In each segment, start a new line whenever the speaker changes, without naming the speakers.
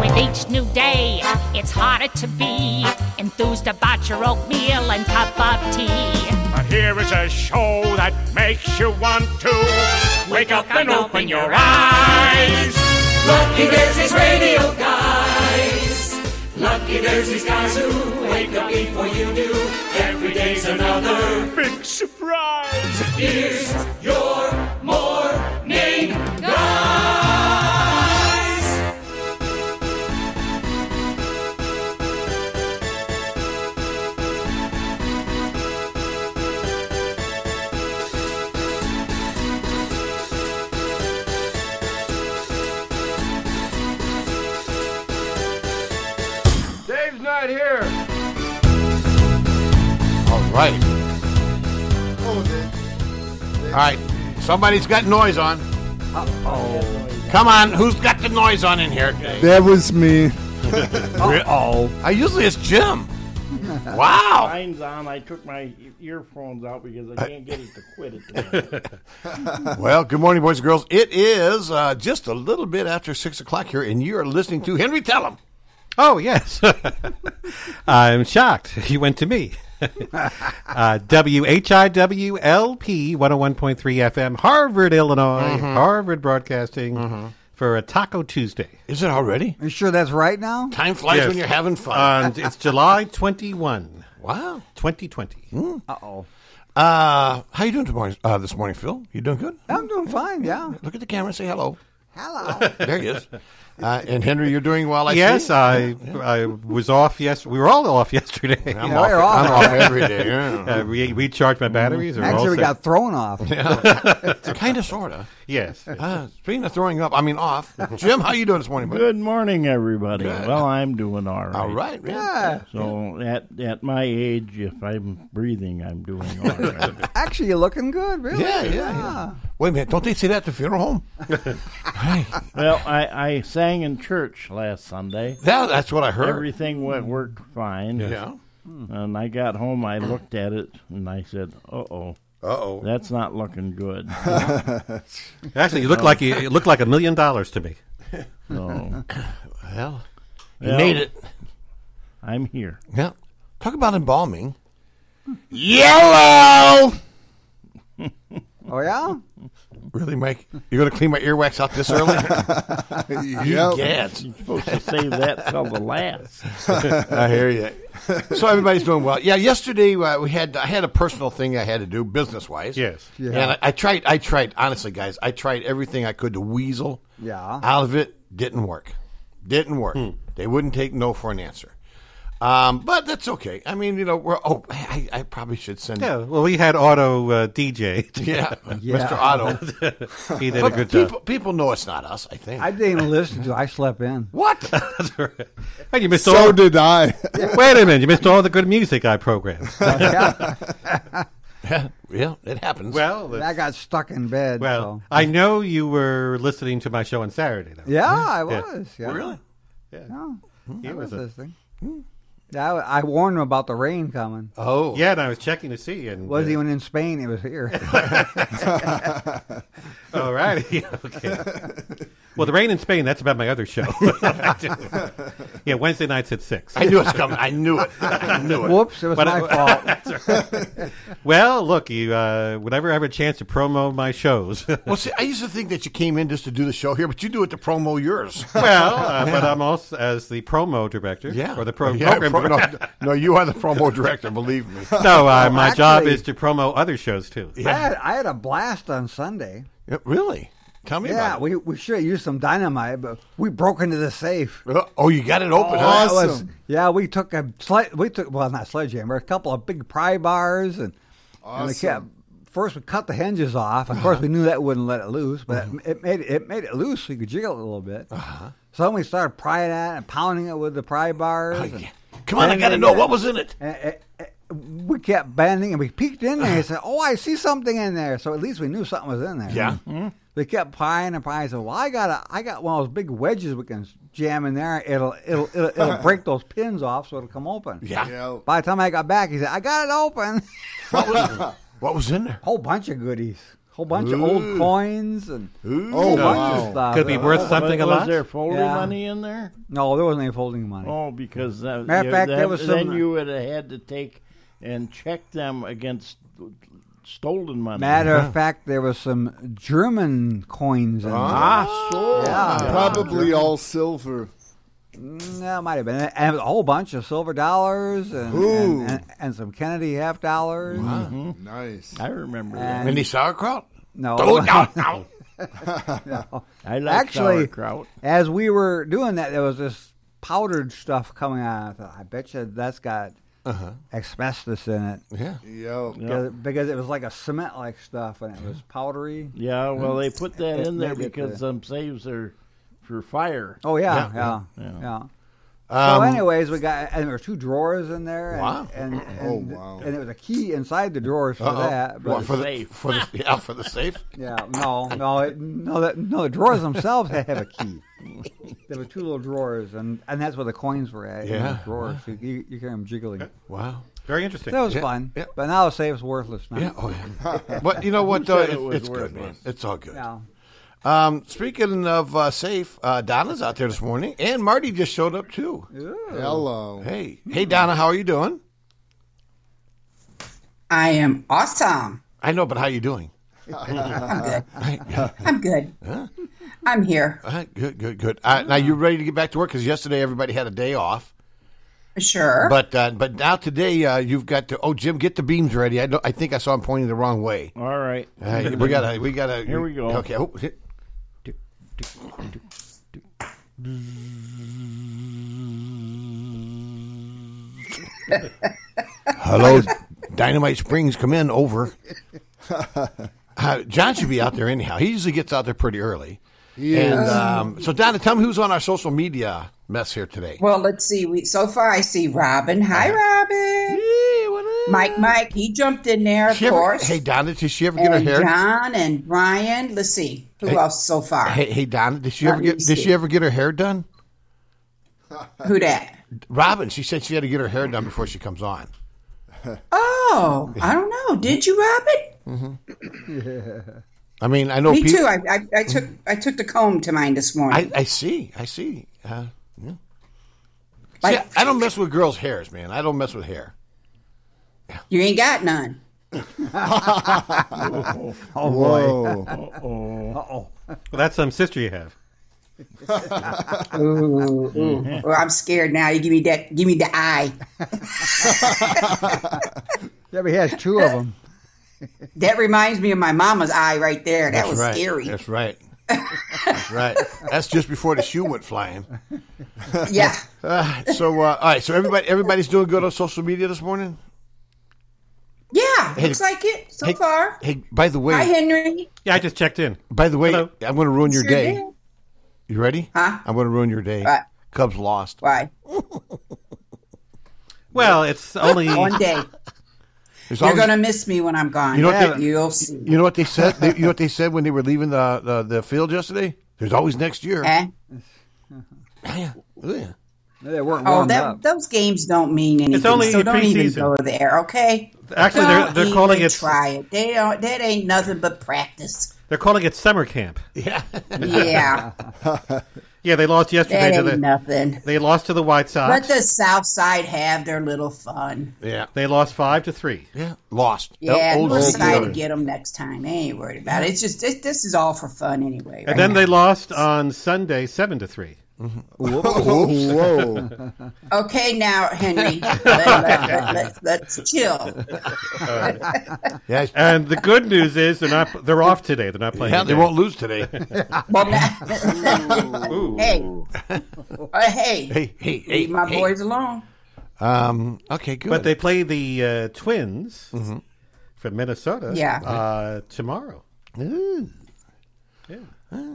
With each new day, it's harder to be enthused about your oatmeal and cup of tea.
But here is a show that makes you want to wake up and open your eyes.
Lucky there's these radio guys. Lucky there's these guys who wake up before you do. Every day's another.
Big surprise!
Here's your morning guys.
Dave's not here.
All right.
Oh,
All right. Somebody's got noise on. Uh-oh. Come on, who's got the noise on in here?
That was me.
I usually it's Jim. Wow.
Mine's on. I took my earphones out because I can't get it to quit at the moment.
Well, good morning, boys and girls. It is uh, just a little bit after six o'clock here, and you are listening to Henry Tellum.
Oh, yes. I'm shocked. You went to me. uh, WHIWLP 101.3 FM, Harvard, Illinois,
Mm-hmm.
Harvard Broadcasting for a Taco Tuesday.
Is it already?
You sure that's right now?
Time flies
Yes.
when you're having fun.
Um, it's July 21,
wow. Hmm.
2020.
Uh oh.
Uh, how you doing tomorrow, uh, this morning, Phil? You doing good?
Oh, I'm doing fine, yeah.
Look at the camera. Say hello.
Hello.
There he is. Uh, and Henry, you're doing well. I
yes,
see.
I I was off yes. We were all off yesterday.
I'm
Yeah,
off,
you're off.
I'm off every day. Yeah.
Uh, re- recharged my batteries. Or
Actually,
all
we
set.
got thrown off.
kind of, sorta.
yes.
Uh, speaking of throwing up, I mean off. Jim, how you doing this morning? bud?
Good morning, everybody. Well, I'm doing all right.
All right. Yeah.
Yeah.
So at at my age, if I'm breathing, I'm doing all right.
Actually, you're looking good, really.
Yeah, yeah, yeah. Wait a minute. Don't they say that at the funeral home? hey,
well, I, I sang in church last Sunday.
that, that's what I heard.
Everything went worked fine. Hmm.
yeah.
And I got home. I looked at it and I said, "Uh oh,
Uh oh.
that's not looking good."
Actually, you look like you, you look like a million dollars to me.
So
Well, you
Well.
made it.
I'm here.
Uh, Yeah. Talk about embalming. Yellow.
Oh, yeah?
Really, Mike? You're gonna clean my earwax out this early?
Yep.
yes.
You're supposed to save that till the last.
I hear you. So everybody's doing well. Yeah. Yesterday uh, we had I had a personal thing I had to do business wise.
Yes.
Yeah. And I, I tried. I tried. Honestly, guys, I tried everything I could to weasel.
Yeah.
Out of it didn't work. Didn't work.
Hmm.
They wouldn't take no for an answer. Um, but that's okay. I mean, you know, we're. Oh, I, I probably should send.
Yeah. Well, we had Auto uh, DJ.
Yeah,
Yeah.
Mr. Otto.
He did a
But
good job.
people, people know it's not us. I think.
I didn't even listen to I slept in.
what?
Hey, you missed all.
So did I.
Wait a minute! You missed all the good music I programmed.
yeah.
yeah, it happens.
well,
And I got stuck in bed.
well,
so.
I know you were listening to my show on Saturday. Though.
Yeah, I
Yeah.
was. Yeah.
really?
Yeah.
Yeah.
He
I was
was a-
listening. Yeah, I, I warned him about the rain coming.
Oh,
yeah, and I was checking to see, and
Wasn't
uh,
even in Spain, it was here.
all right, okay. Well, the rain in Spain—that's about my other show. yeah, Wednesday nights at six.
I knew it's coming. I knew it. I knew it.
Whoops, it was
But
my fault.
Well, look, you uh, whenever I have a chance to promo my shows,
Well, see, I used to think that you came in just to do the show here, but you do it to promo yours.
well, uh, but I'm also as the promo director,
Yeah.
or the pro-
Yeah,
program
pro-
director.
No, no, you are the promo director, believe me.
No, uh, my job
Oh, actually-
is to promo other shows too.
I, had, I had a blast on Sunday.
Yeah, really? Tell me
Yeah,
about
we, we should have used some dynamite, but we broke into the safe.
it. Uh, Oh, you got it open. huh?
That was- yeah, we took a slight, we took well not sledgehammer, a couple of big pry bars and and we kept, first we cut the hinges off. Of course, we knew that wouldn't let it loose, but
Uh-huh.
it, it made it made it loose. So you could jiggle it a little bit. Uh-huh. So then we started prying at it and pounding it with the pry bars.
Oh,
and-
yeah. Come on, I got to know what was in it.
and- and- and Eh, we kept bending and we peeked in there and said, "Oh, I see something in there." So at least we knew something was in there. Mm-hmm.
Yeah.
They kept prying and prying. I said, "Well, I got a, I got one of those big wedges we can jam in there. It'll, it'll, it'll, it'll break those pins off, so it'll come open."
Yeah.
Yep.
By the time I got back, he said, "I got it open."
What was, what was in there?
Whole bunch of goodies. whole bunch of old coins and
Oh,
a bunch of
wow.
stuff.
Could be worth something a
was,
lot.
there folding
Yeah.
money in there?
No, there wasn't any folding money.
Oh, because that,
Matter of
you-
fact,
that-
there was some-
then you would have had to take and check them against stolen money.
Matter of fact, there was some German coins in
Ah, so.
Probably all silver.
there. No, it Mm, might have been. And it was a whole bunch of silver dollars and,
Ooh.
and, and, and some Kennedy half dollars.
Mm-hmm. Nice.
I remember that.
And,
Any sauerkraut?
no,
Oh, no, no.
I like
actually,
sauerkraut.
as we were doing that, there was this powdered stuff coming out. I thought, I bet you that's got asbestos in it.
Yeah.
Uh-huh. Yep.
Because, because it was like a cement like stuff and it was powdery.
Yeah, well, they put that
It
in there
made it,
because
uh,
um, saves are for fire.
Oh, yeah, yeah,
Yeah,
yeah. so,
Um,
anyways, we got, and there were two drawers in there. And,
Wow.
And, and,
Oh, wow.
And there was a key inside the drawers for
Uh-oh.
that. But
What, for the
safe.
for the yeah for the safe.
Yeah, no, no, it, no, that, no. The drawers themselves have a key. There were two little drawers, and, and that's where the coins were at. in
Yeah.
the drawers. You, you, you hear them jiggling.
Wow.
Very interesting.
That was
Yeah,
fun.
yeah.
But now the safe's worthless now.
Yeah. Oh yeah. but you know what though?
said
It,
it was
it's good, man.
worthless?
It's all good.
Now,
Um, speaking of uh, safe, uh, Donna's out there this morning, and Marty just showed up too.
Hello.
Hey, hey, Donna, how are you doing?
I am awesome.
I know, but how you doing?
I'm good.
Right.
I'm good. I'm here.
Uh, good, good, good. Uh,
Mm.
Now you ready to get back to work? Because yesterday everybody had a day off,
Sure.
but uh, but now today uh, you've got to. Oh, Jim, get the beams ready. I don't, I think I saw him pointing the wrong way.
All right.
Uh, we gotta, we gotta.
Here we go.
Okay. Oh, hit- Hello, Dynamite Springs. Come in. Over. Uh, John should be out there anyhow. He usually gets out there pretty early. And um, so, Donna, tell me who's on our social media mess here today.
well, let's see. We so far I see Robin. Hi, Robin.
Hey, what up?
Mike, Mike. He jumped in there, of
She ever-
course.
hey, Donna, did she ever get her
and
hair?
John and Brian. Let's see who else so far.
Hey, hey, Donna, did she
Let
ever
me
get? Did
see.
she ever get her hair done?
Who that?
Robin, she said she had to get her hair done before she comes on.
Oh, I don't know. Did you, Robin?
Mm-hmm. I mean, I know
Me
people.
too. I, I, I took I took the comb to mine this morning.
I, I see. I see. Uh, yeah. See,
Like-
I don't mess with girls' hairs, man. I don't mess with hair.
you ain't got none.
Oh,
Whoa.
Oh,
Oh. Well, that's some sister you have.
Ooh, ooh.
Mm.
Well, I'm scared now. You give me that. Give me the eye.
yeah, but he has two of them.
That reminds me of my mama's eye right there. That was
right.
scary.
That's right. That's right. That's just before the shoe went flying.
Yeah.
Uh, so, uh, all right. So everybody, everybody's doing good on social media this morning.
Yeah. Looks like it so
hey,
far.
Hey, by the way,
Hi, Henry.
Yeah, I just checked in.
by the way,
Hello.
I'm going to ruin your
Sure
day.
did.
You ready?
Huh?
I'm going to ruin your day.
What?
Cubs lost.
Why?
Well, it's only
One day.
There's
You're
always-
going to miss me when I'm gone.
You know what they-
You'll see.
You know what they said? They, you know what they said when they were leaving the, the, the field yesterday? There's always next year.
Eh?
Yeah.
Oh,
Yeah.
They weren't
Oh,
warmed
that,
up.
those games don't mean anything.
only
so don't even
preseason.
go there, okay?
Actually, they're-
Don't
they're
even
calling it-
Try it. They don't. That ain't nothing but practice.
they're calling it summer camp.
Yeah,
Yeah, they lost yesterday
that
to
ain't
the
nothing.
they lost to the White
Let
Sox.
the South Side have their little fun.
Yeah.
They lost five to three.
Yeah. Lost.
Yeah,
Old
North
school.
Side to get them next time. They ain't worried about it. It's just this, this is all for fun anyway.
And
right?
then they lost on Sunday seven to three.
Mm-hmm.
Whoa.
Okay, now Henry, Oh, let, us chill.
Yeah.
And the good news is they're not they're off today. They're not playing.
yeah, they
today.
won't lose today.
Well, hey, Uh, hey,
hey, hey, hey,
leave my
hey.
boys alone.
Um. Okay. Good. Mm-hmm.
But they play the uh, Twins from Minnesota.
Yeah.
Uh, tomorrow.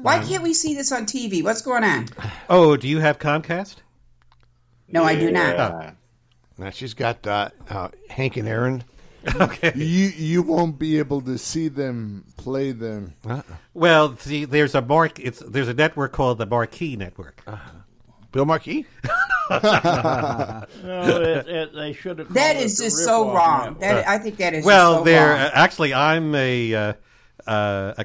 Why can't we see this on TV? What's going on?
Oh, do you have Comcast?
No, I do not.
now she's got uh, uh, Hank and Aaron.
Okay.
you you won't be able to see them play them.
Uh-uh.
Well, see, there's a mark. It's there's a network called the Marquee Network.
Uh-huh. Bill Marquis.
No, it, it, they should have.
That
called
is
it the
just so
rip-off
wrong.
now.
That I think that is
Well,
just so
there
wrong.
actually, I'm a uh,
uh, a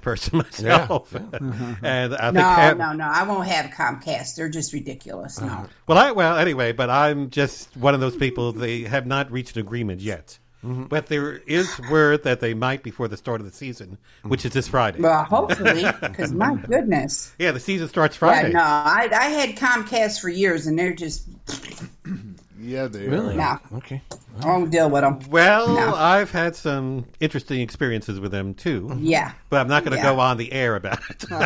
person myself, and
uh,
I think
No,
half-
no, no. I won't have Comcast. They're just ridiculous. No.
Well, I well anyway, but I'm just one of those people. They have not reached an agreement yet,
Mm-hmm.
but there is word that they might before the start of the season, which is this Friday.
Well, hopefully, because my goodness.
yeah, the season starts
Yeah,
Friday.
no, I, I had Comcast for years, and they're just
Yeah, they
Really?
no.
Okay.
I won't deal with them.
Well,
No.
I've had some interesting experiences with them too.
Mm-hmm. Yeah,
But I'm not going to
Yeah.
go on the air about it. well,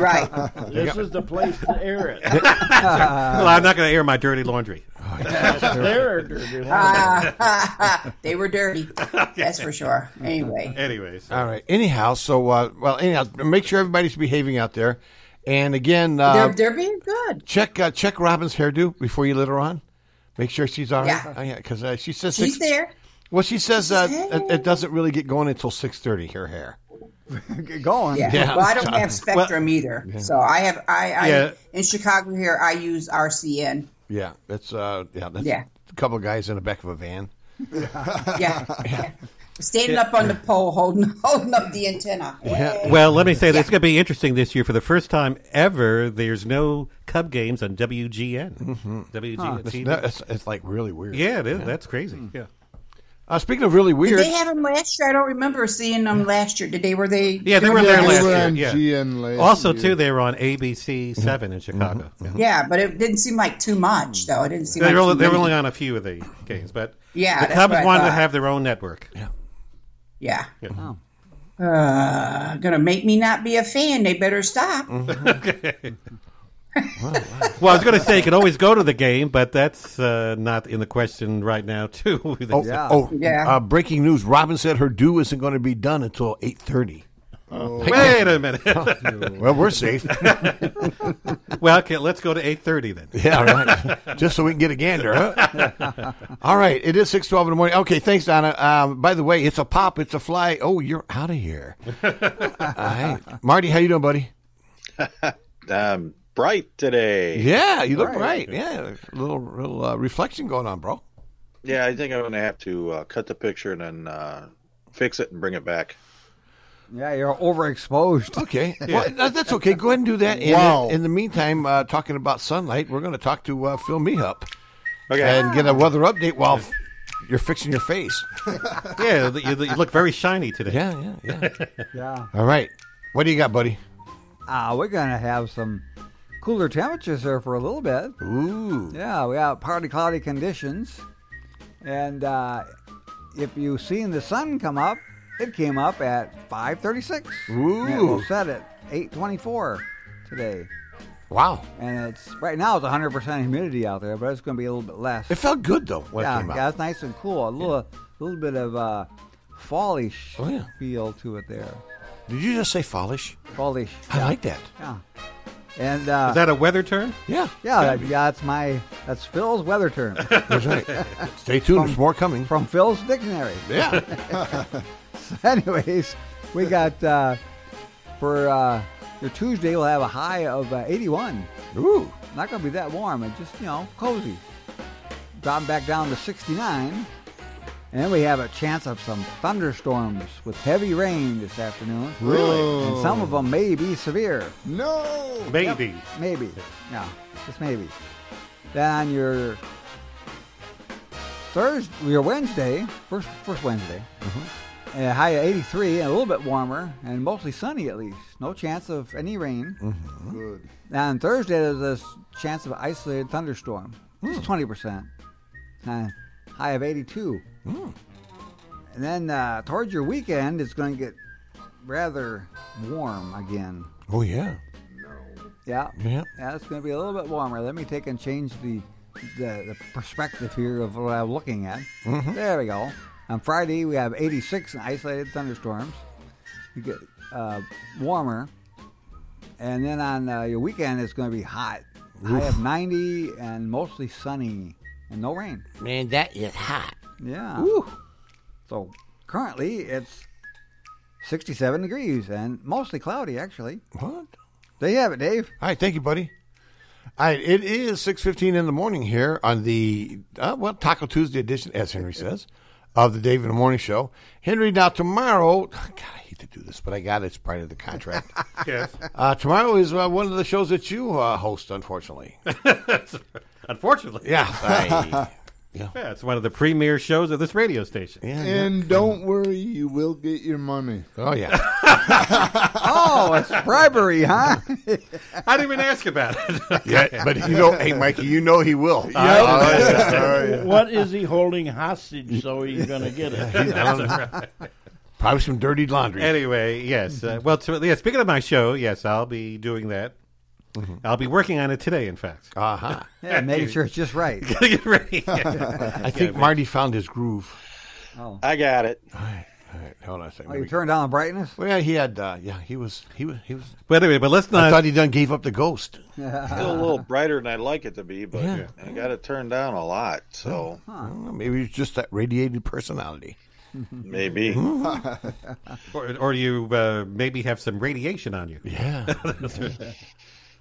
right.
This is the place to air it.
I'm not going to air my dirty laundry.
there are dirty
they were dirty. That's for sure. Anyway,
Anyways,
All right. Anyhow, so uh, well, anyhow, make sure everybody's behaving out there. And again, uh,
they're they're being good.
check uh, check Robin's hairdo before you let her on. Make sure she's all
Yeah.
right. Oh, yeah, because uh, she says
She's
six,
there.
well, she says uh, it, it doesn't really get going until six thirty. Her hair.
Get going.
Yeah.
Yeah.
Well, I don't have Spectrum either, so I have I, I
Yeah.
in Chicago here I use RCN.
Yeah, that's uh, yeah, that's
Yeah.
a couple of guys in the back of a van.
Yeah. yeah. Standing up on the pole, holding holding up the antenna.
well, let me say this: it's going to be interesting this year. For the first time ever, there's no Cub games on WGN.
Mm-hmm. It's,
WGN.
it's, it's like really weird.
Yeah, it is. That's crazy.
Hmm.
Yeah.
Uh, speaking of really
Did
weird,
they have them last year? I don't remember seeing them last year. Did they? Were they?
Yeah, they were there
They
last
were
year.
on
yeah.
GN last
also,
year.
too, they were on ABC
Mm-hmm.
Seven in Chicago. Yeah.
Yeah, but it didn't seem like too much, though. It didn't seem.
They
like
were only,
too
they were
many.
only on a few of the games, but
Mm-hmm. Yeah,
the
that's
Cubs
what I
wanted to
thought.
have their own network.
Yeah. Uh, gonna make me not be a fan. They better stop.
Oh.
Well, I was going to say you could always go to the game, but that's uh, not in the question right now, too.
oh,
Yeah.
oh,
Yeah.
Uh, breaking news: Robin said her due isn't going to be done until eight thirty.
Oh. Wait a minute.
Oh, Well, we're safe.
well, okay, let's go to eight thirty then.
yeah, all right. Just so we can get a gander. Huh? all right, it is six twelve in the morning. Okay, thanks, Donna. Um, by the way, it's a pop, it's a fly. Oh, you're out of here. all right,
Uh-huh.
Marty, how you doing, buddy?
Um, bright today.
Yeah, you look right. Yeah, a little, little uh, reflection going on, bro.
Yeah, I think I'm gonna have to uh, cut the picture and then uh, fix it and bring it back.
Yeah, you're overexposed.
Okay. Well, that- that's okay. Go ahead and do that. And uh,
Wow.
in, the meantime, uh, talking about sunlight, we're going to talk to uh, Phil Meehup
Okay.
and get a weather update while f- you're fixing your face.
Yeah, you, you look very shiny today.
Yeah, yeah, yeah.
Yeah.
All right. What do you got, buddy?
Uh, we're going to have some cooler temperatures there for a little bit.
Ooh.
Yeah, we have partly cloudy conditions. And uh, if you've seen the sun come up, it came up at 5:36. And it
Ooh.
will set at 8:24 today.
Wow.
And it's right now it's 100% humidity out there, but it's going to be a little bit less.
It felt good, though, when it
yeah,
came out.
yeah, it's nice and cool. A little, little bit of uh, fallish
Oh, yeah.
feel to it there.
Did you just say fallish?
Fallish.
I like that.
Yeah. And uh,
Is that a weather term?
Yeah.
yeah, that, yeah, that's my that's Phil's weather term
That's right. Stay tuned. There's more coming.
from Phil's dictionary.
Yeah.
Anyways, we got uh, for uh, your Tuesday we'll have a high of uh, 81.
Ooh.
Not gonna be that warm. It's just you know cozy. Dropping back down to 69. And then we have a chance of some thunderstorms with heavy rain this afternoon.
Really?
And some of them may be severe.
No.
Maybe.
Maybe. Yeah, just maybe. Then on your Thursday, your Wednesday, first first Wednesday, a high of 83 and a little bit warmer and mostly sunny at least. No chance of any rain.
Good.
Now on Thursday, there's a chance of isolated thunderstorm. Just 20%. Uh, high of 82.
Hmm.
And then uh, towards your weekend, it's going to get rather warm again.
Oh, yeah.
Yeah.
Yeah.
Yeah, it's going to be a little bit warmer. Let me take and change the the, the perspective here of what I'm looking at.
Mm-hmm.
There we go. On Friday we have 86 and isolated thunderstorms. You get uh, warmer, and then on uh, your weekend it's going to be hot. High of 90 and mostly sunny and no rain.
Man, that is hot.
Yeah. So currently it's 67 degrees and mostly cloudy actually.
What?
There you have it, Dave.
All right, thank you, buddy. All right, it is six fifteen in the morning here on the uh, well Taco Tuesday edition, as Henry says, of the Dave in the Morning Show. Henry, now tomorrow, oh, God, I hate to do this, but I got it. It's part of the contract.
Yes.
Uh, tomorrow is uh, one of the shows that you uh, host, unfortunately.
Unfortunately.
Yeah. I-
yeah. It's one of the premier shows of this radio station.
And don't worry, you will get your money.
Oh yeah.
oh, it's bribery, huh?
I didn't even ask about it.
yeah, but you know, hey, Mikey, you know he will. Oh,
What is he holding hostage so he's going to get it?
Probably some dirty laundry.
Anyway, yes. Uh, well, to, yeah, speaking of my show, yes, I'll be doing that.
Mm-hmm.
I'll be working on it today, in fact.
Uh-huh.
Yeah, making sure it's just right.
Get ready.
I think Marty found his groove.
I got it.
All right, hold on a second.
Oh, you turned down the brightness?
well, yeah, he had. Uh, yeah, he was. He was. He was.
But anyway, but let's
I
not.
thought he done gave up the ghost.
Still a little brighter than I'd like it to be, but
Yeah.
I got it turned down a lot. So
I don't know, maybe it's just that radiated personality.
maybe.
or, or you uh, maybe have some radiation on you.
Yeah.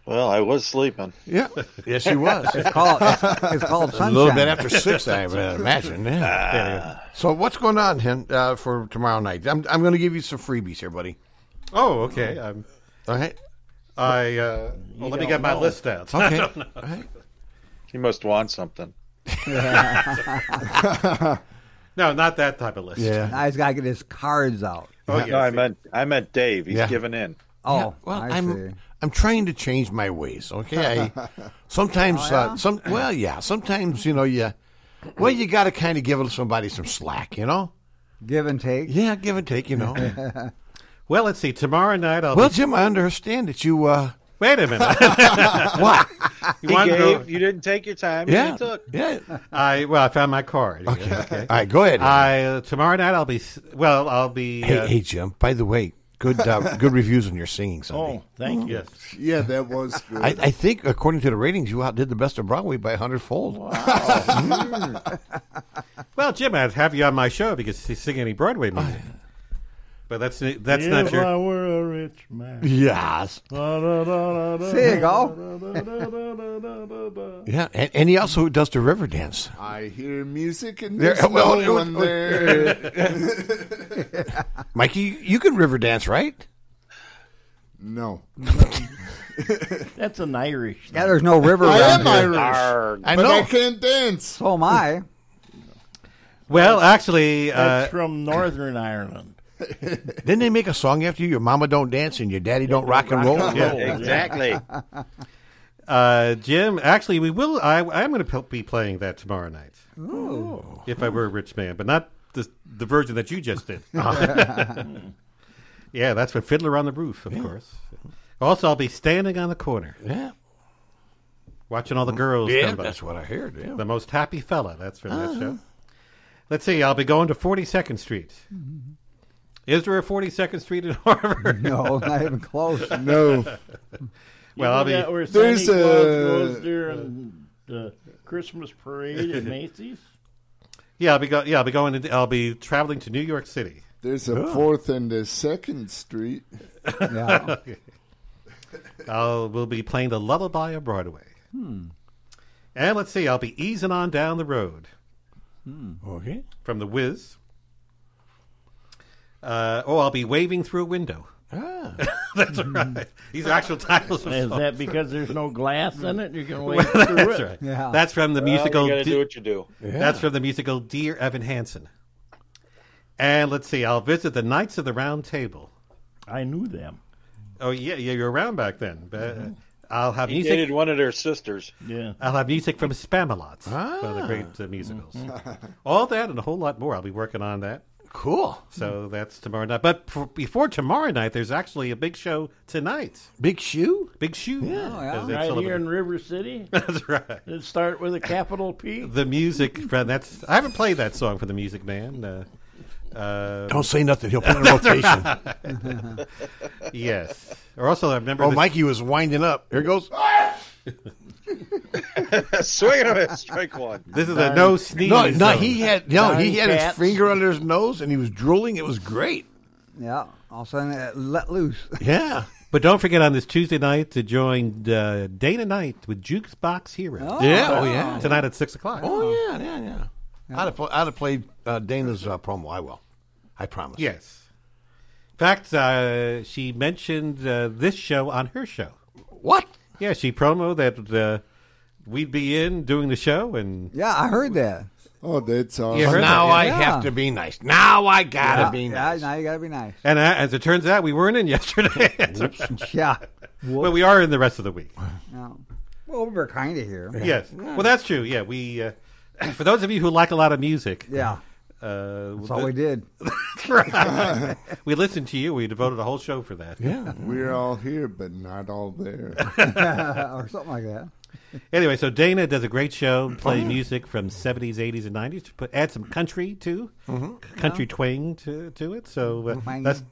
Well, I was sleeping.
yeah. Yes, he was.
It's called, it's, it's called
A
sunshine.
little bit after six, I would imagine.
Ah.
Yeah. So what's going on Hen, uh, for tomorrow night? I'm, I'm going to give you some freebies here, buddy.
Oh, okay. I'm,
All right.
I. Uh, well, let me get my list out.
Okay. All right.
He must want something.
no, not that type of list.
Yeah.
Now he's got to get his cards out.
Oh, yes.
No, I meant I meant Dave. He's
Yeah.
giving in.
Oh,
Yeah, well,
I see.
am I'm trying to change my ways. Okay, I, sometimes uh, some well, yeah, sometimes you know, yeah, well, you got to kind of give somebody some slack, you know.
Give and take.
Yeah, give and take, you know.
Well, let's see. Tomorrow night, I'll.
well,
be,
Jim, I understand that you. Uh,
wait a minute.
what?
you
He
want to
gave.
know-
You didn't take your time. You
Yeah,
took.
yeah.
I well, I found my card. Okay.
All right, go ahead.
I uh, tomorrow night I'll be s- well. I'll be.
hey,
uh,
hey, Jim. By the way, good uh, good reviews on your singing Sunday.
Oh, thank you.
Yes.
Yeah, that was good.
I, I think, according to the ratings, you outdid the best of Broadway by a hundredfold.
Well, Jim, I'd have you on my show because you sing any Broadway music. But that's that's
if
not
I
your.
were a rich man.
Yes.
There you go.
Yeah, and, and he also does the river dance.
I hear music and
There-
there's
well,
no one
well,
there.
Mikey, you can river dance, right?
no.
That's an Irish.
Yeah, there's no river
I am
around here.
Irish,
Arg.
I
but
know.
I can't dance.
So am I.
Well, actually, uh,
That's from Northern Ireland.
Didn't they make a song after you? Your mama don't dance and your daddy don't rock and roll.
Yeah.
Exactly.
uh, Jim, actually, we will. I I'm going to be playing that tomorrow night. If I were a rich man, but not the the version that you just did. yeah, that's what Fiddler on the Roof, of course. Also, I'll be standing on the corner
Yeah,
watching all the girls.
yeah,
come by.
that's what I heard. yeah. Uh-huh.
The most happy fella. That's from that show. Let's see. I'll be going to 42nd Street. Is there a 42nd Street in Harvard?
No, not even close.
No.
Well, I'll be-
that where Santa
There's
Claus
a-
goes during the Christmas parade at Macy's.
yeah, I'll be go- yeah, I'll be going. To, I'll be traveling to New York City.
There's a fourth and a second street.
Yeah.
I'll we'll be playing the Lullaby of Broadway. And let's see. I'll be easing on down the road
Hmm.
Okay.
from the Whiz. Uh, oh, I'll be waving through a window.
Ah.
That's right. These are actual titles. Of
Is
songs.
that because there's no glass in it? You can wade through
That's
it.
right.
Yeah.
That's from the musical.
Well, you got to
Di-
do what you do.
That's from the musical Dear Evan Hansen. And let's see, I'll visit the Knights of the Round Table.
I knew them.
Oh yeah, yeah, you were around back then. But
Mm-hmm.
uh, I'll have
He
music.
dated one of their sisters.
Yeah.
I'll have music from Spamalot, one of
Ah.
the great uh, musicals.
Mm-hmm.
All that and a whole lot more. I'll be working on that.
Cool.
So that's tomorrow night. But for, before tomorrow night, there's actually a big show tonight.
Big shoe.
Big shoe.
Oh, yeah.
As they
Right here
celebrate.
in River City.
That's right.
Let's start with a capital P.
The music from that's. I haven't played that song for the Music Man. Uh, uh,
Don't say nothing. He'll put it in rotation.
yes. Or also, I remember.
oh,
this-
Mikey was winding up. Here goes.
Swing and a miss. Strike one.
This is a no sneeze.
No, no,
zone.
he had no, he
Darn
had his
cats.
finger under his nose and he was drooling. It was great.
yeah. All of a sudden, it let loose.
Yeah.
But don't forget on this Tuesday night to join uh, Dana Knight with Jukebox Hero.
yeah. Oh yeah.
Tonight at 6 o'clock.
Oh yeah. Yeah. Yeah. I'd have, pl- I'd have played uh, Dana's uh, promo. I will. I promise.
Yes. fact, uh, she mentioned uh, this show on her show.
What?
Yeah, she promo that uh, we'd be in doing the show, and
Yeah, I heard that.
Oh, that's awesome.
You
So
heard
now
that,
I
yeah.
have to be nice. Now I gotta
Yeah,
be
yeah,
nice.
now you gotta be nice.
and uh, as it turns out, we weren't in yesterday.
Yeah.
but we are in the rest of the week.
No. Oh. Well, we were kind of here.
Yes. Well, that's true. Yeah, we. Uh, for those of you who like a lot of music,
Yeah.
uh,
That's all we did.
right. we listened to you. We devoted a whole show for that.
Yeah.
We're all here, but not all there.
Uh, or something like that. Oh,
Anyway, so Dana does a great show, play music from seventies, eighties, and nineties. Put add some country too, country twang to to it. So uh,
Mm-hmm. Twang. Mm-hmm.
that's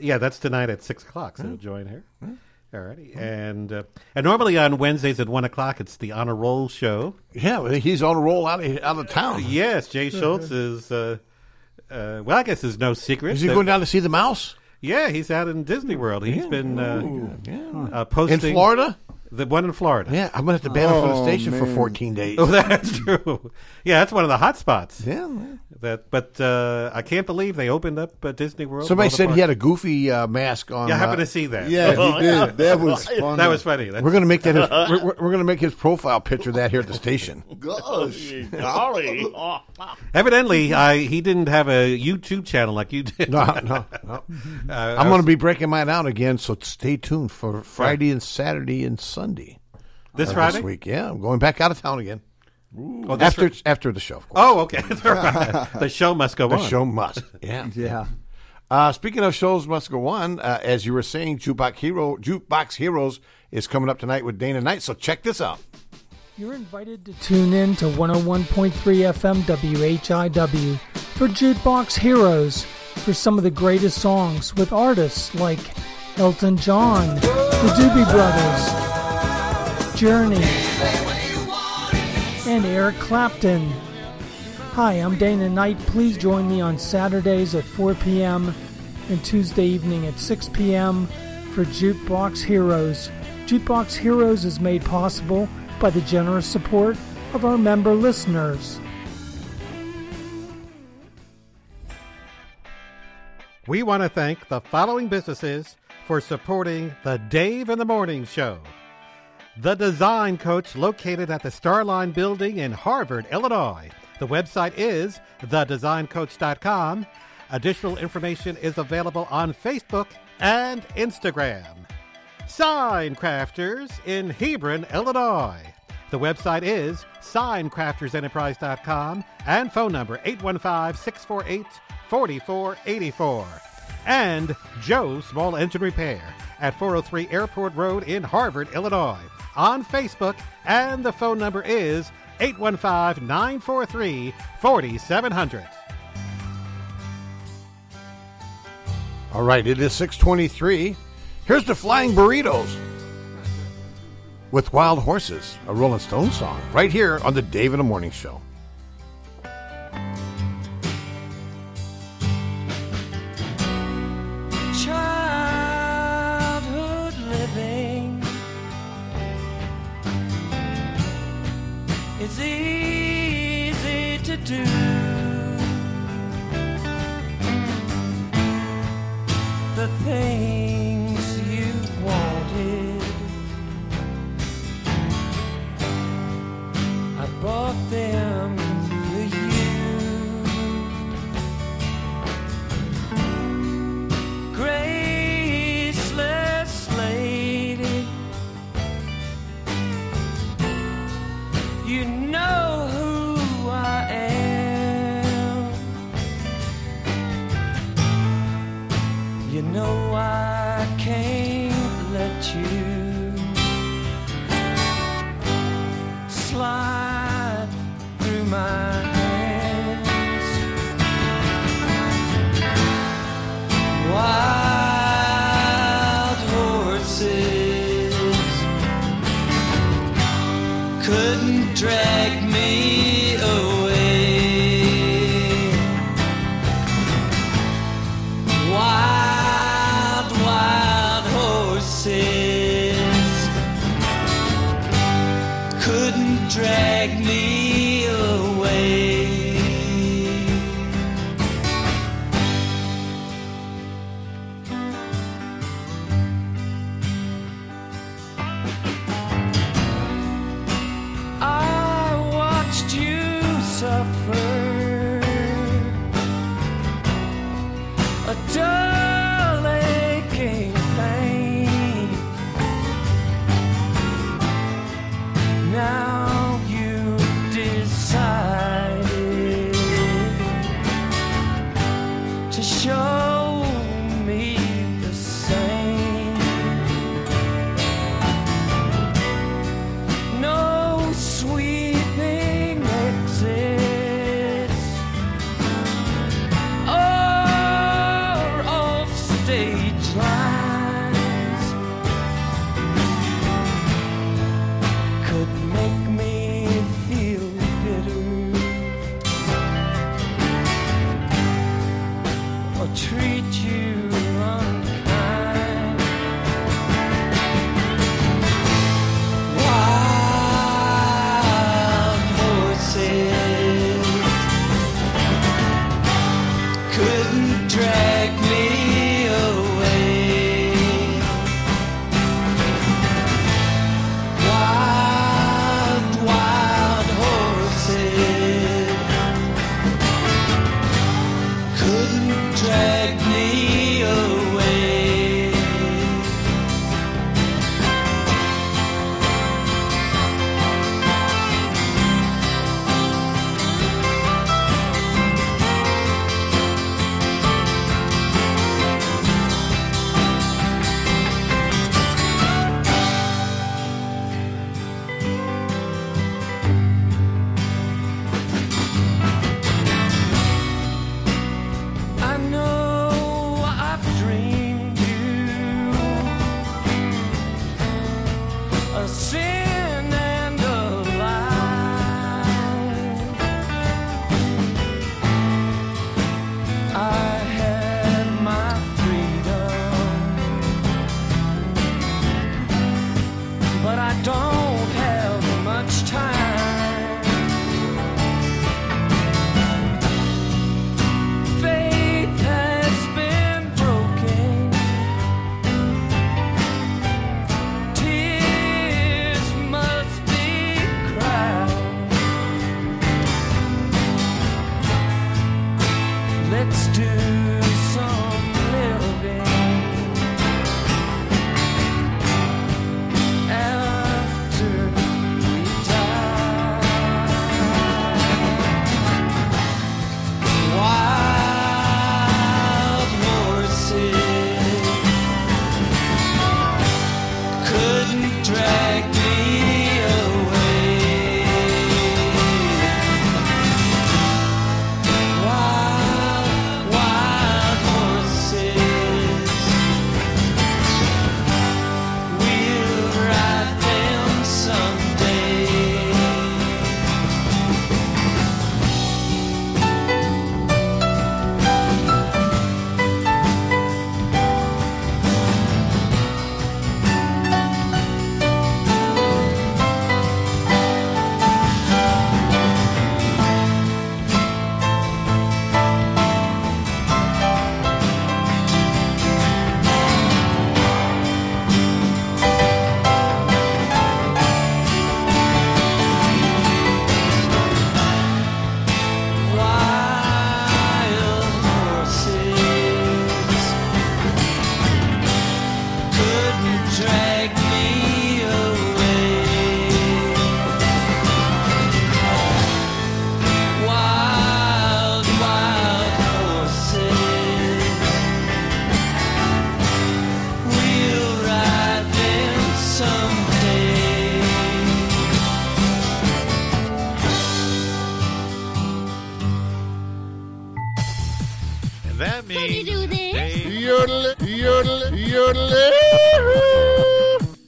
yeah, that's tonight at six o'clock. So join her. Alrighty, and uh, and normally on Wednesdays at one o'clock, it's the honor roll show. Uh,
Yeah, well, he's on a roll out of, out of town.
Yes, Jay Schultz is. Uh, uh, well, I guess there's no secret.
Is he
that-
going down to see the mouse
Yeah, he's out in Disney World. He's been uh, uh,
in
posting
Florida?
The one in Florida.
Yeah, I'm gonna have to ban him from the
Oh,
station for
man.
14 days.
Oh, that's true. Yeah, that's one of the hot spots.
Yeah, man.
That, but uh, I can't believe they opened up uh, Disney World.
Somebody
All the
said he
parks.
had a goofy uh, mask on.
Yeah, I
uh,
happened to see that. Oh,
Yeah, he did. That was funny.
that was funny. That-
We're gonna make that. His, we're, we're- we're gonna make his profile picture that here at the station.
Gosh.
Golly.
Evidently, I he didn't have a YouTube channel like you did. Uh,
No, no, no. I'm gonna be breaking mine out again. So stay tuned for Friday and Saturday and Sunday
this
of
Friday.
this week. Yeah, I'm going back out of town again
Oh, this
after
Fri-
after the show. Of course.
oh, okay. the show must go
the
on.
show must. Yeah.
Yeah.
Uh, speaking of shows must go on, uh, as you were saying, Jukebox Hero, Jukebox Heroes is coming up tonight with Dana Knight. So check this out.
You're invited to tune in to 101.3 FM WHIW for Jukebox Heroes for some of the greatest songs with artists like Elton John, the Doobie Brothers, Journey, and Eric Clapton. Hi, I'm Dana Knight. Please join me on Saturdays at 4 p.m. and Tuesday evening at 6 p.m. for Jukebox Heroes. Jukebox Heroes is made possible by the generous support of our member listeners.
We want to thank the following businesses for supporting the Dave in the Morning Show. The Design Coach, located at the Starline Building in Harvard, Illinois. The website is thedesigncoach.com. Additional information is available on Facebook and Instagram. Sign Crafters in Hebron, Illinois. The website is signcraftersenterprise.com and phone number 815-648-4484. And Joe Small Engine Repair at 403 Airport Road in Harvard, Illinois. On Facebook and the phone number is 815-943-4700.
All right, it is 623. Here's the Flying Burritos with Wild Horses, a Rolling Stone song, right here on the Dave in the Morning Show.
Childhood living is easy to do. The things you wanted, I bought them for you. graceless lady. You know who I am. You know I can't let you slide through my hands. wild horses couldn't drag me away. Wild, wild horses couldn't drag me away.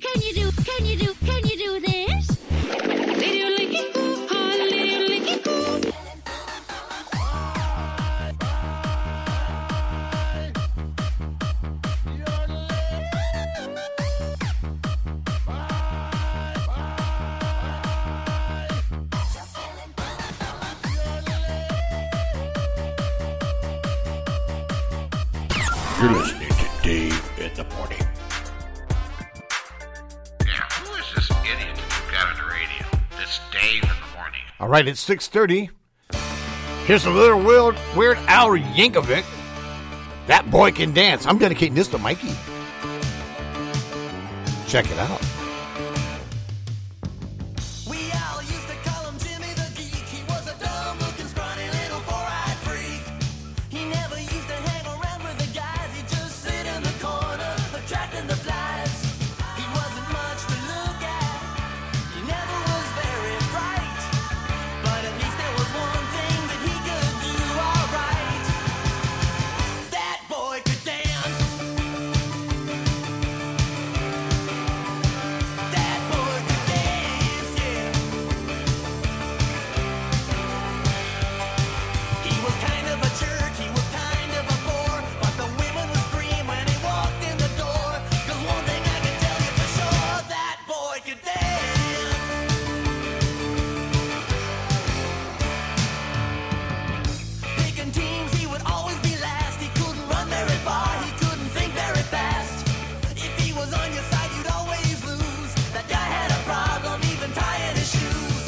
Can you do, can you do, can you do this?
You're listening to Dave in the Morning.
Now, who is this idiot who got on the radio? This Dave in the morning.
All right, it's 6.30. Here's a little Weird, weird Al Yankovic. That boy can dance. I'm dedicating this to Mikey. Check it out.
Picking teams, he would always be last. He couldn't run very far, he couldn't think very fast. If he was on your side, you'd always lose. That guy had a problem, even tying his shoes.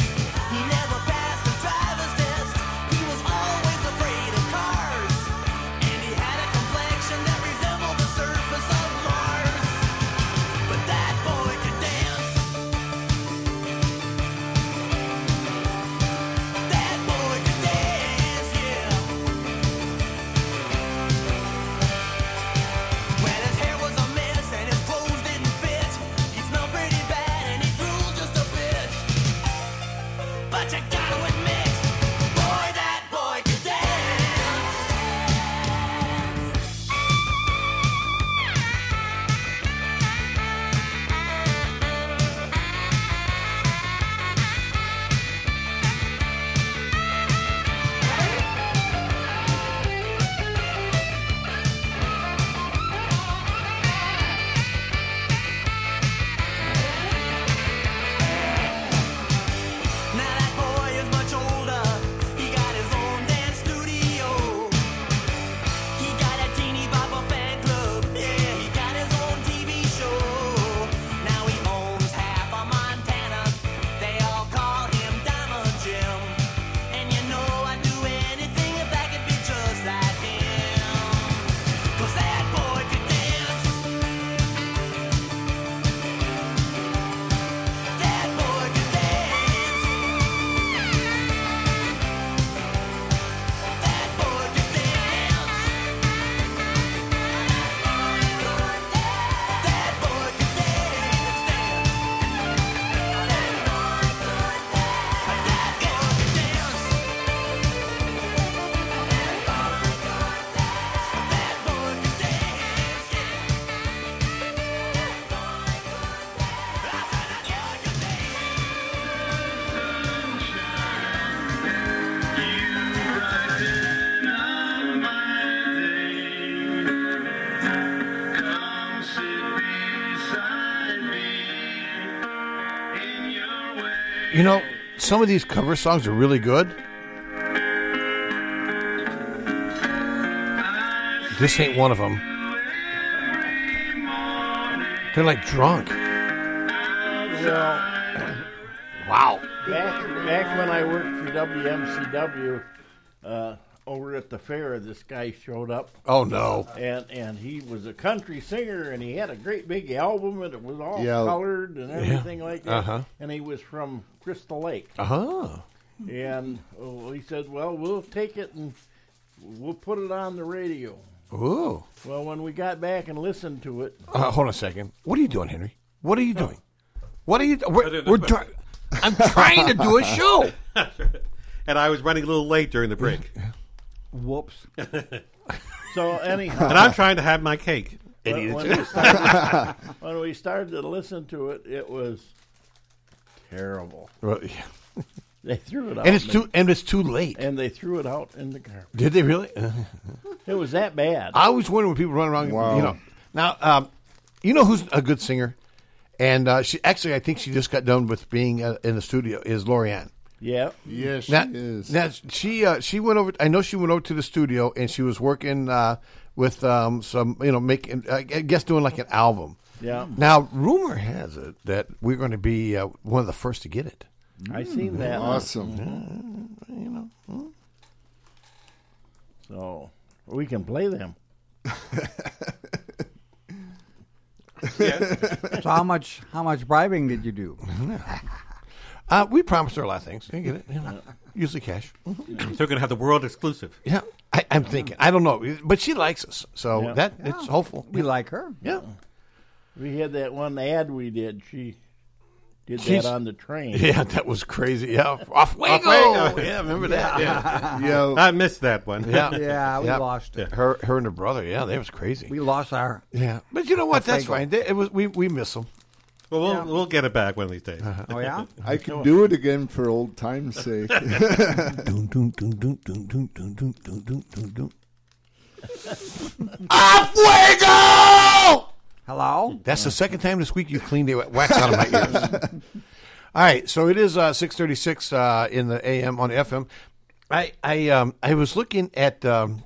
He never passed the driver's test. He was always afraid of cars. And he had a complexion that resembled the surface of Mars. But that boy could dance. That boy could dance, yeah. Well, his hair was a mess and his clothes didn't fit. He smelled pretty bad and he grew just a bit. But you gotta admit, boy, that boy could dance. Now that boy is much older. He got his own dance studio. He got a teeny bopper fan club. Yeah, he got his own TV show. Now he owns half of Montana. They all call him Diamond Jim. And you know I'd do anything if I could be just like him. 'Cause that boy could dance. That boy could dance.
You know, some of these cover songs are really good. This ain't one of them. They're like drunk.
Well,
Wow.
back, back when I worked for WMCW, uh, over at the fair, this guy showed up.
Oh, no.
And and he was a country singer, and he had a great big album, and it was all
Yeah.
colored and
Yeah.
everything like that.
Uh-huh.
And he was from Crystal Lake.
Uh huh.
And oh, he said, "Well, we'll take it and we'll put it on the radio."
Ooh.
Well, when we got back and listened to it,
Uh, hold on a second. What are you doing, Henry? What are you doing? What are you? We're, we're try- I'm trying to do a show.
and I was running a little late during the break.
Whoops.
so anyhow,
And I'm trying to have my cake.
Idiots.
When we, started, when we started to listen to it, it was terrible.
Well, yeah.
They threw it out.
And it's
in
too
the-
and it's too late.
And they threw it out in the garbage.
Did they really?
It was that bad.
I always wonder when people run around. You know, now um, you know who's a good singer, and uh, she actually I think she just got done with being uh, in the studio is Lorianne.
Yeah.
Yes,
Now-
she is.
now, she uh, she went over. I know she went over to the studio and she was working uh, with um, some you know making I guess doing like an album.
Yeah.
Now rumor has it that we're going to be uh, one of the first to get it.
I seen that.
Awesome.
you know.
So we can play them.
so how much how much bribing did you do?
uh, we promised her a lot of things. You get it? You know, usually cash. Mm-hmm.
so we're gonna have the world exclusive.
Yeah, I, I'm thinking. I don't know, but she likes us, so
Yeah.
that it's hopeful.
We like her.
Yeah.
We had that one ad we did. She did
She's-
that on the train.
Yeah, that was crazy. Yeah, off Fuego.
Fuego.
Yeah, remember that?
Yeah.
Yeah,
Yeah.
I missed that one.
Yeah,
Yeah, we
Yeah.
lost it.
Her, her and her brother. Yeah, that was crazy.
We lost our.
Yeah, but you know what?
Fuego.
That's fine. They- It was we we miss them.
Well, we'll,
Yeah.
we'll get it back one of these days.
Oh, yeah?
I could do it again for old time's sake.
Fuego!
Hello.
That's the second time this week you cleaned the wax out of my ears. All right, so it is uh, six thirty six uh, in the a.m. on FM. I I um, I was looking at um,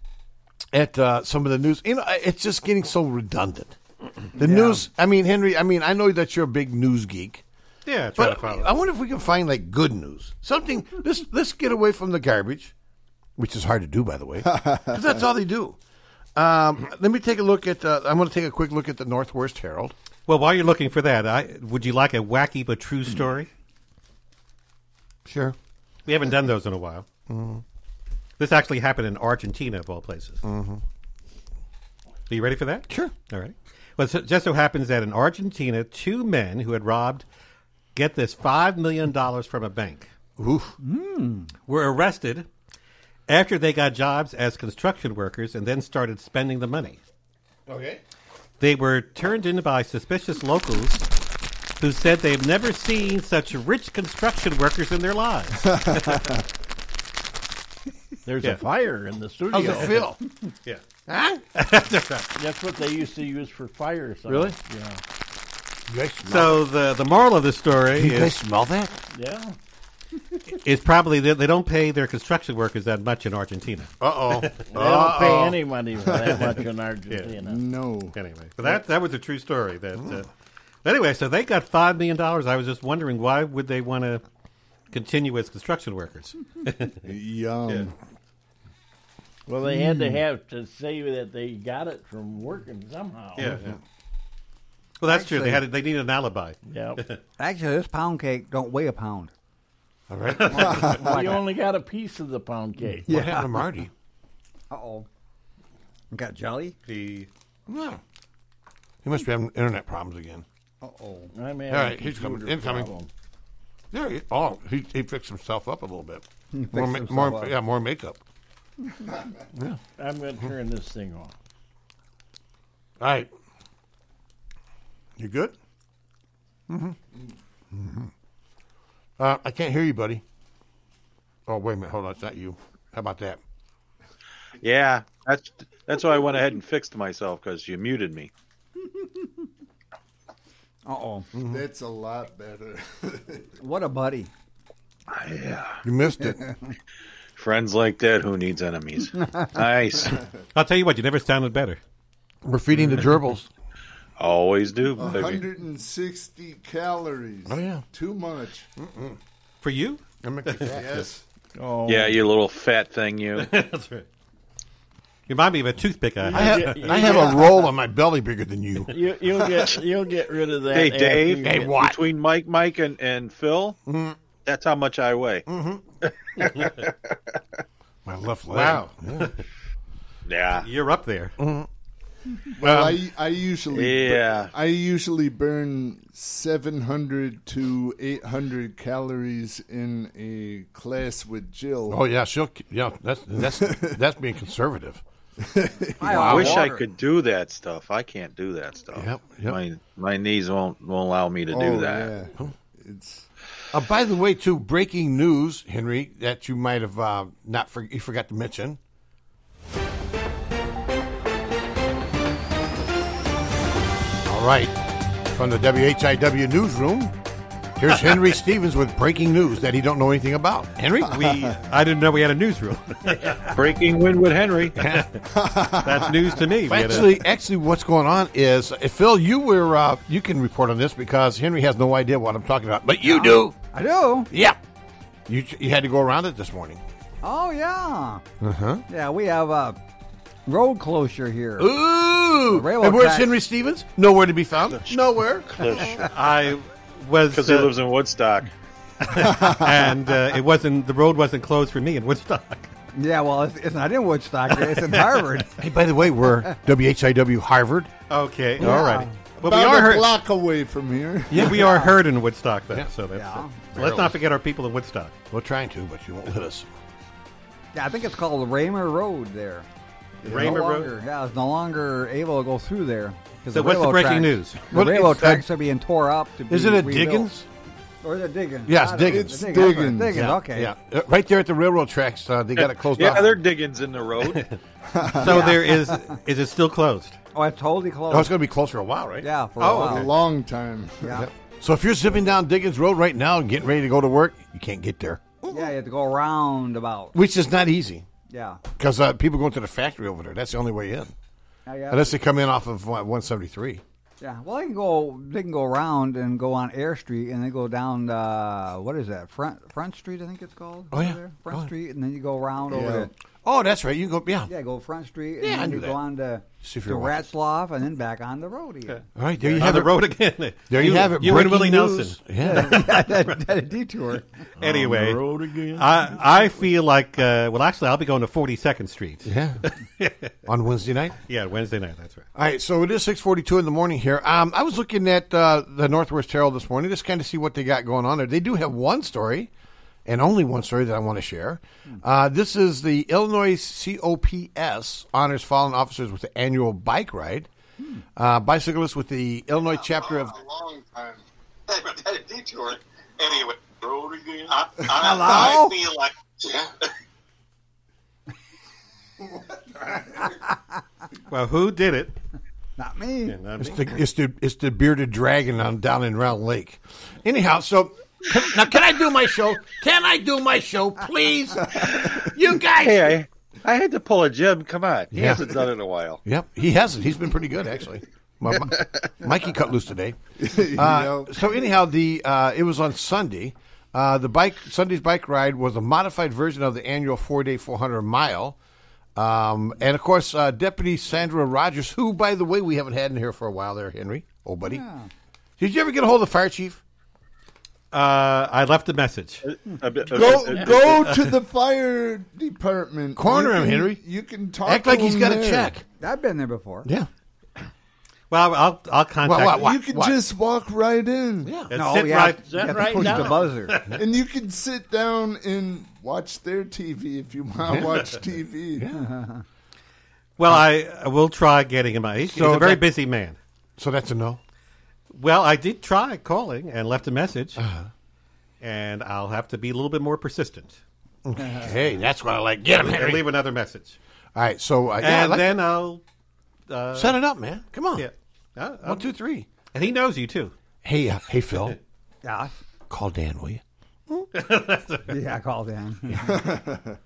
at uh, some of the news. You know, I- it's just getting so redundant. The news. I mean, Henry. I mean, I know that you're a big news geek.
Yeah, I try
But
to follow.
I wonder if we can find like good news. Something. Let's let's get away from the garbage, which is hard to do, by the way, 'cause that's all they do. Um, let me take a look at. Uh, I'm going to take a quick look at the Northwest Herald.
Well, while you're looking for that, I, would you like a wacky but true
Mm.
story?
Sure.
We haven't done those in a while.
Mm-hmm.
Mhm.
This actually happened in Argentina, of all places. Mm-hmm. Are you ready for that?
Sure.
All right. Well, so, just so happens that in Argentina, two men who had robbed, get this, $5 million from a bank Mm.
Oof.
were arrested after they got jobs as construction workers and then started spending the money.
Okay.
They were turned in by suspicious locals who said they've never seen such rich construction workers in their lives.
There's
Yeah.
a fire in the studio.
How's it feel? Yeah.
Huh?
That's what they used to use for fire. Sometimes.
Really?
Yeah.
So the the moral of the story
You guys
is,
smell that?
Yeah.
is probably that they don't pay their construction workers that much in Argentina.
Uh-oh. they
They don't pay any money for that much in Argentina.
No.
Anyway, but that that was a true story. That uh, anyway, so they got five million dollars. I was just wondering why would they want to continue as construction workers?
Yum.
Well, they had
Hmm.
to have to say that they got it from working somehow.
Yeah, yeah. Well, that's true.
Actually-
They had they needed an alibi.
Yeah.
Actually, this pound cake don't weigh a pound.
All right.
you only got a piece of the pound cake.
What happened to Marty?
Uh oh. Got jelly.
The
No. He must be having internet problems again.
Uh oh.
I'm having
All right, he's
computer
coming. Incoming.
problem.
There he, oh, he, he fixed himself up a little bit.
fixed
More, ma-
himself
more
up.
yeah, more makeup. Yeah.
I'm going to turn this thing off.
All right. You good? Mm-hmm. Uh, I can't hear you, buddy. Oh, wait a minute. Hold on. It's not you. How about that?
Yeah, that's that's why I went ahead and fixed myself because you muted me.
Uh oh.
Mm-hmm. That's a lot better.
What a buddy.
You missed it.
Friends like that, who needs enemies? nice,
I'll tell you what, you never sounded better. Mm-hmm.
We're feeding the gerbils.
always do, baby.
160 calories.
Oh, yeah.
Too much.
For you?
I'm a-
Yes.
Oh,
Yeah, you little fat thing, you.
that's right. You remind me of a toothpick I
I
had.
have, I have a roll on my belly bigger than you.
You, you'll get you'll get rid of that.
Hey,
after
Dave.
you
Hey,
get-
what?
Between Mike, Mike, and and Phil,
Mm-hmm.
that's how much I weigh.
My left leg.
Wow.
Yeah.
Yeah,
You're up there.
Well, I, I usually
Yeah.
I usually burn 700 to 800 calories in a class with Jill.
Oh,
Oh yeah, she'll. Yeah, that's that's that's being conservative.
I wish I could do that stuff. I can't do that stuff.
Yep, yep. Oh,
My my knees won't won't allow me to do that.
It's. Uh, by the way, too, breaking news, Henry, that you might have uh, not for- you forgot to mention. All right, from the WHIW newsroom, here's Henry Stevens with breaking news that he don't know anything about. Henry,
We- I didn't know we had a newsroom.
Breaking Winwood Henry.
That's news to me. We had a-
Actually, actually, what's going on is uh, Phil, you were uh, you can report on this because Henry has no idea what I'm talking about, but you do.
I do.
Yep. You you had to go around it this morning.
Oh yeah,
Uh huh.
yeah. We have a road closure Uh-huh. here.
Ooh, and where's Henry Stevens? Nowhere to be found. Nowhere.
I was uh,
because he lives in Woodstock,
and uh, it wasn't the road wasn't closed for me in Woodstock.
Yeah, well, it's, it's not in Woodstock. It's in Harvard.
Hey, by the way, we're WHIW Harvard.
Okay,
Yeah.
all right. But we
About
are
a
heard.
block away from here.
Yeah, we are heard in Woodstock, though.
Yeah.
So that's
Yeah.
so let's not forget our people in Woodstock.
We're trying to, but you won't let us.
Yeah, I think it's called Raymer Road there. It's
Raymer
no
Road?
longer- Yeah, it's no longer able to go through there. 'cause
So what's the
railroad
breaking
tracks-
news?
The
What
railroad
is-
tracks are being tore up. To
Is
be
it a
rebuilt.
Diggins?
Or is it Diggins?
Yes,
I don't-
Diggins.
It's Diggins. Diggins.
Yeah,
Okay.
Yeah, Uh, right there at the railroad tracks, uh, they got it closed
yeah,
off.
they're diggings in the road.
So there is. Is it still closed?
Oh, it's totally closed.
Oh, it's going to be closed for a while, right?
Yeah, for
Oh,
a while.
okay.
long time.
Yeah.
So if you're zipping down Diggins Road right now and getting ready to go to work, you can't get there,
yeah, you have to go around about.
which is not easy.
Yeah.
Because uh, people going to the factory over there. That's the only way in.
Yeah, yeah.
Unless they come in off of uh, 173.
Yeah, well, they can go. They can go around and go on Air Street, and then go down. Uh, what is that? Front Front Street, I think it's called.
Oh, yeah.
Over there? Front Street, and then you go around over. to-
Oh, that's right. You go, yeah.
Yeah, go Front Street, and
Yeah, I
then
knew
you
that.
go on to,
See if
to
you're watching.
Ratzloff, and then back on the road again.
All right, there you
On
have
the
it.
road again.
There you,
You-
have it.
you and
breaking
Willie
news.
Nelson.
Yeah.
that, that, that detour.
anyway,
On the road again.
I I feel like uh, well, actually, I'll be going to Forty Second Street.
Yeah, on Wednesday night.
Yeah, Wednesday night. That's right.
All right, so it is 6:42 in the morning here. Um, I was looking at uh, the Northwest Herald this morning, just kind of see what they got going on there. They do have one story, and only one story that I want to share. Uh, this is the Illinois COPS honors fallen officers with the annual bike ride. Uh, bicyclists with the Illinois chapter of
long time. That, that detour. Anyway, road again. I, I,
Hello?
I feel like yeah.
Well, who did it?
Not me.
Yeah, not
it's
me.
the, it's the it's the bearded dragon on, down in Round Lake. Anyhow, so can, now can I do my show? Can I do my show, please? You guys.
Hey, I, I had to pull a Jim. Come on, he
Yeah.
hasn't done it in a while.
Yep, he hasn't. He's been pretty good actually. My- my- Mikey cut loose today.
You
Uh,
know.
so anyhow, the uh, it was on Sunday. Uh, the bike Sunday's bike ride was a modified version of the annual four day four hundred mile. Um, and of course, uh, Deputy Sandra Rogers, who, by the way, we haven't had in here for a while, there, Henry, old buddy. Did you ever get a hold of the fire chief?
Uh, I left a message.
Go go to the fire department.
Corner
You
him,
can-
Henry.
You can talk.
Act like
to
he's
him
got a
there.
check.
I've been there before.
Yeah.
Well, I'll I'll contact.
Why, why,
you can just walk right in. Yeah.
And sit right- sit right down.
and you can sit down and watch their TV if you want to watch TV.
Well, I, I will try getting him out. He's, he's
So
a very
that-
busy man.
So that's a no.
Well, I did try calling and left a message,
Uh-huh.
and I'll have to be a little bit more persistent.
Hey, that's what I like. Get him,
And
Henry.
leave another message,
All right, so uh, yeah, I
and
like-
then I'll uh,
set it up, man. Come on.
Yeah, Uh,
One, two, three.
and he knows you too.
Hey, uh, hey, Phil.
Yeah.
Call Dan, will you?
Yeah, I called in.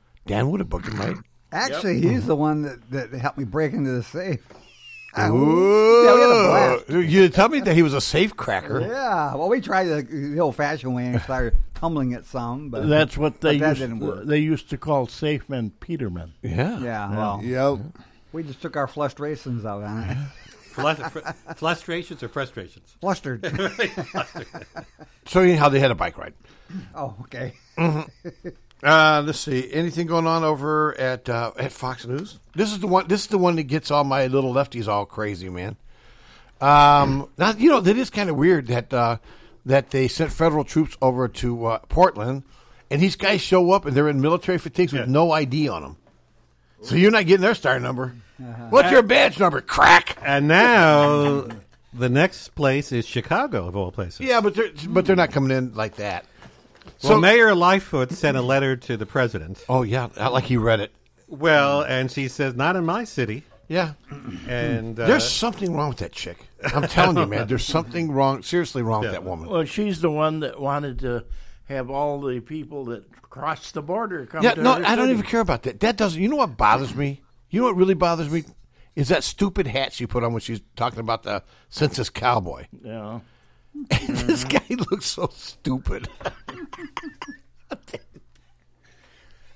Dan would have booked him, right?
Actually, he's the one that, that helped me break into the safe. Yeah, we had a
Ooh,
blast.
you tell me that he was a safe cracker.
Yeah, well, we tried the, the old-fashioned way and started tumbling it some, but
That's what they
but that
used.
didn't work.
They used to call Safeman Peterman.
Yeah.
yeah, well,
Yep.
we just took our frustrations out on it.
Flus- fr- frustrations or frustrations?
Flustered.
So anyhow, they had a bike ride.
oh, okay.
Mm-hmm. Uh, let's see. Anything going on over at uh, at Fox News? This is the one. This is the one that gets all my little lefties all crazy, man. Um, now you know that is kind of weird that uh, that they sent federal troops over to uh, Portland, and these guys show up and they're in military fatigues with no ID on them. So you're not getting their star number.
Uh-huh.
What's your badge number? Crack.
And now the next place is Chicago, of all places.
Yeah, but they're but they're not coming in like that.
So Mayor Lightfoot sent a letter to the president.
Oh yeah, like he read it.
Well, and she says, "Not in my city."
Yeah,
and uh,
Hmm. there's something wrong with that chick. I'm telling you, man. There's something wrong, seriously wrong with that woman.
Well, she's the one that wanted to have all the people that cross the border come.
Yeah,
to
no,
her
I don't
city.
even care about that. That doesn't. You know what bothers me? You know what really bothers me is that stupid hat she put on when she's talking about the census cowboy.
Yeah.
this guy looks so stupid.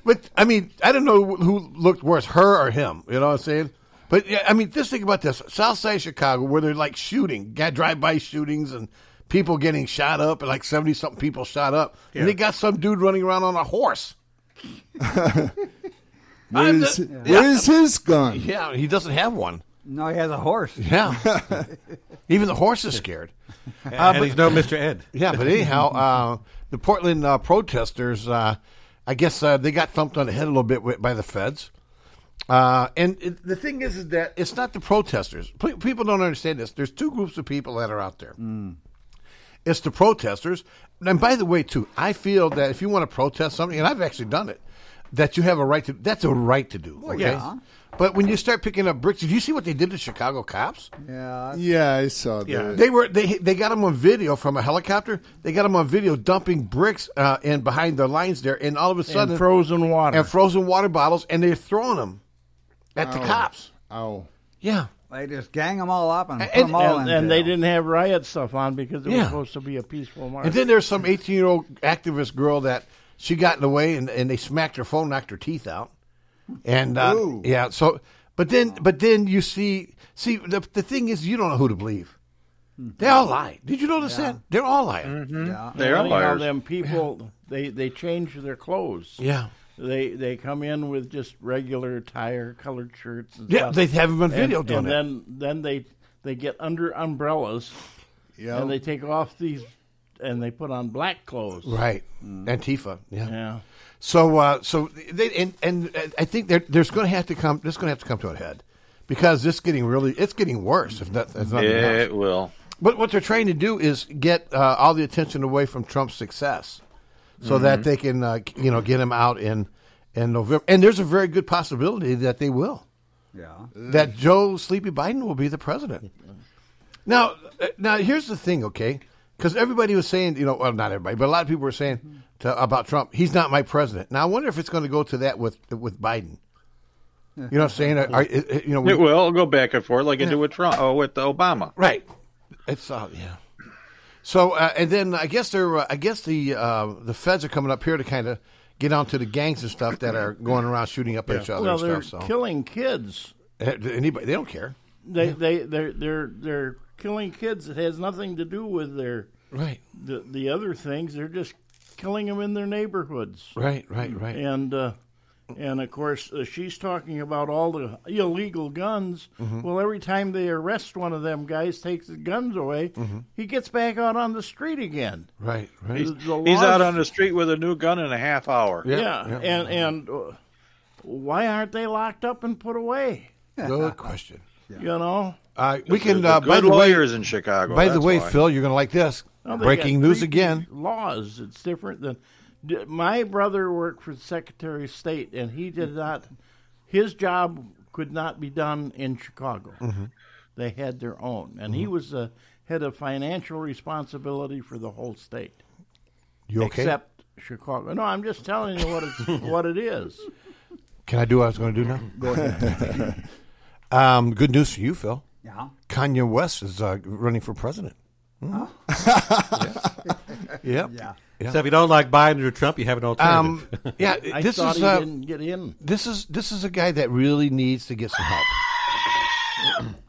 but I mean, I don't know who looked worse, her or him. You know what I'm saying? But yeah, I mean, just think about this: South Side of Chicago, where they're like shooting, got drive-by shootings, and people getting shot up, and like seventy something people shot up,
Yeah.
and they got some dude running around on a horse.
Where
I'm
is,
the-
where
yeah.
is his gun?
Yeah, he doesn't have one.
No, he has a horse.
Yeah, even the horse is scared.
And,
Uh, but-
he's no Mr. Ed.
Yeah, but anyhow, uh, the Portland uh, protesters, uh, I guess uh, they got thumped on the head a little bit wi- by the feds. Uh, and it, the thing is, is that it's not the protesters. P- people don't understand this. There's two groups of people that are out there.
Mm.
It's the protesters. And by the way, too, I feel that if you want to protest something, and I've actually done it, that you have a right to. That's a right to do. okay?
yeah.
But when you start picking up bricks, did you see what they did to Chicago cops?
Yeah.
Yeah, I saw that.
They were they they got them on video from a helicopter. They got them on video dumping bricks uh, and behind their lines there, and all of a sudden
frozen water.
and frozen water bottles, and they're throwing them at the
Ow.
cops.
Oh.
Yeah.
They just gang them all up and, put
And-
them all
and,
in.
and they didn't have riot stuff on because it was
Yeah.
supposed to be a peaceful march.
And then there's some 18 year old activist girl that she got in the way, and, and they smacked her phone, knocked her teeth out, and uh,
Ooh.
yeah. So, but then but then you see see the the thing is you don't know who to believe. They all lie. Did you notice that? They're all lying.
Yeah.
They are
You know,
liars.
them people, they they change their clothes.
Yeah.
They they come in with just regular attire, colored shirts. And
Yeah,
stuff.
they have 'em on
And-
video
and
doing it.
then then they they get under umbrellas.
Yeah.
And they take off these, and they put on black clothes.
Right. Antifa. Yeah.
Yeah.
So uh, so they and and uh, I think there, there's going to have to come. This going to have to come to a head because this getting really it's getting worse. If that, if
Yeah,
nothing else.
it will.
But what they're trying to do is get uh, all the attention away from Trump's success, so that they can uh, you know get him out in in November. And there's a very good possibility that they will.
Yeah.
That Joe Sleepy Biden will be the president. Now, uh, now here's the thing, okay? Because everybody was saying, you know, well, not everybody, but a lot of people were saying to, about Trump, he's not my president. Now I wonder if it's going to go to that with with Biden. You know what I'm saying? Are, are- you know, we-
It will It'll go back and forth like it did with Trump, oh, with Obama.
Right. It's uh, yeah. So uh, and then I guess they're uh, I guess the uh, the feds are coming up here to kind of get onto the gangs and stuff that are going around shooting up each other
Well, they're
and stuff. So
killing kids.
Uh, anybody they don't care.
They they they're they're they're killing kids. It has nothing to do with their
Right.
the the other things. They're just killing them in their neighborhoods.
Right, right, right.
And uh, and of course uh, she's talking about all the illegal guns.
Mm-hmm.
Well, every time they arrest one of them guys, takes the guns away,
Mm-hmm.
Mm-hmm.
he gets back out on the street again.
Right, right.
He's,
The- the
he's out
laws-
on the street with a new gun in a half hour.
Yeah, and and uh, why aren't they locked up and put away?
Good question.
You know.
Uh, we
The-
can.
the
Uh, by
good
the way,
lawyers in Chicago,
By the
that's
way,
why.
Phil, you're going to like this.
Well, they
Breaking
got
news
three
again.
Laws. It's different than d- my brother worked for the Secretary of State, and he did not. His job could not be done in Chicago.
Mm-hmm.
They had their own, and he was the head of financial responsibility for the whole state,
You okay?
except Chicago. No, I'm just telling you what it's what it is.
Can I do what I was going to do now?
Go ahead.
um, good news for you, Phil.
Yeah.
Kanye West is uh, running for president.
Hmm.
Mm. yep.
Yeah.
Yeah.
So if you don't like Biden or Trump, you have an
Um,
alternative.
yeah,
I
this
thought
is
he
uh,
didn't get in.
this is this is a guy that really needs to get some help.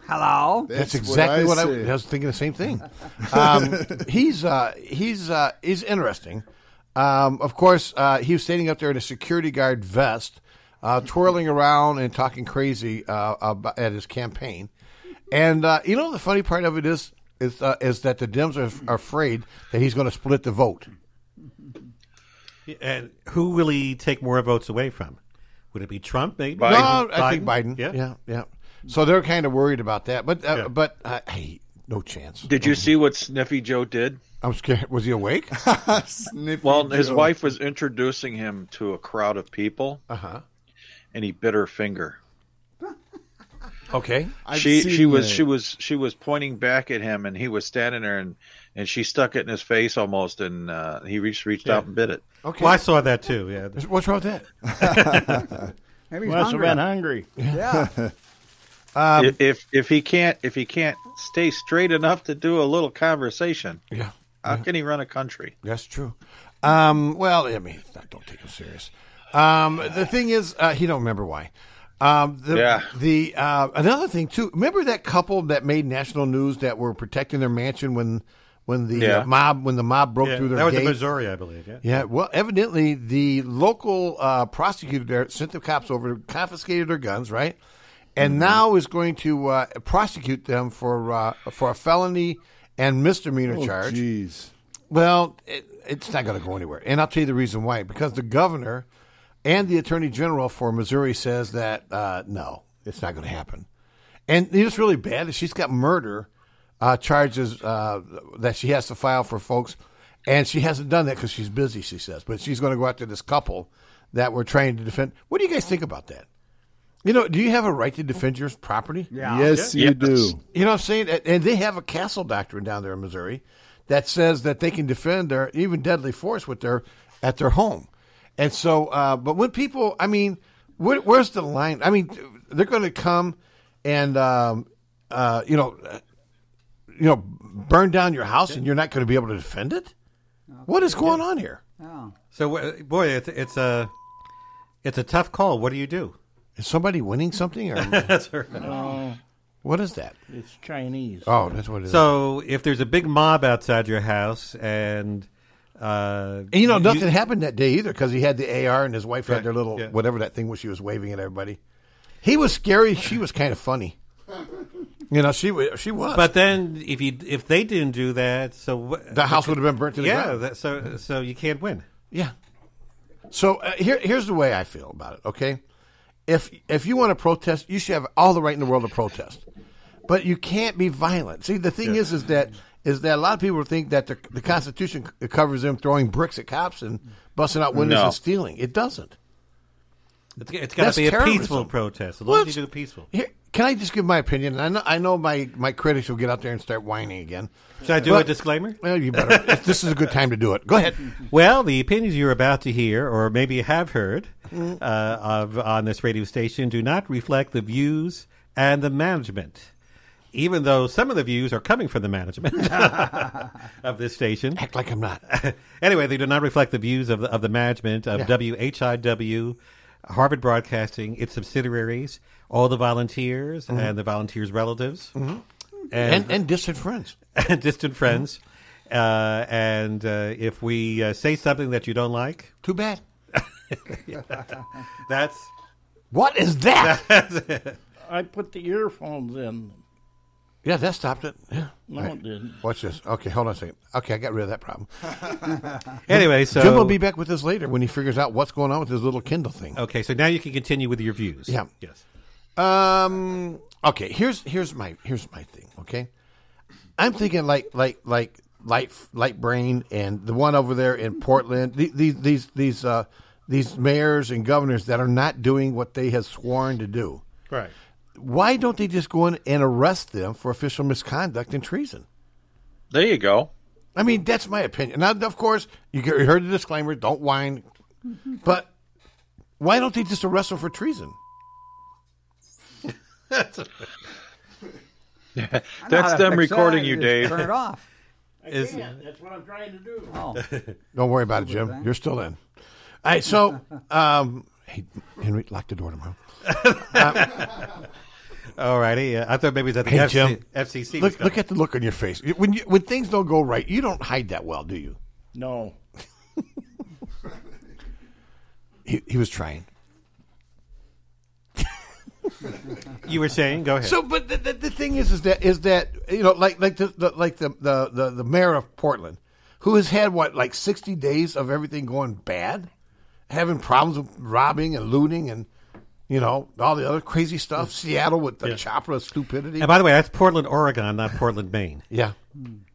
Hello.
That's
That's,
what
exactly
I
what I,
said.
I was thinking. The same thing. Um, he's uh, he's uh, he's interesting. Um, of course, uh, he was standing up there in a security guard vest, uh, twirling around and talking crazy uh, about, at his campaign. And uh, you know the funny part of it is is uh, is that the Dems are, are afraid that he's going to split the vote.
and who will he take more votes away from? Would it be Trump? Maybe.
No, I think Biden. Yeah, yeah, yeah. So they're kind of worried about that, but uh, but uh, hey, no chance.
Did you see what Sniffy Joe did?
I'm scared. Was he awake?
well, his
Joe.
wife was introducing him to a crowd of people,
uh-huh.
and he bit her finger.
Okay.
she she was she was she was pointing back at him, and he was standing there, and and she stuck it in his face almost, and uh, he reached reached out and bit it.
Okay.
Well, I saw that too. Yeah.
What's wrong with that?
Maybe he's Must have been hungry.
Yeah.
Um,
if, if if he can't if he can't stay straight enough to do a little conversation,
yeah,
how can he run a country?
That's true. Um, well, I mean, I don't take him serious. Um, the thing is, uh, he don't remember why. Um, the,
Yeah.
The uh, another thing too. Remember that couple that made national news that were protecting their mansion when when the
Yeah.
uh, mob when the mob broke
Yeah,
through their
that was
gate?
in Missouri, I believe. Yeah.
Yeah, well, evidently the local uh, prosecutor there sent the cops over, confiscated their guns, right, and now is going to uh, prosecute them for uh, for a felony and misdemeanor
Oh,
charge. Jeez. Well, it, it's not going to go anywhere, and I'll tell you the reason why. Because the governor and the attorney general for Missouri says that uh, no, it's not going to happen. And it's really bad. that She's got murder uh, charges uh, that she has to file for folks, and she hasn't done that because she's busy. She says, but she's going to go after this couple that we're trying to defend. What do you guys think about that? You know, do you have a right to defend your property?
Yeah. Yes, you Yes. do.
You know what I'm saying? And- And they have a castle doctrine down there in Missouri that says that they can defend their even deadly force with their at their home. And so, uh, but when people, I mean, where, where's the line? I mean, they're going to come and um, uh, you know, uh, you know, burn down your house, and you're not going to be able to defend it. What is going on here?
Oh.
So uh, boy, it's it's a it's a tough call. What do you do?
Is somebody winning something? Or
That's right.
No.
What is that?
Uh, It's Chinese.
Oh, that's what it is.
So if there's a big mob outside your house and uh,
And you know, nothing happened that day either because he had the AR and his wife
Right,
had their little whatever that thing was she was waving at everybody. He was scary. She was kind of funny. You know, she wa- she was.
But then if you if they didn't do that, so what,
The house would have been burnt to the
yeah,
ground.
that, so so you can't win.
Yeah. So uh, here, here's the way I feel about it. Okay, if if you want to protest, you should have all the right in the world to protest, but you can't be violent. See, the thing is, is that is that a lot of people think that the, the Constitution c- covers them throwing bricks at cops and busting out windows
No.
and stealing. It doesn't.
It's, it's got
That's
to be a
terrorism.
peaceful protest. As
Well,
long as
it's-
you do peaceful.
Here, can I just give my opinion? And I know, I know my, my critics will get out there and start whining again.
Should I do
But-
a disclaimer?
Well, you better. this is a good time to do it. Go ahead.
Well, the opinions you're about to hear, or maybe have heard,
Mm.
uh, of on this radio station, do not reflect the views and the management. Even though some of the views are coming from the management of this station,
act like I'm not.
anyway, they do not reflect the views of the, of the management of
Yeah.
WHIW, Harvard Broadcasting, its subsidiaries, all the volunteers
Mhm.
and the volunteers' relatives,
Mhm. And- and distant friends, Mm-hmm.
and distant friends. Uh, and uh, if we uh, say something that you don't like,
too bad.
That's
what is that?
I put the earphones in.
Yeah, that stopped it. Yeah.
No, it didn't.
Watch this. Okay, hold on a second. Okay, I got rid of that problem.
Anyway, so-
Jim will be back with us later when he figures out what's going on with his little Kindle thing.
okay, so now you can continue with your views.
Yeah.
Yes.
Um. Okay. Here's here's my here's my thing. Okay. I'm thinking like like like light light brain and the one over there in Portland. the- These these these uh these mayors and governors that are not doing what they have sworn to do.
Right.
Why don't they just go in and arrest them for official misconduct and treason?
There you go.
I mean, that's my opinion. Now, of course, you get- you heard the disclaimer: don't whine. But why don't they just arrest them for treason?
That's them recording you, Dave.
I
Is-
can't. That's what I'm trying to do.
Oh. Don't worry about it, Jim. You're still in. All right, so um, hey, Henry, lock the door tomorrow. Um,
All righty. Uh, I thought maybe it was at the
Hey,
FC
Jim.
FCC.
Look, look at the look on your face when you, when things don't go right. You don't hide that well, do you?
No.
He, he was trying.
you were saying. Go ahead.
So, but the, the, the thing is, is that is that you know, like like the, the like the, the the the mayor of Portland, who has had what like sixty days of everything going bad, having problems with robbing and looting and You know, all the other crazy stuff. Seattle with the chopper stupidity.
And by the way, that's Portland, Oregon, not Portland, Maine.
Yeah.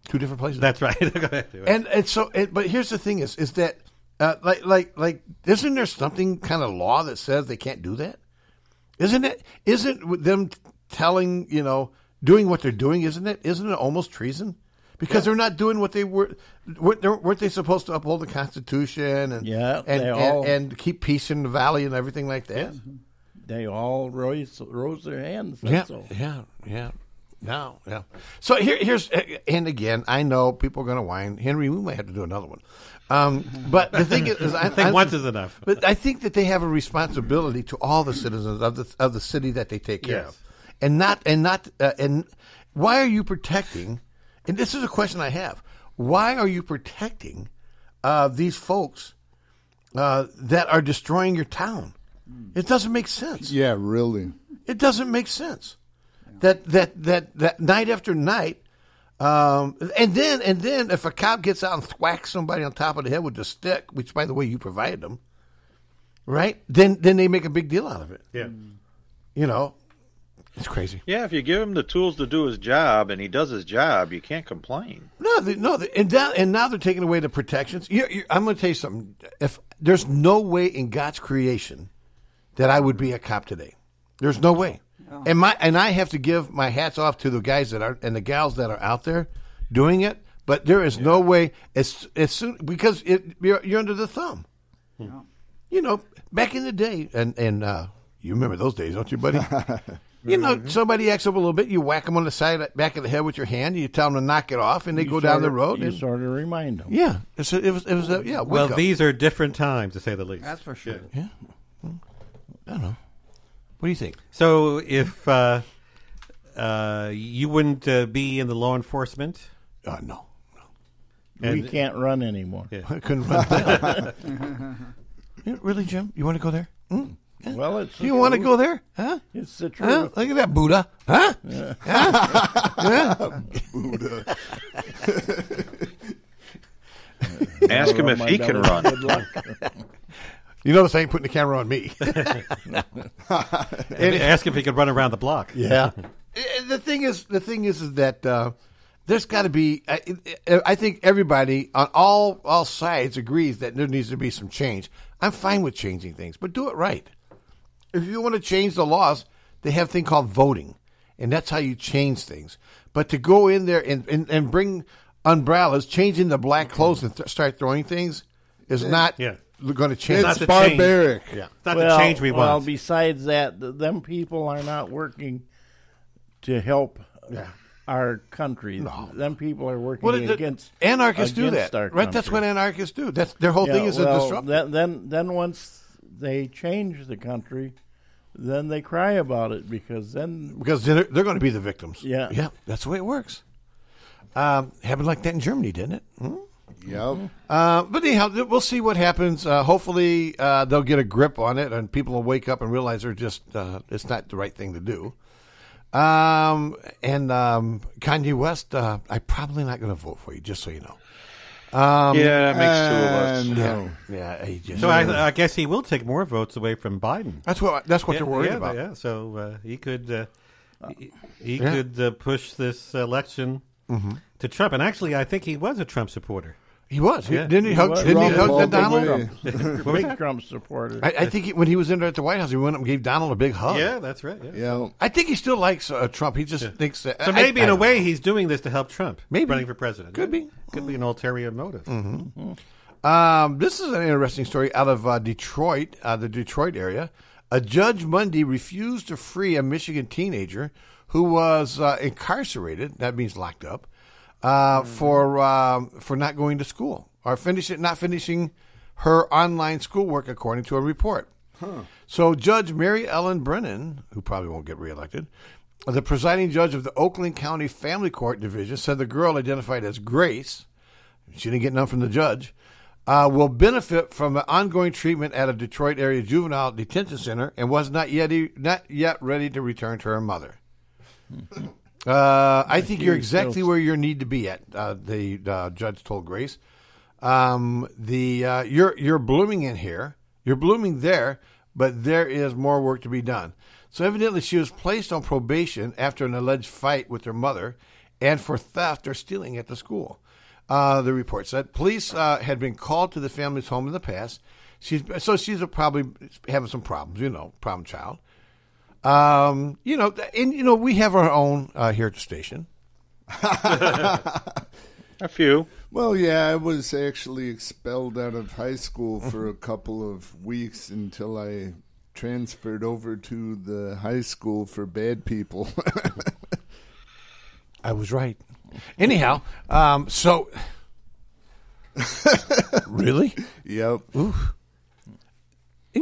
Two different places.
That's right. Go ahead.
and and so and, but here's the thing is is that uh, like like like isn't there something kind of law that says they can't do that isn't it isn't with them telling you know doing what they're doing isn't it isn't it almost treason because they're not doing what they were weren't they, weren't they supposed to uphold the constitution and yeah and
they
and,
all-
and keep peace in the valley and everything like that
They all rose, rose their hands.
yeah
That's all.
yeah yeah no yeah so here, here's and again i know people are going to whine henry we might have to do another one um, but the thing is, is
I think once is enough.
But I think that they have a responsibility to all the citizens of the of the city that they take care
Yes.
of, and not and not uh, and why are you protecting? And this is a question I have: Why are you protecting uh, these folks uh, that are destroying your town? It doesn't make sense.
Yeah, really.
It doesn't make sense that that that that night after night. Um, and then, and then, if a cop gets out and thwacks somebody on top of the head with the stick, which, by the way, you provided them, right? Then, then they make a big deal out of it.
Yeah.
You know, Mm. it's crazy.
Yeah, if you give him the tools to do his job and he does his job, you can't complain.
No, they, no, they, and now, and now they're taking away the protections. You, you, I'm going to tell you something. If there's no way in God's creation that I would be a cop today, there's no way. And my and I have to give my hats off to the guys that are and the gals that are out there doing it. But there is no way as as soon because it, you're you're under the thumb. Hmm. You know, back in the day, and and uh, you remember those days, don't you, buddy? You know,
Mm-hmm.
somebody acts up a little bit. You whack them on the side, back of the head with your hand. You tell them to knock it off, and they
You
go down
sorta-
the road.
You
and-
sort of remind Uh, them.
yeah, it's a, it was it was a, yeah.
Well,
wake up.
these are different times, to say the least.
That's for sure.
Yeah. I don't know. What do you think?
So, if uh, uh, you wouldn't uh, be in the law enforcement?
Uh, no.
we can't run anymore.
I couldn't run. Yeah, really, Jim? You want to go there? Mm?
Well, it's
you want to go there? Huh?
It's the truth.
Huh? Look at that Buddha. Huh?
Yeah.
Huh?
Buddha.
Ask him if he can run.
You notice I ain't putting the camera on me.
And ask if he could run around the block.
Yeah. Eh, the thing is, the thing is, is that uh, there's got to be. I, I- I think everybody on all all sides agrees that there needs to be some change. I'm fine with changing things, but do it right. If you want to change the laws, they have a thing called voting, and that's how you change things. But to go in there and and, and bring umbrellas, changing the black clothes, and th- start throwing things is not
Yeah.
going to change.
It's It's not the change. barbaric.
Yeah,
It's not the change we
Well,
want.
besides that, th- them people are not working to help
Yeah.
our country. Them people are working
Well, the-
against
anarchists do
against
that,
our
right? That's
country.
what anarchists do. That's their whole thing
Yeah,
is a
well,
disruption.
Then, then, then once they change the country, then they cry about it because then
because they're, they're going to be the victims.
Yeah.
yeah, that's the way it works. Um, happened like that in Germany, didn't it? Hmm?
Yep.
Uh, but anyhow, th- we'll see what happens. Uh, hopefully, uh, they'll get a grip on it, and people will wake up and realize they're just uh, it's not the right thing to do. Um, and um, Kanye West, uh, I'm probably not going to vote for you, just so you know. Um,
Yeah, that makes
two of us.
Yeah, yeah, he just-
So I, I guess he will take more votes away from Biden.
That's what- that's what
Yeah,
they're worried
yeah,
about.
Yeah. So uh, he could uh, he, he
Yeah.
could uh, push this election
Mhm.
to Trump, and actually, I think he was a Trump supporter.
He was. He- didn't he He hug- was. didn't he hug the Donald?
What was
big
that?
Trump supporter.
I, I think he, when he was in there at the White House, he went up and gave Donald a big hug.
Yeah, that's right. Yeah.
I think he still likes uh, Trump. He just thinks that.
So
I-
maybe
I
in a
don't
way he's doing this to help Trump.
Maybe.
running for president
Could be.
Could be an ulterior motive.
Mhm. Um, this is an interesting story out of uh, Detroit, uh, the Detroit area. A judge Monday refused to free a Michigan teenager who was uh, incarcerated. That means locked up uh,
Mm-hmm.
for um, for not going to school or finishing not finishing her online schoolwork, according to a report. So Judge Mary Ellen Brennan, who probably won't get reelected, the presiding judge of the Oakland County Family Court Division said the girl identified as Grace, she didn't get none from the judge, uh, will benefit from the ongoing treatment at a Detroit area juvenile detention center and was not yet e, not yet ready to return to her mother. Uh, I think you're exactly where you need to be at. Uh, the uh, judge told Grace, um, "The uh, you're you're blooming in here. You're blooming there, but there is more work to be done. So evidently, she was placed on probation after an alleged fight with her mother, and for theft or stealing at the school. Uh, the report said police uh, had been called to the family's home in the past. She's so she's a probably having some problems, you know, problem child. Um, you know, and you know we have our own uh, here at the station.
A few.
Well, yeah, I was actually expelled out of high school for a couple of weeks until I transferred over to the high school for bad people.
I was right. Anyhow, um, so really,
yep.
And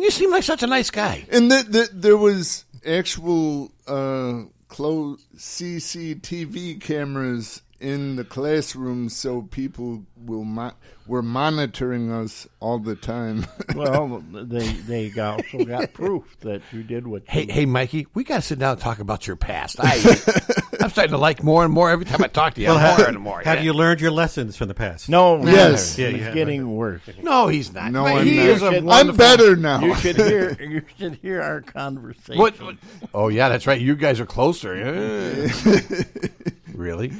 you seem like such a nice guy.
And th- th- there was actual uh, clo- CCTV cameras in the classroom, so people will mo- were monitoring us all the time.
Well, they they got- also got proof that you did what.
Hey,
you-
hey, Mikey, we got to sit down and talk about your past. I, I'm starting to like more and more every time I talk to you.
Well,
more
have,
and more.
have
yeah.
you learned your lessons from the past?
No,
Yes.
no, he's getting worse.
No, he's not.
No,
But
I'm
he
not.
is a
I'm
wonderful-
better now.
You should hear you should hear our conversation.
What, what- Oh yeah, that's right. You guys are closer. Yeah. really?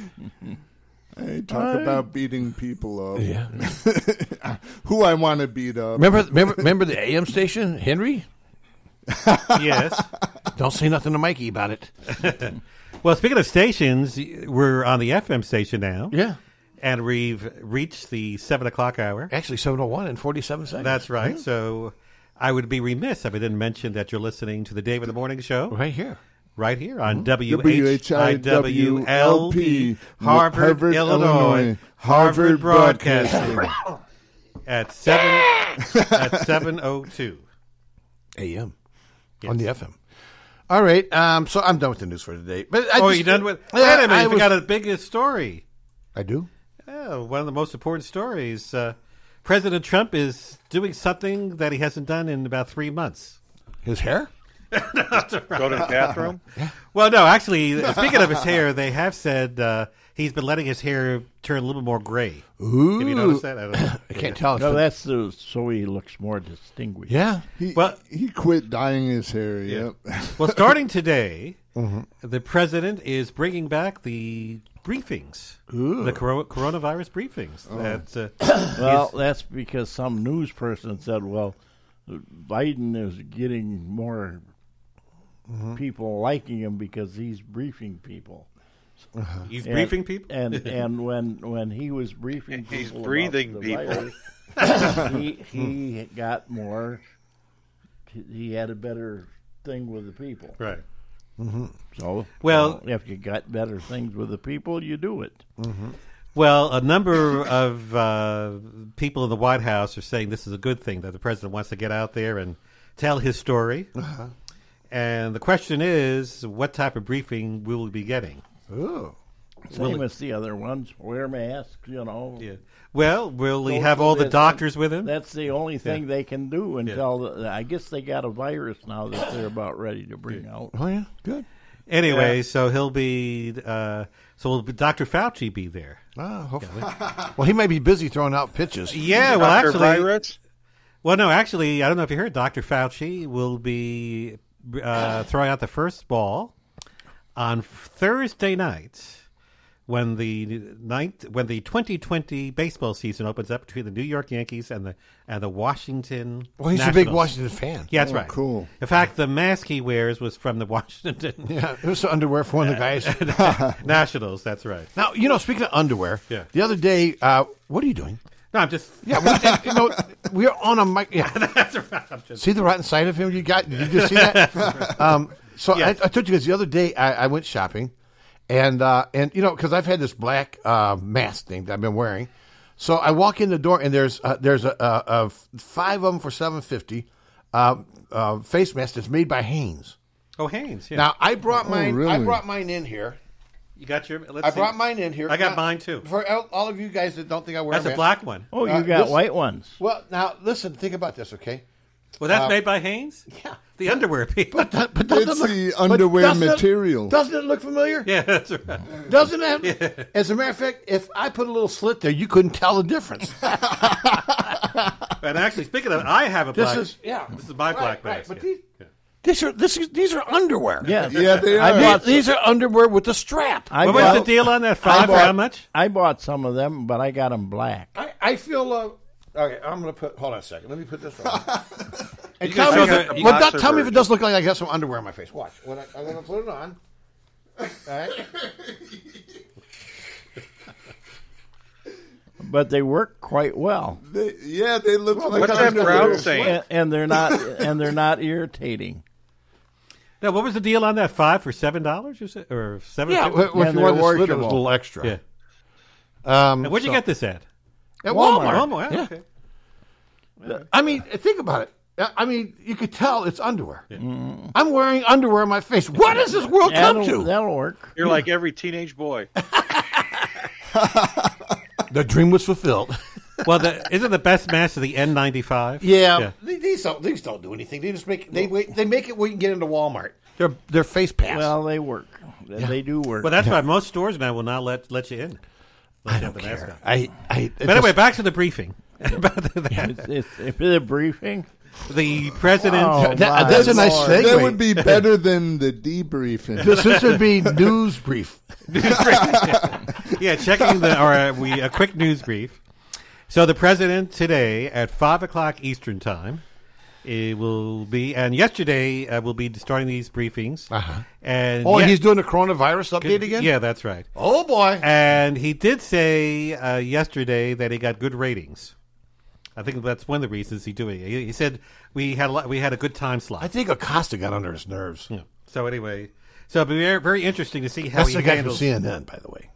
I talk
I-
about beating people up.
Yeah.
Who I want to beat up.
Remember, remember, remember the AM station, Henry?
yes.
Don't say nothing to Mikey about it.
Well, speaking of stations, we're on the FM station now.
Yeah.
And we've reached the 7 o'clock hour.
Actually, 7.01 and 47 seconds.
That's right.
Mhm.
So I would be remiss if I didn't mention that you're listening to the Dave in the Morning Show.
Right here. Mm-hmm.
Right here on
WHIWLP,
WHIWLP, Harvard,
Harvard,
Illinois,
Illinois, Harvard
Harvard Broadcasting.
Broadcasting.
at 7 at 7.02.
AM on the FM. All right. Um, so I'm done with the news for today. But I
oh,
just-
you done with?
Yeah,
Wait a minute,
I
you
was-
forgot the biggest story.
I do.
Oh, one of the most important stories. Uh, President Trump is doing something that he hasn't done in about three months.
His hair?
Go to the bathroom?
Well, no, actually, speaking of his hair, they have said uh, he's been letting his hair turn a little more gray.
Ooh.
Have you noticed that? I, don't know.
No, that's the, so he looks more distinguished.
Yeah.
He,
Well-
he quit dyeing his hair. Yep.
well, starting today,
Mm-hmm.
the president is bringing back the briefings, the coro- coronavirus briefings.
Oh.
That, uh,
Well,
he's-
that's because some news person said, "Well, Biden is getting more
Mm-hmm.
people liking him because he's briefing people."
He's
And-
briefing people?
and and when when he was briefing people,
He's
about
breathing
the
people.
virus, he he got more. He had a better thing with the people,
right?
Mm-hmm.
So, uh,
Well-
if you got better things with the people, you do it.
Mm-hmm.
Well, a number of uh, people in the White House are saying this is a good thing that the president wants to get out there and tell his story.
Uh-huh.
And the question is, what type of briefing will we be getting?
Ooh.
Same
Will it-
as the other ones. Wear masks, you know.
Yeah. Well, will he
Those
have
are
all the
the-
doctors with him?
That's the only thing
Yeah.
they can do until the, I guess they got a virus now that they're about ready to bring out.
Oh, yeah. Good.
Anyway, so he'll be. Uh, so will Dr. Fauci be there?
Ah, hopefully. well, he may be busy throwing out pitches.
Yeah. Well,
Dr.
actually,
Virus?
well, no, actually, I don't know if you heard. Dr. Fauci will be uh, throwing out the first ball on Thursday night when the ninth when the 2020 baseball season opens up between the New York Yankees and the and the Washington.
Well, he's a big
Nationals.
Washington fan.
Yeah, that's
Oh,
right.
cool.
In fact, the mask he wears was from the Washington.
Yeah, it was the underwear for one of the guys.
Nationals, that's right.
Now, you know, speaking of underwear,
Yeah.
the other day, uh, what are you doing?
No, I'm just.
Yeah, we, you know, we're on a mic. Yeah. see the rotten side of him? You got? Did you just see that? um, so
Yes.
I, I told you guys the other day I, I went shopping, and uh, and you know because I've had this black uh, mask thing that I've been wearing, so I walk in the door and there's uh, there's a, a, a f- five of them for seven fifty, uh, uh, face mask that's made by Hanes.
Oh, Haynes. Yeah.
Now I brought
Oh,
mine. I
really?
brought mine in here.
you got your. Let's
I
see.
brought mine in here.
I got
Now,
mine too.
For all all of you guys that don't think I wear
That's a
mask-
black one.
Oh, you
Uh,
got
this-
white ones.
Well, now listen. Think about this, okay?
Well, that's
Uh,
made by Haynes. Yeah, the underwear people.
But doesn't
It's
it look-
the
but
underwear
doesn't it-
material.
doesn't it look familiar?
yeah, that's right.
Doesn't it? As a matter of fact, if I put a little slit there, you couldn't tell the difference.
And actually, speaking of, I have a
This
black.
is- yeah.
This is my
Right,
black
right,
mask.
but
yeah.
These are this is, these are underwear.
Yeah. Yeah, they are.
I bought these are underwear with a strap.
I bought-
much?
I bought some of them, but I got them black.
I, I feel. Uh, okay, I'm gonna put. Hold on a second. Let me put this one.
You
and tell
can
me,
show
if,
the-
it-
you
well,
can
that-
show
tell me if it
version.
does look like I got some underwear on my face. Watch. When I, I'm gonna put it on. All right.
But they work quite well.
They, yeah, they look like
And, and they're not and they're not irritating.
Now, what was the deal on that? Five for seven dollars, you said, or seven?
Yeah,
fifty?
if you And wanted they're the slit, it was a
little extra.
Yeah.
Um,
And where'd you
so-
get this at?
At Walmart.
Walmart. yeah,
Yeah.
Okay.
I mean, think about it. I- I mean, you could tell it's underwear. Mm-hmm. I'm wearing underwear on my face. What does this world come to?
That'll work.
You're like every teenage boy.
The dream was fulfilled.
well, the, isn't the best mask of the N95?
Yeah, Th- these don't these don't do anything. They just make they wait, they make it where you can get into Walmart. They're they're face pass.
Well, they work. They- They do work.
Well, that's why most stores now will not let let you in. I don't care.
I, I,
but anyway, back to the briefing. About
It's, it's- it's a briefing.
The president.
Oh, my Lord.
That would be better than the debriefing.
This- this would be news brief.
yeah, checking the or uh, we a quick news brief. So the president today at five o'clock Eastern time, it will be, and yesterday uh, will be starting these briefings. Uh-huh. And
Oh,
yeah-
he's doing a coronavirus update again.
Yeah, that's right.
Oh boy!
And he did say uh, yesterday that he got good ratings. I think that's one of the reasons he's doing it. He, he said we had a lot, we had a good time slot. I
think Acosta got under his nerves.
So anyway, so it'll be very, very interesting to see how
That's
he
the guy
handles.
from CNN, by the way.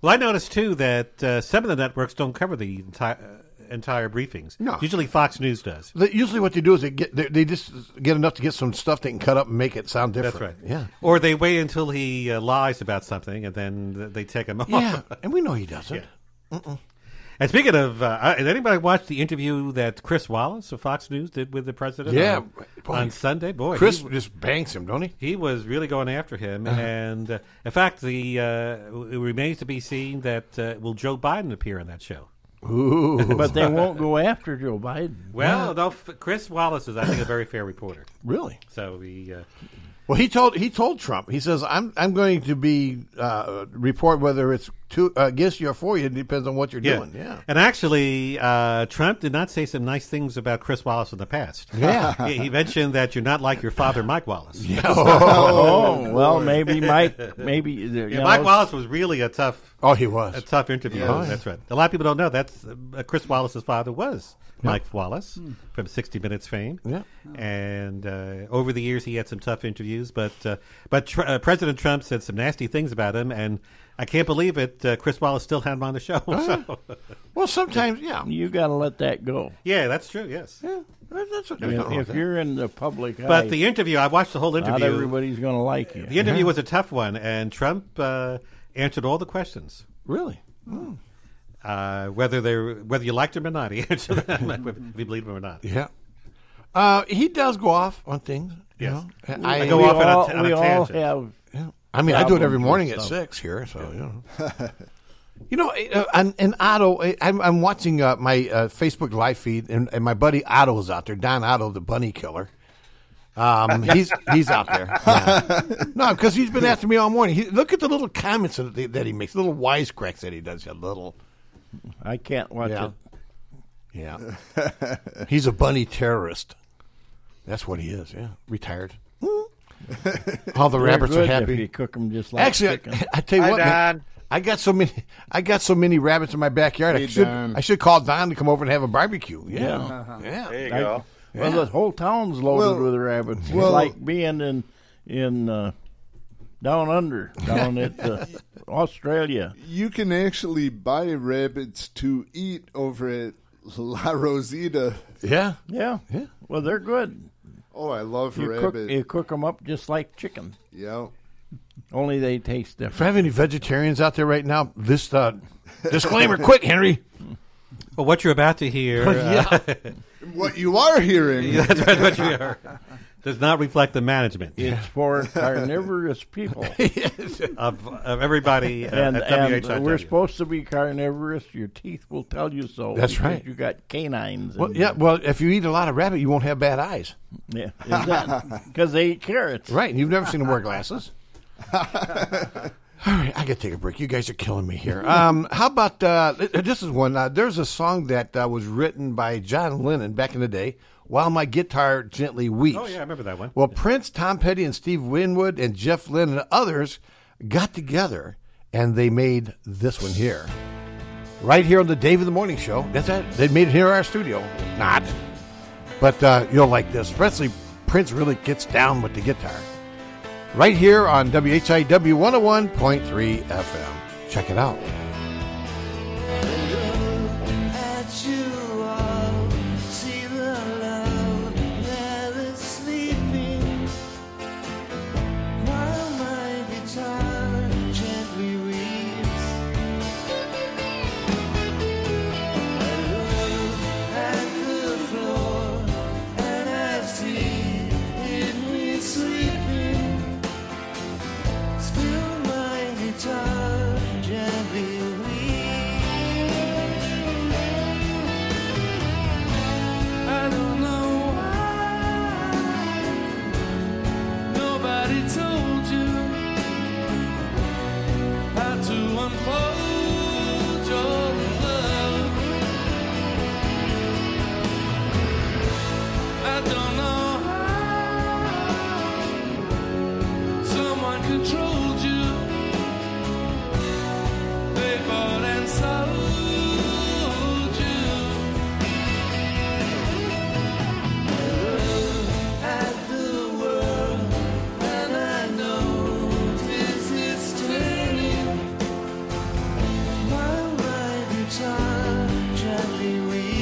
Well, I noticed too that uh, some of the networks don't cover the entire uh, entire briefings.
No.
usually Fox News does.
They- Usually, what they do is they get they, they just get enough to get some stuff they can cut up and make it sound different.
That's right.
Yeah.
Or they wait until he uh, lies about something and then th- they take him off.
Yeah, and we know he doesn't. Mm-mm.
And speaking of, uh, uh, did anybody watch the interview that Chris Wallace of Fox News did with the president?
Yeah,
on,
boy.
on Sunday. Boy,
Chris
he-
just banks him, don't he?
He was really going after him,
Uh-huh.
and uh, in fact, the uh, it remains to be seen that uh, will Joe Biden appear on that show.
But they won't go after Joe Biden.
Well, though Chris Wallace is, I think, a very fair reporter.
Really?
So he. Uh,
Well, he told he told Trump. He says, "I'm I'm going to be uh, report whether it's to uh, against you or for you. It depends on what you're doing." Yeah.
And actually, uh, Trump did not say some nice things about Chris Wallace in the past.
Yeah.
he, he mentioned that you're not like your father, Mike Wallace.
Oh, well, maybe Mike- maybe,
Yeah,
you know,
Mike Wallace was really a tough.
Oh, he was
a tough interview.
Yeah. Oh, yeah.
That's right. A lot of people don't know that's uh, Chris Wallace's father was Mike Wallace from 60 Minutes fame.
Yeah.
And uh, over the years, he had some tough interviews, but uh, but tr- uh, President Trump said some nasty things about him, and I can't believe it. Uh, Chris Wallace still had him on the show.
Oh,
so.
Well, sometimes, yeah.
You got to let that go.
Yeah, that's true. Yes. Yeah,
that's what
I mean, if you're in the public eye,
But the interview, I watched the whole
not
interview.
everybody's going to like you.
The
Uh-huh.
interview was a tough one, and Trump uh, answered all the questions. Hmm.
Really?
Uh, whether they were- whether you liked him or not, he answered them, whether you believe him or not.
Yeah. Uh, he does go off on things. you
Yes.
know. And
I go off on a t- on a
we all
tangent.
have.
Yeah. I mean, I do it every
problems
morning
with
at
stuff.
six here, so you know. you know, uh, and, and Otto, I- I'm, I'm watching uh, my uh, Facebook live feed, and, and my buddy Otto is out there, Don Otto, the bunny killer. Um, he's he's out there. Yeah. No, because he's been after me all morning. He, look at the little comments that, he- that he makes, little wisecracks that he does. A little.
I can't watch
yeah.
it.
Yeah. he's a bunny terrorist. That's what he is. Yeah, retired. All the
They're
rabbits are
good
happy.
If you cook them just like
Actually,
chicken.
I, I tell you
Hi,
what, man, I got so many. I got so many rabbits in my backyard. I
Hey,
should
Don.
I should call Don to come over and have a barbecue. Yeah,
Uh-huh.
Yeah.
yeah.
There you go. Well, the whole town's loaded with rabbits.
well-
it's like being in in uh, down under, down at uh, Australia.
You can actually buy rabbits to eat over at La Rosita.
Yeah.
Yeah.
Yeah.
Well, they're good.
Oh, I love
You cook,
rabbit.
you cook them up just like chicken.
Yeah.
Only they taste different.
If I have any vegetarians out there right now, this uh, disclaimer, quick, Henry.
Well, what you're about to hear.
Yeah.
uh,
What you are hearing.
Yeah, that's right, what you are. does not reflect the management.
It's for carnivorous people.
of, of everybody uh,
and,
at
and
WHIW.
we're supposed to be carnivorous. Your teeth will tell you so.
That's
because
right.
You got canines.
Well,
in
yeah.
you.
Well, if you eat a lot of rabbit, you won't have bad eyes.
Yeah, because they eat carrots.
Right. and You've never seen them wear glasses. All right, I got to take a break. You guys are killing me here. Um, how about uh, this is one? Uh, there's a song that uh, was written by John Lennon back in the day. While my guitar gently weeps.
Oh, yeah, I remember that one.
Well, Prince, Tom Petty, and Steve Winwood, and Jeff Lynne, and others got together and they made this one here, right here on the Dave of the Morning Show. That's it. They made it here in our studio. Not, but uh, you'll like this, especially Prince really gets down with the guitar. Right here on WHIW 101.3 FM. Check it out.
at you all. See the love that is sleeping while my guitar gently weeps. I look at the floor and I see it me sleeping. Still my guitar gently weeps. I don't know why nobody told you how to unfold your love. I don't know how someone controlled you. They bought and sold you. at the world, and I notice it's turning. While my guitar gently weeps,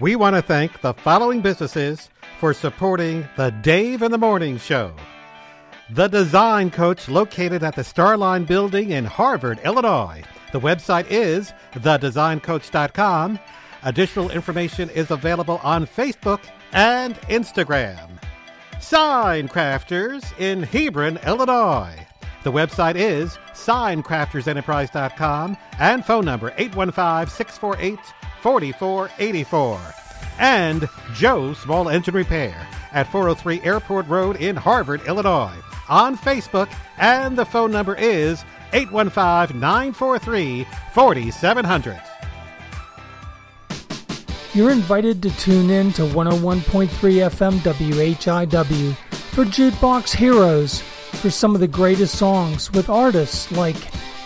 We want to thank the following businesses for supporting the Dave in the Morning Show. The Design Coach, located at the Starline Building in Harvard, Illinois. The website is thedesigncoach.com. Additional information is available on Facebook and Instagram. Sign Crafters in Hebron, Illinois. The website is signcraftersenterprise.com and phone number 815 648 4484. And Joe Small Engine Repair at 403 Airport Road in Harvard, Illinois on Facebook and the phone number is 815 943 4700.
You're invited to tune in to 101.3 FM WHIW for Jukebox Heroes for some of the greatest songs with artists like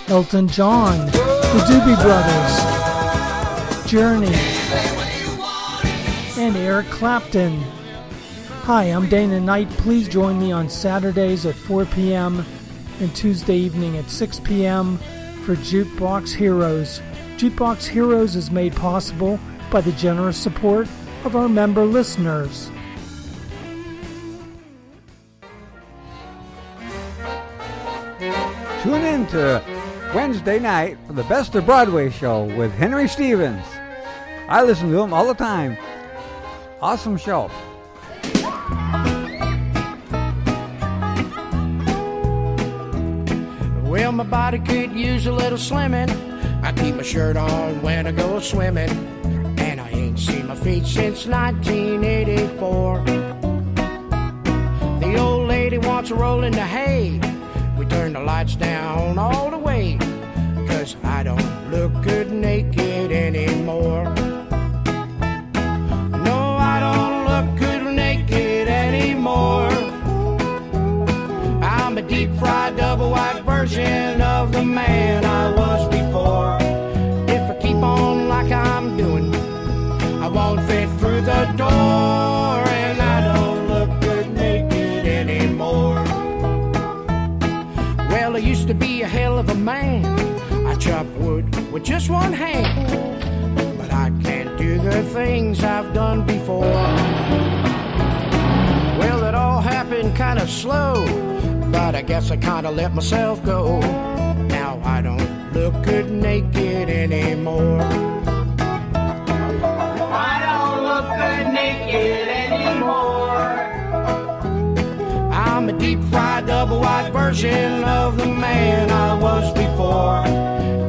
Elton John, the Doobie Brothers, Journey, and Eric Clapton. Hi, I'm Dana Knight. Please join me on Saturdays at 4 p.m. and Tuesday evening at 6 p.m. for Jukebox Heroes. Jukebox Heroes is made possible by the generous support of our member listeners.
Tune in to Wednesday night for the Best of Broadway show with Henry Stevens. I listen to him all the time. Awesome show.
Well, my body could use a little slimming. I keep my shirt on when I go swimming. And I ain't seen my feet since 1984. The old lady wants a roll in the hay. We turn the lights down all the way. Cause I don't look good naked anymore. No, I don't look good naked anymore. I'm a deep fried double white version of the man I was before. If I keep on like I'm doing, I won't fit through the door. And I don't look good naked anymore. Well, I used to be a hell of a man. I chopped wood with just one hand. But I can't do the things I've done before. Well, it all happened kind of slow. But I guess I kind of let myself go. Now I don't look good naked anymore.
I don't look good naked anymore.
I'm a deep fried double wide version of the man I was before.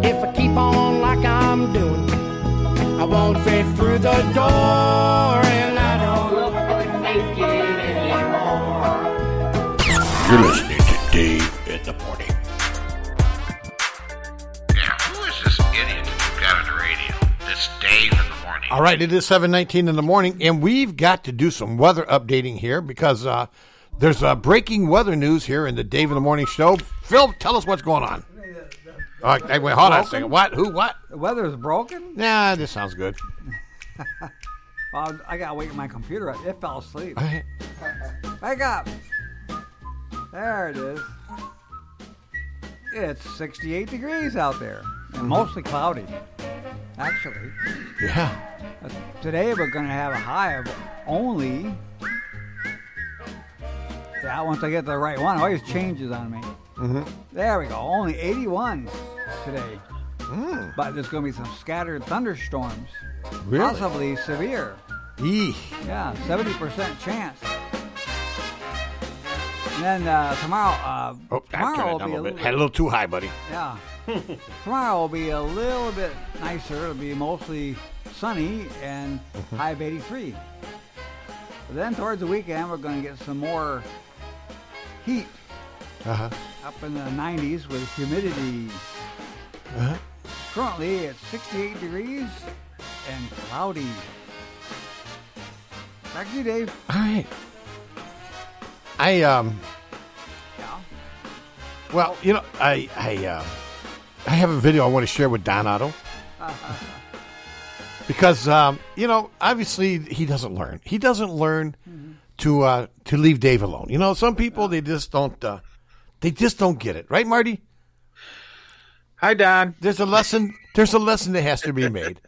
If I keep on like I'm doing, I won't fit through the door. And I don't look good naked anymore.
You're listening to Dave in the Morning.
Yeah, who is this idiot who got on the radio? This Dave in the morning.
All right, it is 7:19 in the morning and we've got to do some weather updating here because uh, there's uh, breaking weather news here in the Dave in the Morning show. Phil, tell us what's going on. All right, hey, wait, hold on a second. What? Who? What?
The weather's broken?
Nah, this sounds good.
Well, I gotta wake my computer up. It fell asleep. Wake up! There it is. It's 68 degrees out there and mostly cloudy, actually.
Yeah.
Uh, Today we're going to have a high of only. Yeah, once I get the right one, it always changes on me.
Mm-hmm.
There we go. Only 81 today. But there's going to be some scattered thunderstorms.
Hmm. Really?
Possibly severe.
Eee.
Yeah, 70% chance. And then uh, tomorrow, uh,
Oh, I turned
tomorrow
it
will
down
be
a
a
little bit.
little,
Had a little too high, buddy.
yeah. tomorrow will be a little bit nicer. It'll be mostly sunny and
Mm-hmm.
high of 83. But then towards the weekend, we're going to get some more heat
Uh-huh.
up in the 90s with humidity.
Uh-huh.
Currently, it's 68 degrees and cloudy. Back to you, Dave.
All right. I um. Well, you know, I I uh, I have a video I want to share with Don Otto because um, you know, obviously he doesn't learn. He doesn't learn to uh, to leave Dave alone. You know, some people they just don't uh, they just don't get it, right, Marty?
Hi, Don.
There's a lesson. There's a lesson that has to be made.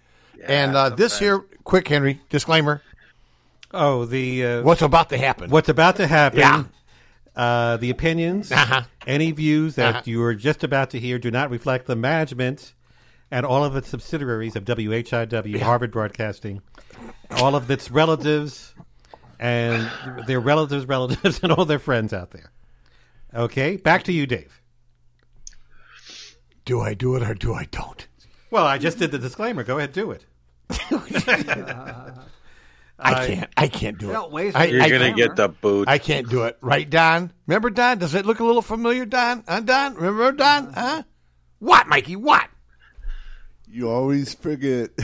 and uh, this here, quick, Henry, disclaimer.
Oh, the uh,
what's about to happen?
What's about to happen?
Yeah.
Uh, the opinions,
Uh-huh.
any views that
Uh-huh.
you are just about to hear do not reflect the management and all of its subsidiaries of WHIW, Harvard Broadcasting, all of its relatives and their relatives' relatives and all their friends out there. Okay, back to you, Dave.
Do I do it or do I don't?
Well, I just did the disclaimer. Go ahead, do it.
I can't. I can't do it.
Don't waste
I,
it. You're
I
gonna
can't.
get the boot.
I can't do it. Right, Don? Remember Don? Does it look a little familiar, Don? Huh, Don? Remember Don? Huh? What, Mikey? What?
You always forget.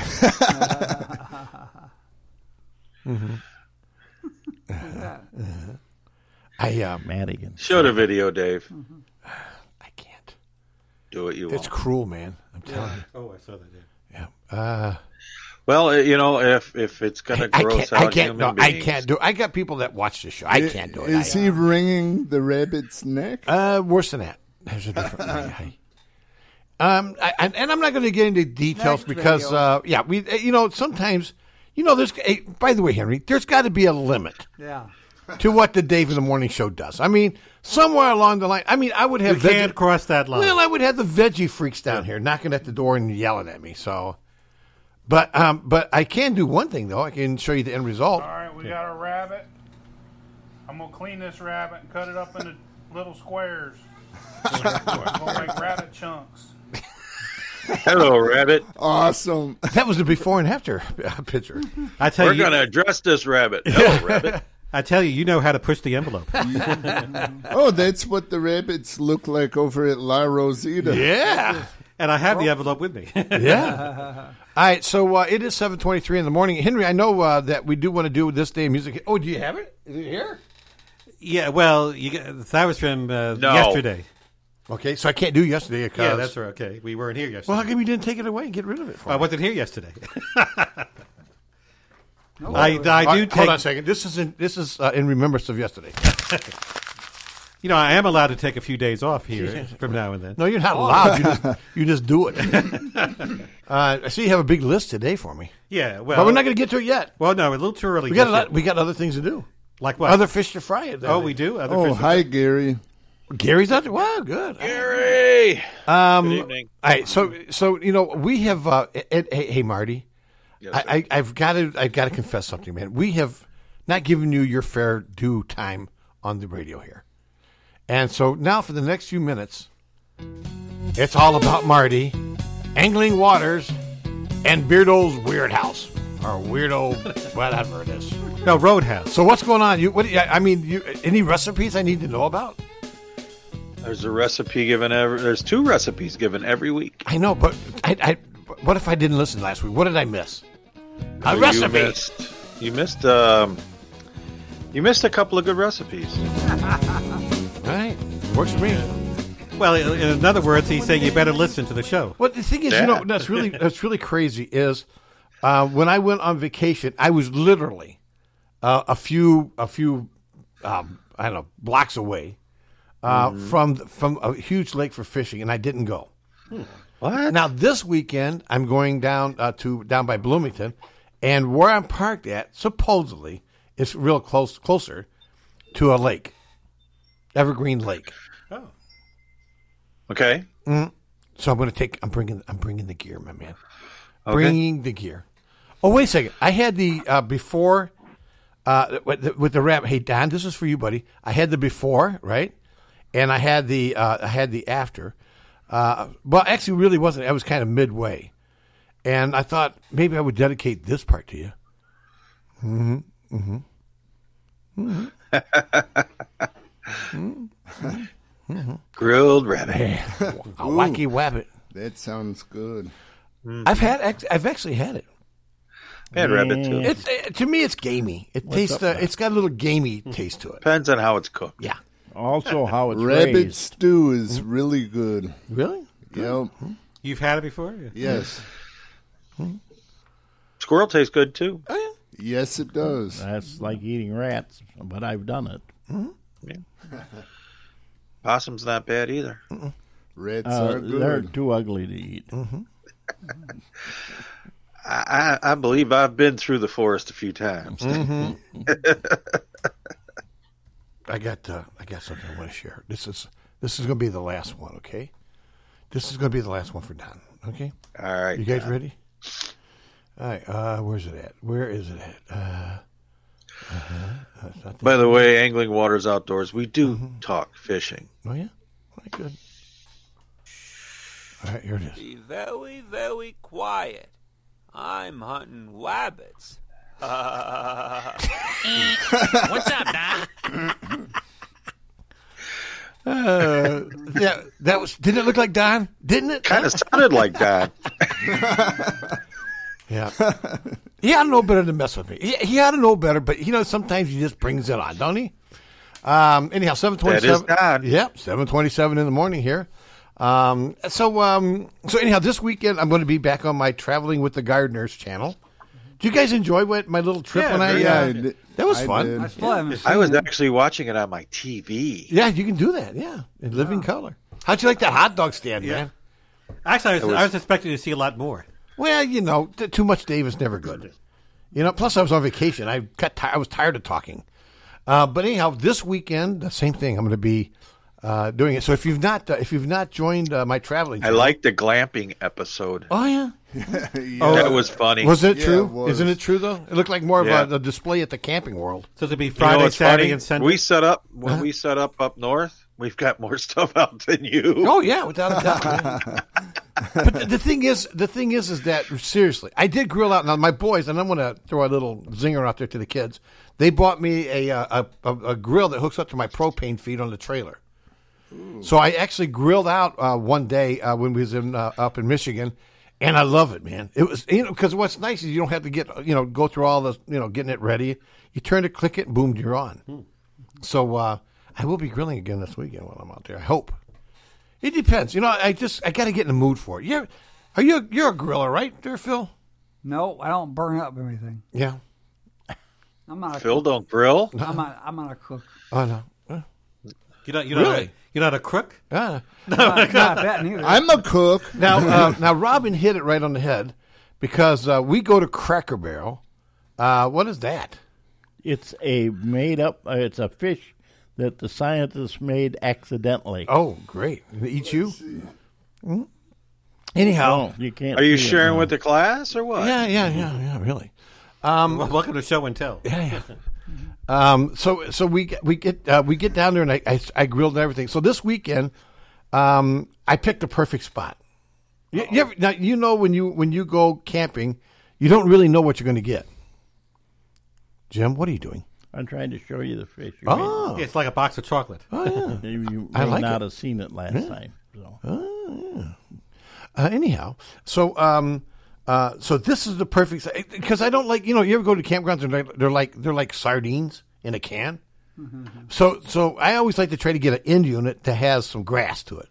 Mm-hmm.
I uh,
Madigan.
Show the video, Dave. I
can't.
Do what you want.
It's cruel, man. I'm telling you.
Oh, I saw that. Yeah.
Uh,
Well, you know, if if it's gonna
I
gross
can't. I
out
can't. No,
human
I
beings-
can't do. it. I got people that watch the show. I can't do it.
Is
I-
he wringing the rabbit's neck?
Uh, worse than that. There's a different. way. I- um, I, and- and I'm not going to get into details
Next
because,
video.
uh, yeah, we. uh, You know, sometimes, you know, there's. eh, By the way, Henry, there's got to be a limit.
Yeah.
to what the Dave in the Morning Show does. I mean, somewhere along the line, I mean, I would have.
We can't cross that line.
Well, I would have the veggie freaks down here knocking at the door and yelling at me. So, but um, but I can do one thing though. I can show you the end result.
All right, we got a rabbit. I'm gonna clean this rabbit and cut it up into little squares. I'm gonna make rabbit chunks.
Hello, rabbit.
Awesome.
That was the before and after uh, picture.
I tell
We're
you-
gonna address this rabbit. Hello, rabbit.
I tell you, you know how to push the envelope.
oh, that's what the rabbits look like over at La Rosita. Oh.
And I have the envelope with me.
Yeah. All right, so uh, it is seven twenty-three in the morning. Henry, I know uh, that we do want to do this day in music. Oh, do you have it? Is it here?
Yeah, well, you, got- that was from uh,
No.
yesterday.
Okay, so I can't do yesterday. Because,
Yeah, that's right. Okay, we weren't here yesterday.
Well, how come you didn't take it away and get rid of it? For
I
me?
wasn't here yesterday.
No,
I,
Oh, wait, wait.
I do
Hold
take.
on a second. This is in, this is uh, in remembrance of yesterday.
You know, I am allowed to take a few days off here from now and then. Oh.
No, you're not allowed. You just, you just do it. uh, I see you have a big list today for me.
Yeah, well,
but we're not going to get to it yet.
Well, no, a little too early.
We got a
just
lot,
yet.
we got other things to do.
Like what?
Other fish to fry. At
Oh, we do? Other
Oh,
fish to
hi, Gary.
Gary's out there. Wow, good.
Gary.
Um,
Good evening.
All right, so so you know we have. Uh, Ed, hey, hey, Marty. I, I, I've got to. I've got to confess something, man. We have not given you your fair due time on the radio here, and so now for the next few minutes, it's all about Marty, angling waters, and Beardo's weird house or weirdo whatever it is.
No roadhouse.
So what's going on? You what? do you- I mean, you any recipes I need to know about?
There's a recipe given every. There's two recipes given every week.
I know, but I, I what if I didn't listen last week? What did I miss? A
Oh, You
recipe.
missed- You missed. Um, you missed a couple of good recipes.
All right, works for me.
Well, in in other words, he's saying you better listen to the show.
Well, the thing is, you know, that's really that's really crazy. Is uh, when I went on vacation, I was literally uh, a few a few um, I don't know blocks away uh, from from a huge lake for fishing, and I didn't go.
What?
Now this weekend, I'm going down uh, to down by Bloomington, and where I'm parked at supposedly is real close closer to a lake, Evergreen Lake.
Okay.
Mm. So I'm going to take. I'm bringing. I'm bringing the gear, my man.
Okay.
Bringing the gear. Oh wait a second. I had the uh, before uh, with, the, with the rabbit. Hey Don, this is for you, buddy. I had the before right, and I had the uh, I had the after. Uh, well, actually, really wasn't. I was kind of midway, and I thought maybe I would dedicate this part to you. Mm-hmm. Mm-hmm.
Hmm. Grilled rabbit.
Hmm. A wacky wabbit.
That sounds good.
Mm. I've had. act- I've actually had it.
I had rabbit too.
It's, uh, to me, it's gamey. It
What's
tastes.
up,
Uh,
Doc?
it's got a little gamey taste to it.
Depends on how it's cooked.
Yeah.
Also, how it's
Rabbit
raised.
stew is really good.
Really?
Yep.
You've had it before?
Yes.
Squirrel tastes good too.
Oh,
Yes, it does.
That's like eating rats, but I've done it.
Mm-hmm.
Possum's not bad either.
Reds
Uh,
are
They're
good.
too ugly to eat.
I, I I believe I've been through the forest a few times.
Mhm. I got uh, I got something I want to share. This is this is going to be the last one, okay? This is going to be the last one for Don, okay?
All right.
You guys
Don.
ready? All right. Uh, where's it at? Where is it at? Uh, uh-huh. That's not
By the way, Angling Waters Outdoors, we do
Mm-hmm.
talk fishing.
Oh yeah. All right, good. All right, here it is.
Be very, very quiet. I'm hunting wabbits. What's up, Doc?
Uh, yeah, that was. Didn't it look like Don? Didn't it? Kind of sounded like Don. yeah, he ought to know better than mess with me. He, he ought to know better, but you know sometimes he just brings it on, don't he? Um, anyhow, seven twenty-seven. Yep, seven twenty-seven in the morning here. Um, so um, so anyhow, this weekend I'm going to be back on my traveling with the gardeners channel. Do you guys enjoy what my little trip
Yeah,
when I?
very
Uh,
good.
that was
I
fun.
did. I still haven't I was seen- actually watching it on my TV.
Yeah, you can do that. Yeah, in living color. How'd you like that hot dog stand, man?
Actually, I was,
It was-
I was expecting to see a lot more.
Well, you know, t- too much Dave is never good. You know, plus I was on vacation. I got ti I was tired of talking. Uh, but anyhow, this weekend, the same thing. I'm going to be uh, doing it. So if you've not uh, if you've not joined uh, my traveling,
I like the glamping episode.
Oh yeah.
Oh, that was funny.
Was it
Yeah,
true?
it was.
Isn't it true though? It looked like more
Yeah.
of a, a display at the camping world.
So it'll be
You know what's funny? We set up when
Uh-huh.
we set up up north. We've got more stuff out than you.
Oh yeah, without a doubt. yeah. but the, the thing is, the thing is, is that seriously, I did grill out. Now my boys, and I'm going to throw a little zinger out there to the kids. They bought me a uh, a, a, a grill that hooks up to my propane feed on the trailer. So I actually grilled out uh, one day uh, when we was in uh, up in Michigan, and I love it, man. It was you know because what's nice is you don't have to get you know go through all the you know getting it ready. You turn it, click it, and boom, you're on. So uh, I will be grilling again this weekend while I'm out there. I hope. It depends. You know, I just I got to get in the mood for it. You're, are you you're a griller, right, there, Phil?
No, I don't burn up anything.
Yeah.
I'm not. A
Phil
cook.
don't grill.
I'm not. I'm not a cook.
Oh no.
You don't. You don't.
Really?
You're not a crook.
Yeah.
No, Not- not that neither. I'm a
cook. Now, uh, now Robin hit it right on the head because uh, we go to Cracker Barrel. Uh, what is that?
It's a made up. Uh, it's a fish that the scientists made accidentally.
Oh, great! They eat you. Hmm? Anyhow,
you can't.
Are you
see it
sharing
now.
with the class or what?
Yeah, yeah, yeah, yeah. Really. Um,
Well, welcome to show and tell.
Yeah, yeah. Um, so so we get- we get uh, we get down there and I, I I grilled and everything. So this weekend, um, I picked the perfect spot. You, you ever, now you know when you when you go camping, you don't really know what you're going to get. Jim, what are you doing?
I'm trying to show you the fish. You
Oh.
may-
It's like a box of chocolate.
Oh, yeah.
you you
I
may
like
not
it.
have seen it last
Yeah.
time. So.
Oh, yeah. Uh, anyhow, so um, uh, so this is the perfect because I don't like you know you ever go to campgrounds and they're, they're like they're like sardines in a can. So so I always like to try to get an end unit that has some grass to it.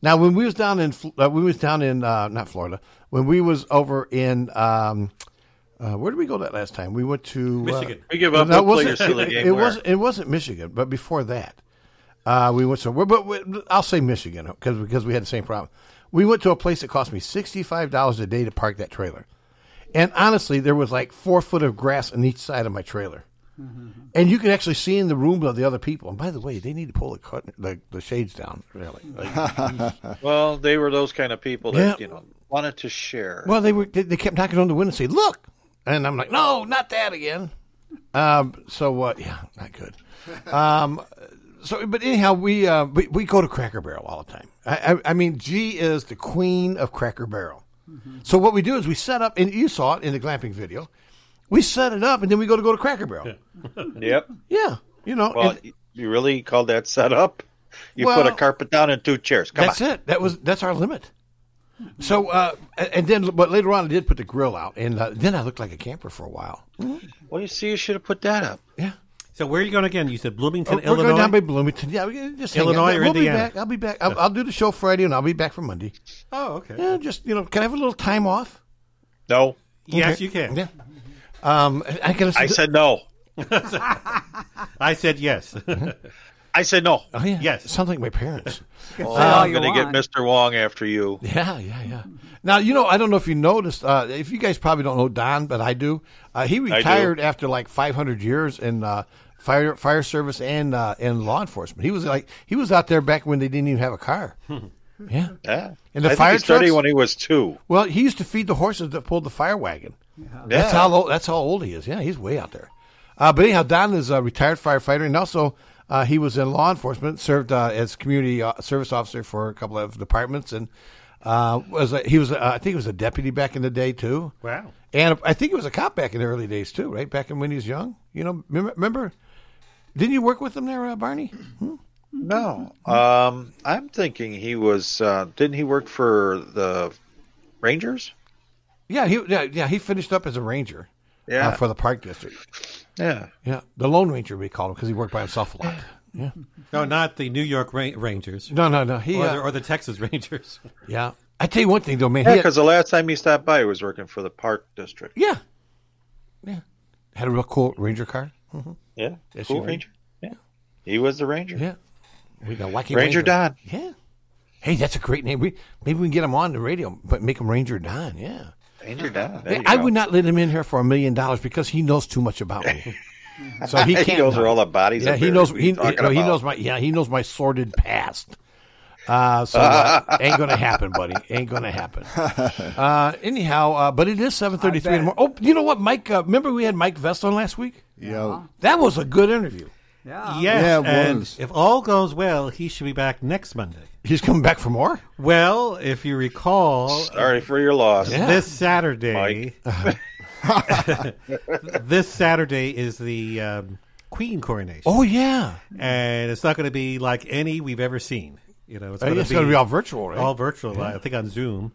Now when we was down in Fl- uh, we was down in uh, not Florida when we was over in um, uh, where did we go that last time? We went to uh,
Michigan.
We give up.
no, it
We'll play
wasn't-
your silly
it-
game
It
where-
wasn't. It wasn't Michigan, but before that, uh, we went somewhere. But we, I'll say Michigan because because we had the same problem. We went to a place that cost me sixty five dollars a day to park that trailer, and honestly, there was like four foot of grass on each side of my trailer, and you could actually see in the room of the other people. And by the way, they need to pull the cut, the, the shades down. Really, Like,
Well, they were those kind of people that you
Yeah.
know wanted to share.
Well, they were they, they kept knocking on the window and say, "Look," and I'm like, "No, not that again." Um, so what? yeah, not good. Um, so, but anyhow, we, uh, we we go to Cracker Barrel all the time. I, I, I mean, G is the queen of Cracker Barrel. So what we do is we set up, and you saw it in the glamping video. We set it up, and then we go to go to Cracker Barrel.
Yep.
Yeah, you know.
Well,
and-
you really called that set up? You put
Well,
a carpet down and two chairs. Come
that's
on.
it. That was that's our limit. So uh, and then, but later on, I did put the grill out, and uh, then I looked like a camper for a while.
Mm-hmm. Well, you see, you should have put that up.
Yeah.
So where are you going again? You said Bloomington,
Oh, We're
Illinois.
going down by Bloomington. Yeah, we can just hang
Illinois
out.
or
we'll
Indiana?
Be back. I'll be back. I'll, I'll do the show Friday, and I'll be back for Monday.
Oh, okay.
Yeah, just you know, can I have a little time off?
No.
Yes,
Okay.
you can.
Yeah. Um, I, I, can
I said no.
I said yes.
I said no.
Oh, yeah. Yes. Sounds like my parents.
Oh,
Um,
I'm going to get Mr. Wong after you.
Yeah, yeah, yeah. Now you know I don't know if you noticed. Uh, if you guys probably don't know Don, but I do. Uh, he
do.
retired after like 500 years in uh, fire fire service and uh, and law enforcement. He was like he was out there back when they didn't even have a car. Yeah.
Yeah.
And the
I think
fire
he started
trucks?
when he was two.
Well, he used to feed the horses that pulled the fire wagon. That's
Yeah.
how old, that's how old he is. Yeah, he's way out there. Uh, but anyhow, Don is a retired firefighter, and also uh, he was in law enforcement, served uh, as community uh, service officer for a couple of departments, and uh, was a, he was a, I think he was a deputy back in the day too.
Wow.
And I think he was a cop back in the early days too, right? Back in when he was young, you know. mem- Remember? Didn't you work with him there, uh, Barney?
No. Um, I'm thinking he was. Uh, didn't he work for the Rangers?
Yeah, he yeah, yeah he finished up as a ranger.
Yeah.
uh, for the park district.
Yeah.
Yeah, the Lone Ranger we called him because he worked by himself a lot. Yeah.
No, not the New York Ra- Rangers.
No, no, no. He,
or,
uh,
the, or the Texas Rangers.
Yeah. I tell you one thing though, man.
Yeah,
he had-
because the last time he stopped by, he was working for the Park District.
Yeah. Yeah. had a real cool Ranger car. Mm-hmm.
Yeah.
Yes,
cool
you were.
Ranger. Yeah. He was the Ranger.
Yeah. We got Wacky
Ranger Don.
Yeah. Hey, that's a great name. We maybe we can get him on the radio, but make him Ranger Don. Yeah.
Ranger Don. There
Hey,
you
I
go.
would not let him in here for a million dollars because he knows too much about me. So he
He
can't.
knows where
know.
all the bodies
Yeah,
up
he
there
knows.
is what
He,
you're talking
no, he
about.
knows my. Yeah, he knows my sordid past. Uh, so uh, ain't gonna happen, buddy. Ain't gonna happen. Uh, anyhow, uh, but it is seven thirty-three in the morning. Oh, you know what, Mike? Uh, remember we had Mike Vest on last week?
Yeah.
That was a good interview.
Yeah.
Yes,
Yeah, it
and
was.
if all goes well, he should be back next Monday.
He's coming back for more.
Well, if you recall,
Sorry for your loss.
This Saturday, this Saturday is the um, Queen coronation.
Oh yeah,
and it's not going to be like any we've ever seen. You know, it's
I
going
guess Uh, it's gonna be all virtual, right?
All virtual,
Yeah.
I think on Zoom.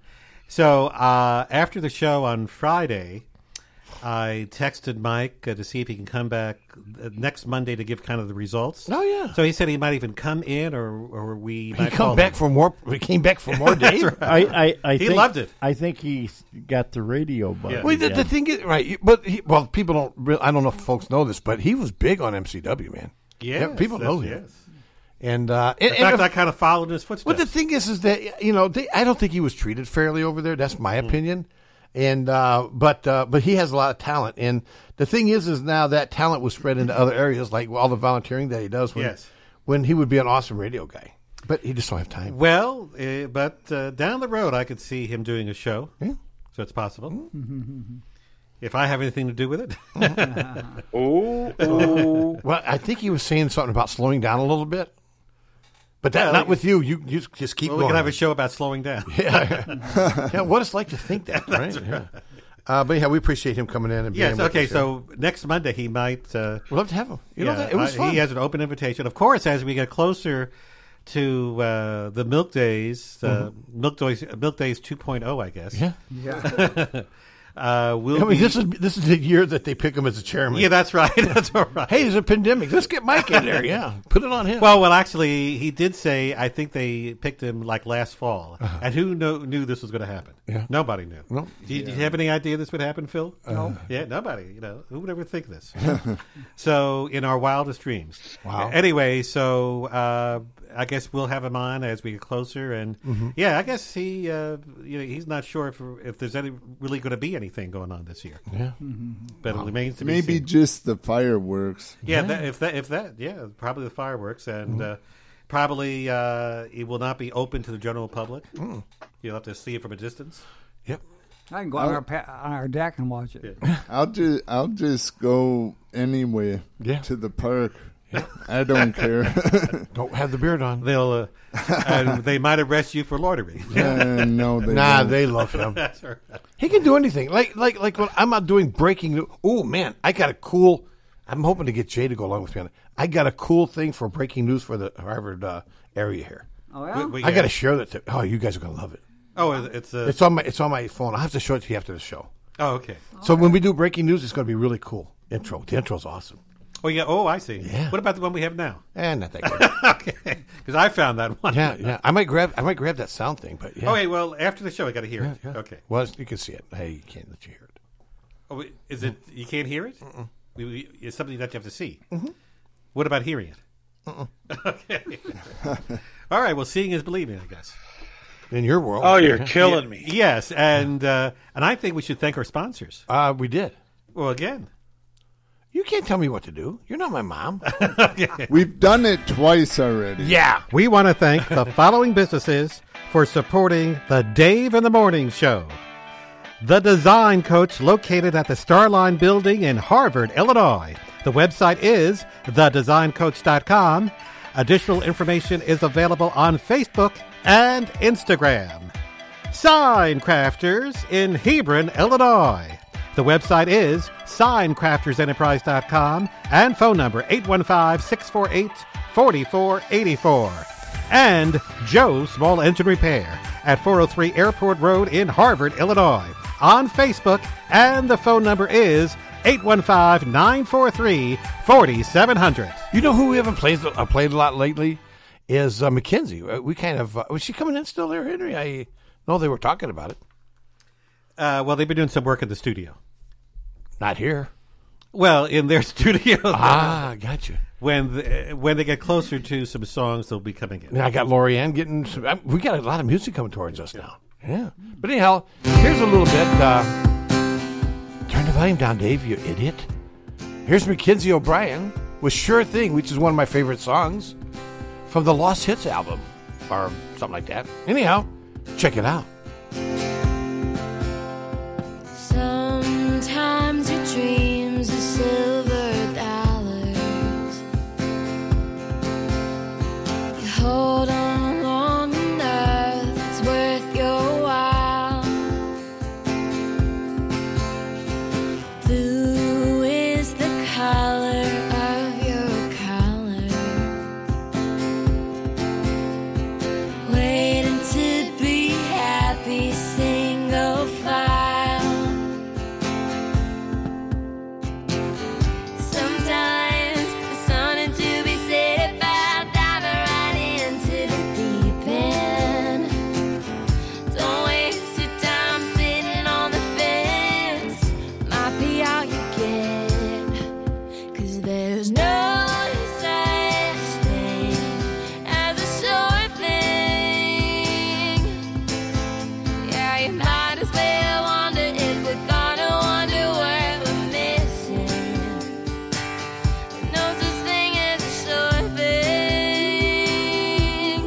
So uh, after the show on Friday, I texted Mike uh, to see if he can come back uh, next Monday to give kind of the results.
Oh, yeah.
So he said he might even come in, or or we
He
might
come back for more. We came back for more, Dave.
I, I, I
He
think,
loved it.
I think he s- got the radio button.
Well, the, the thing is, right? you- But he, well, people don't. Really, I don't know if folks know this, but he was big on MCW, man.
Yes,
people know
that's-
that. And uh,
In
and,
fact,
and
I kind of followed in his footsteps.
But the thing is, is that you know, they, I don't think he was treated fairly over there. That's
Mm.
my opinion. And uh, but uh, but he has a lot of talent. And the thing is, is now that talent was spread into other areas, like all the volunteering that he does. When,
Yes.
When he would be an awesome radio guy, but he just don't have time.
Well, uh, but uh, down the road, I could see him doing a show.
Yeah. Mm.
So it's possible. If I have anything to do with it.
Mm-hmm.
oh,
Well, I think he was saying something about slowing down a little bit. But that,
Well,
not with you. You, you just keep
Well, we
going.
can have a show about slowing down.
yeah. yeah, what it's like to think that, right? Yeah. Uh, but yeah, we appreciate him coming in and being
Yes.
with
Okay.
us here.
So next Monday he might. Uh,
We'd love to have him. You know, that- it was
uh,
fun.
He has an open invitation. Of course, as we get closer to uh, the Milk Days, uh, Milk Days, Milk Days 2.0, I guess.
Mm-hmm. Yeah.
Yeah. uh, we'll
I mean,
be-
this is this is the year that they pick him as a chairman.
Yeah, that's right. That's all right.
Hey, there's a pandemic. Let's get Mike in there. Yeah, put it on him.
Well, well, actually, he did say. I think they picked him like last fall, and who know, knew this was going to happen?
Uh-huh. Yeah. Uh-huh.
Nobody knew.
No.
Did, did you have any idea this would happen, Phil? No. Yeah, nobody. You know, who would ever think this? so, in our wildest dreams.
Wow.
Anyway, so uh, I guess we'll have him on as we get closer, and
Mm-hmm.
yeah, I guess he, uh, you know, he's not sure if if there's any really going to be anything going on this year.
Yeah.
But it remains to be
Maybe
seen.
just the fireworks.
Yeah, That, if that, if that, yeah, probably the fireworks, and
Mm-hmm.
uh, probably uh, it will not be open to the general public. You'll have to see it from a distance.
Mm. Yep.
I can go on our, pa- on our deck and watch it.
I'll just I'll just go anyway
Yeah.
to the park. I don't care.
Don't Oh, have the beard on.
They'll, uh, and they might arrest you for loitering.
Uh, no, they
Nah,
won't.
they love him.
That's all right.
He can do anything. Like like like when I'm out doing breaking. new- Oh man, I got a cool. I'm hoping to get Jay to go along with me. on it. I got a cool thing for breaking news for the Harvard uh, area here.
Oh, yeah?
We- we-
I got to share that. To, oh, you guys are gonna love it.
Oh, it's a.
It's on my it's on my phone. I have to show it to you after the show.
oh, okay.
So when we do breaking news, it's gonna be really cool. Intro. The intro's awesome.
Oh, yeah. Oh, I see.
Yeah.
What about the one we have now?
And eh, not that good.
okay, because I found that one. Oh,
yeah, yeah. I might grab I might grab that sound thing, but yeah.
Okay. Well, after the show, I got to hear it. Okay.
Well, you can see it. Hey, you can't let you hear it.
Oh, wait,
Mm-hmm.
is it you can't hear it? We, we, it's something that you have to see. What about hearing it?
okay. All right. Well, seeing is believing, I guess.
In your world.
Oh, you're killing me.
Yes, and uh, and I think we should thank our sponsors.
Uh, we did.
Well, again,
you can't tell me what to do. You're not my mom.
We've done it twice already.
Yeah.
We want to thank the following businesses for supporting the Dave in the Morning Show. The Design Coach, located at the Starline Building in Harvard, Illinois. The website is thedesigncoach.com. Additional information is available on Facebook and Instagram. Sign Crafters in Hebron, Illinois. The website is signcraftersenterprise.com and phone number 815 648 4484. And Joe Small Engine Repair at 403 Airport Road in Harvard, Illinois on Facebook and the phone number is 815 943 4700.
You know who we haven't played uh, played a lot lately is uh, McKenzie. Uh, We kind of uh, was she coming in still there, Henry? I know they were talking about it.
Uh, well, they've been doing some work at the studio.
Not here.
Well, in their studio.
Ah, gotcha.
When the, when they get closer to some songs, they'll be coming in.
And I got Lori Ann getting. Some, I, we got a lot of music coming towards us now. Yeah. But anyhow, here's a little bit. Uh, turn the volume down, Dave. You idiot. Here's Mackenzie O'Brien with "Sure Thing," which is one of my favorite songs from the Lost Hits album, or something like that. Anyhow, check it out.
Sometimes your dreams are silver dollars. You hold on long enough, it's worth your while. Blue is the color of your collar. Waiting to be happy, single file. Sometimes there's something to be said about diving right into the deep end. Don't waste your time sitting on the fence. Might be all you get. Cause there's no such thing as a sure thing. Yeah, you might as well wonder if we're gonna wonder where we're missing. No such thing as a sure thing.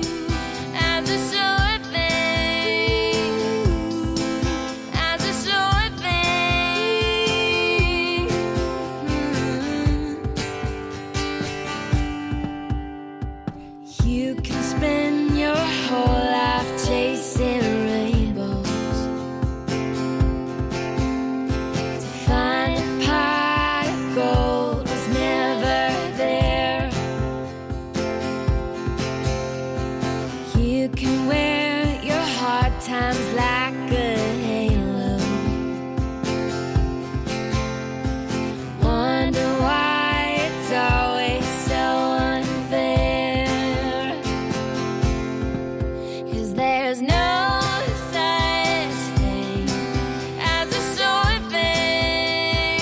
As a sure thing. As a sure thing. Mm-hmm. You can spend your whole life chasing rainbows to find a pot of gold was never there. You can wear your hard times like a halo. Wonder why it's always so unfair. Cause there's no such thing as a sure thing.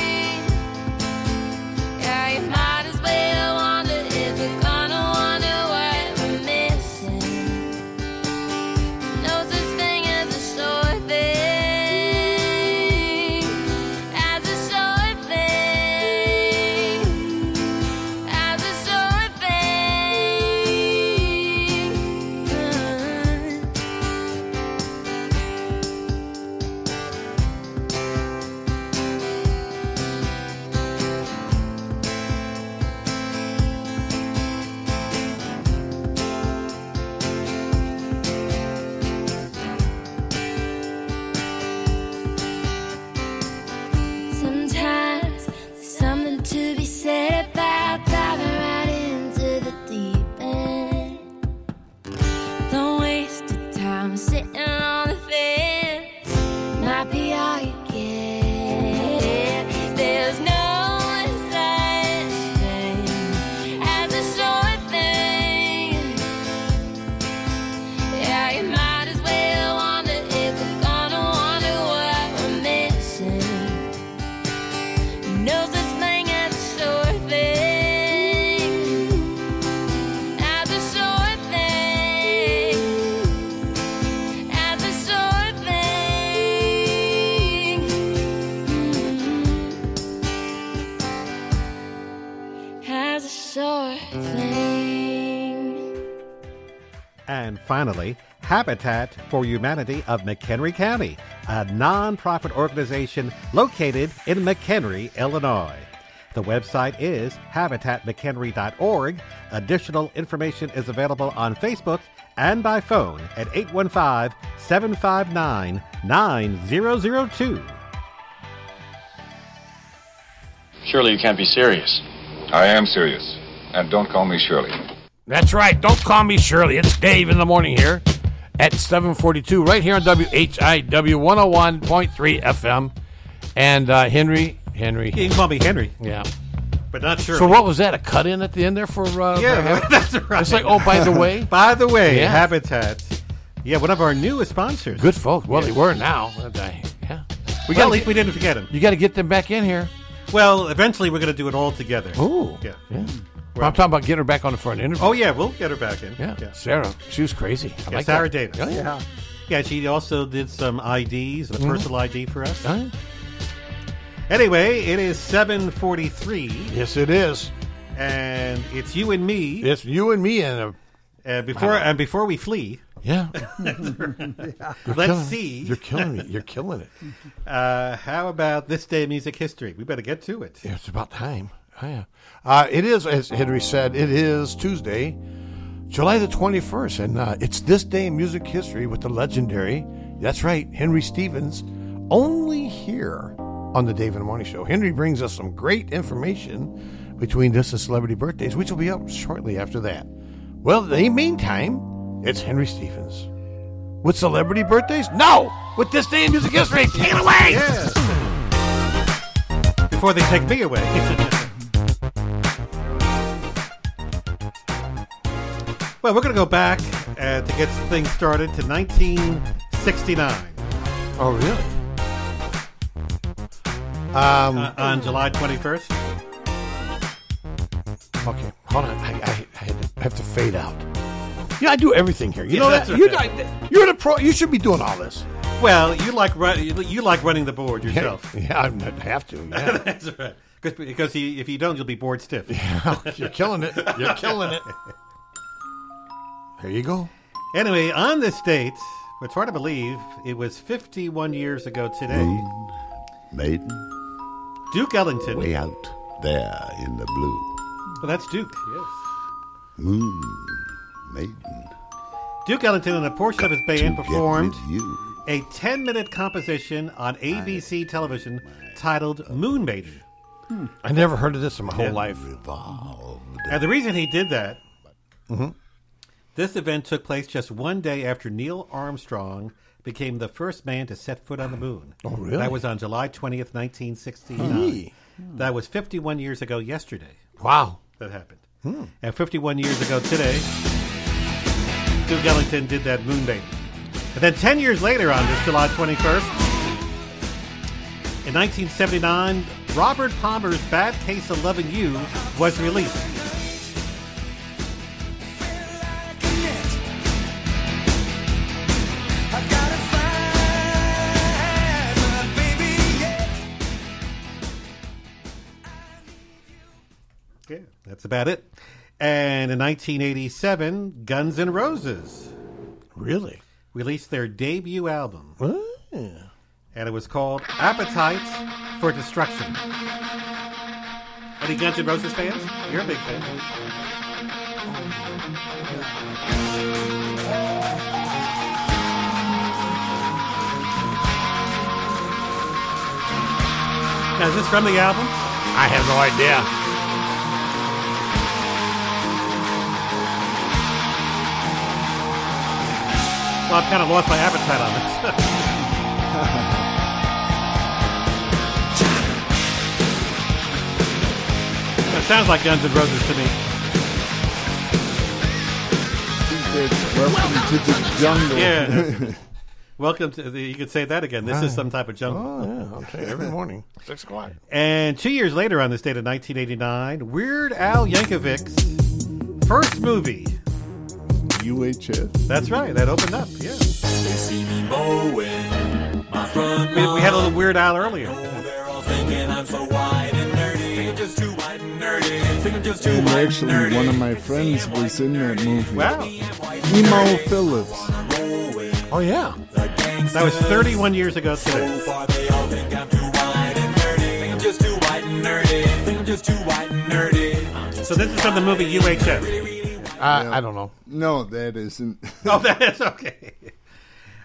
Yeah, you might as well wonder if we're gonna wonder what we're missing. No such thing as a sure
And finally, Habitat for Humanity of McHenry County, a nonprofit organization located in McHenry, Illinois. The website is habitatmchenry.org. Additional information is available on Facebook and by phone at 815 759 9002.
Surely you can't be serious.
I am serious. And don't call me Shirley.
That's right. Don't call me Shirley. It's Dave in the morning here at 742 right here on WHIW 101.3 FM. And uh, Henry, Henry.
You can call me Henry.
Yeah.
But not sure.
So what was that? A cut in at the end there for uh,
Yeah,
for-
that's right.
It's like oh, by the way,
by the way,
Yeah.
Habitat. Yeah, one of our newest sponsors.
Good folks. Well, they were now. They- yeah.
We
gotta
got. At least
get-
we didn't forget him.
You got to get them back in here.
Well, eventually we're going to do it all together.
Ooh.
Yeah.
Yeah. I'm talking about getting her back on for an interview.
Oh yeah, we'll get her back in.
Yeah. Sarah, she was crazy. I
Yeah,
like
Sarah
that.
Davis.
Oh, yeah.
Yeah, she also did some IDs, a
Mhm.
personal ID for us. Anyway, it is 7:43.
Yes, it is.
And it's you and me.
It's you and me and
a and before and before we flee.
Yeah. You're
Let's
killing-
see.
You're killing me. You're killing it.
Uh, how about this day in music history? We better get to it.
It's about time. Oh, yeah. Uh, it is, as Henry said, it is Tuesday, July the 21st, and uh, it's this day in music history with the legendary, that's right, Henry Stevens, only here on the Dave and Morning Show. Henry brings us some great information between this and celebrity birthdays, which will be up shortly after that. Well, in the meantime, it's Henry Stevens. With celebrity birthdays? No! With this day in music history, take it away!
Before they take me away. well, we're going to go back uh, to get things started to 1969.
Oh, really? Um,
Uh, on July 21st.
Okay, hold on. I, I, I, had to, I have to fade out. Yeah, I do everything here. You
Yeah,
know that?
that's
You,
right.
you're the pro. You should be doing all this.
Well, you like run, you you like running the board yourself.
Yeah, I have to. Yeah.
That's right. 'Cause- Because he, if you don't, you'll be bored stiff.
you're killing it. You're killing it. There you go.
Anyway, on this date, it's hard to believe it was 51 years ago today.
Maiden,
Duke Ellington.
way out there in the blue.
Well, that's Duke. Yes.
Moon, maiden,
Duke Ellington and a portion of his band
get
performed
with you.
a 10 minute composition on ABC television titled Moon Maiden.
I never heard of this in my whole
Yeah. Mm-hmm.
life.
And the reason he did that,
Mhm.
this event took place just one day after Neil Armstrong became the first man to set foot on the moon. Oh,
really?
That was on July 20th, 1969. That was 51 years ago yesterday.
Wow.
That happened.
Hmm.
And 51 years ago today, Duke Ellington did that moon baby. And then 10 years later, on this July 21st, in 1979, Robert Palmer's Bad Case of Loving You was released. Yeah, that's about it. And in 1987, Guns N' Roses
really
released their debut album, and it was called Appetite for Destruction. Any Guns N' Roses fans? You're a big fan. Now, is this from the album?
I have no idea.
Well, I've kind of lost my appetite on this. That sounds like Guns N' Roses to me.
It's welcome to the jungle.
Yeah. Welcome to the, you could say that again. This is some type of jungle.
Oh, yeah. Okay. Every morning, six o'clock.
And two years later, on this date of 1989, Weird Al Yankovic's first movie.
UHF.
That's right. That opened up. Yeah.
They see me mowing my front
We, we had a little Weird Al earlier.
They're all thinking I'm so wide and nerdy. Just too wide and nerdy.
dirty. Fingertips too and actually, one of my friends was in that movie.
Wow.
Emo Phillips.
Oh, yeah.
That was 31 years ago today. So this is from the movie UHF.
I don't know.
No, that isn't.
Oh, that is okay.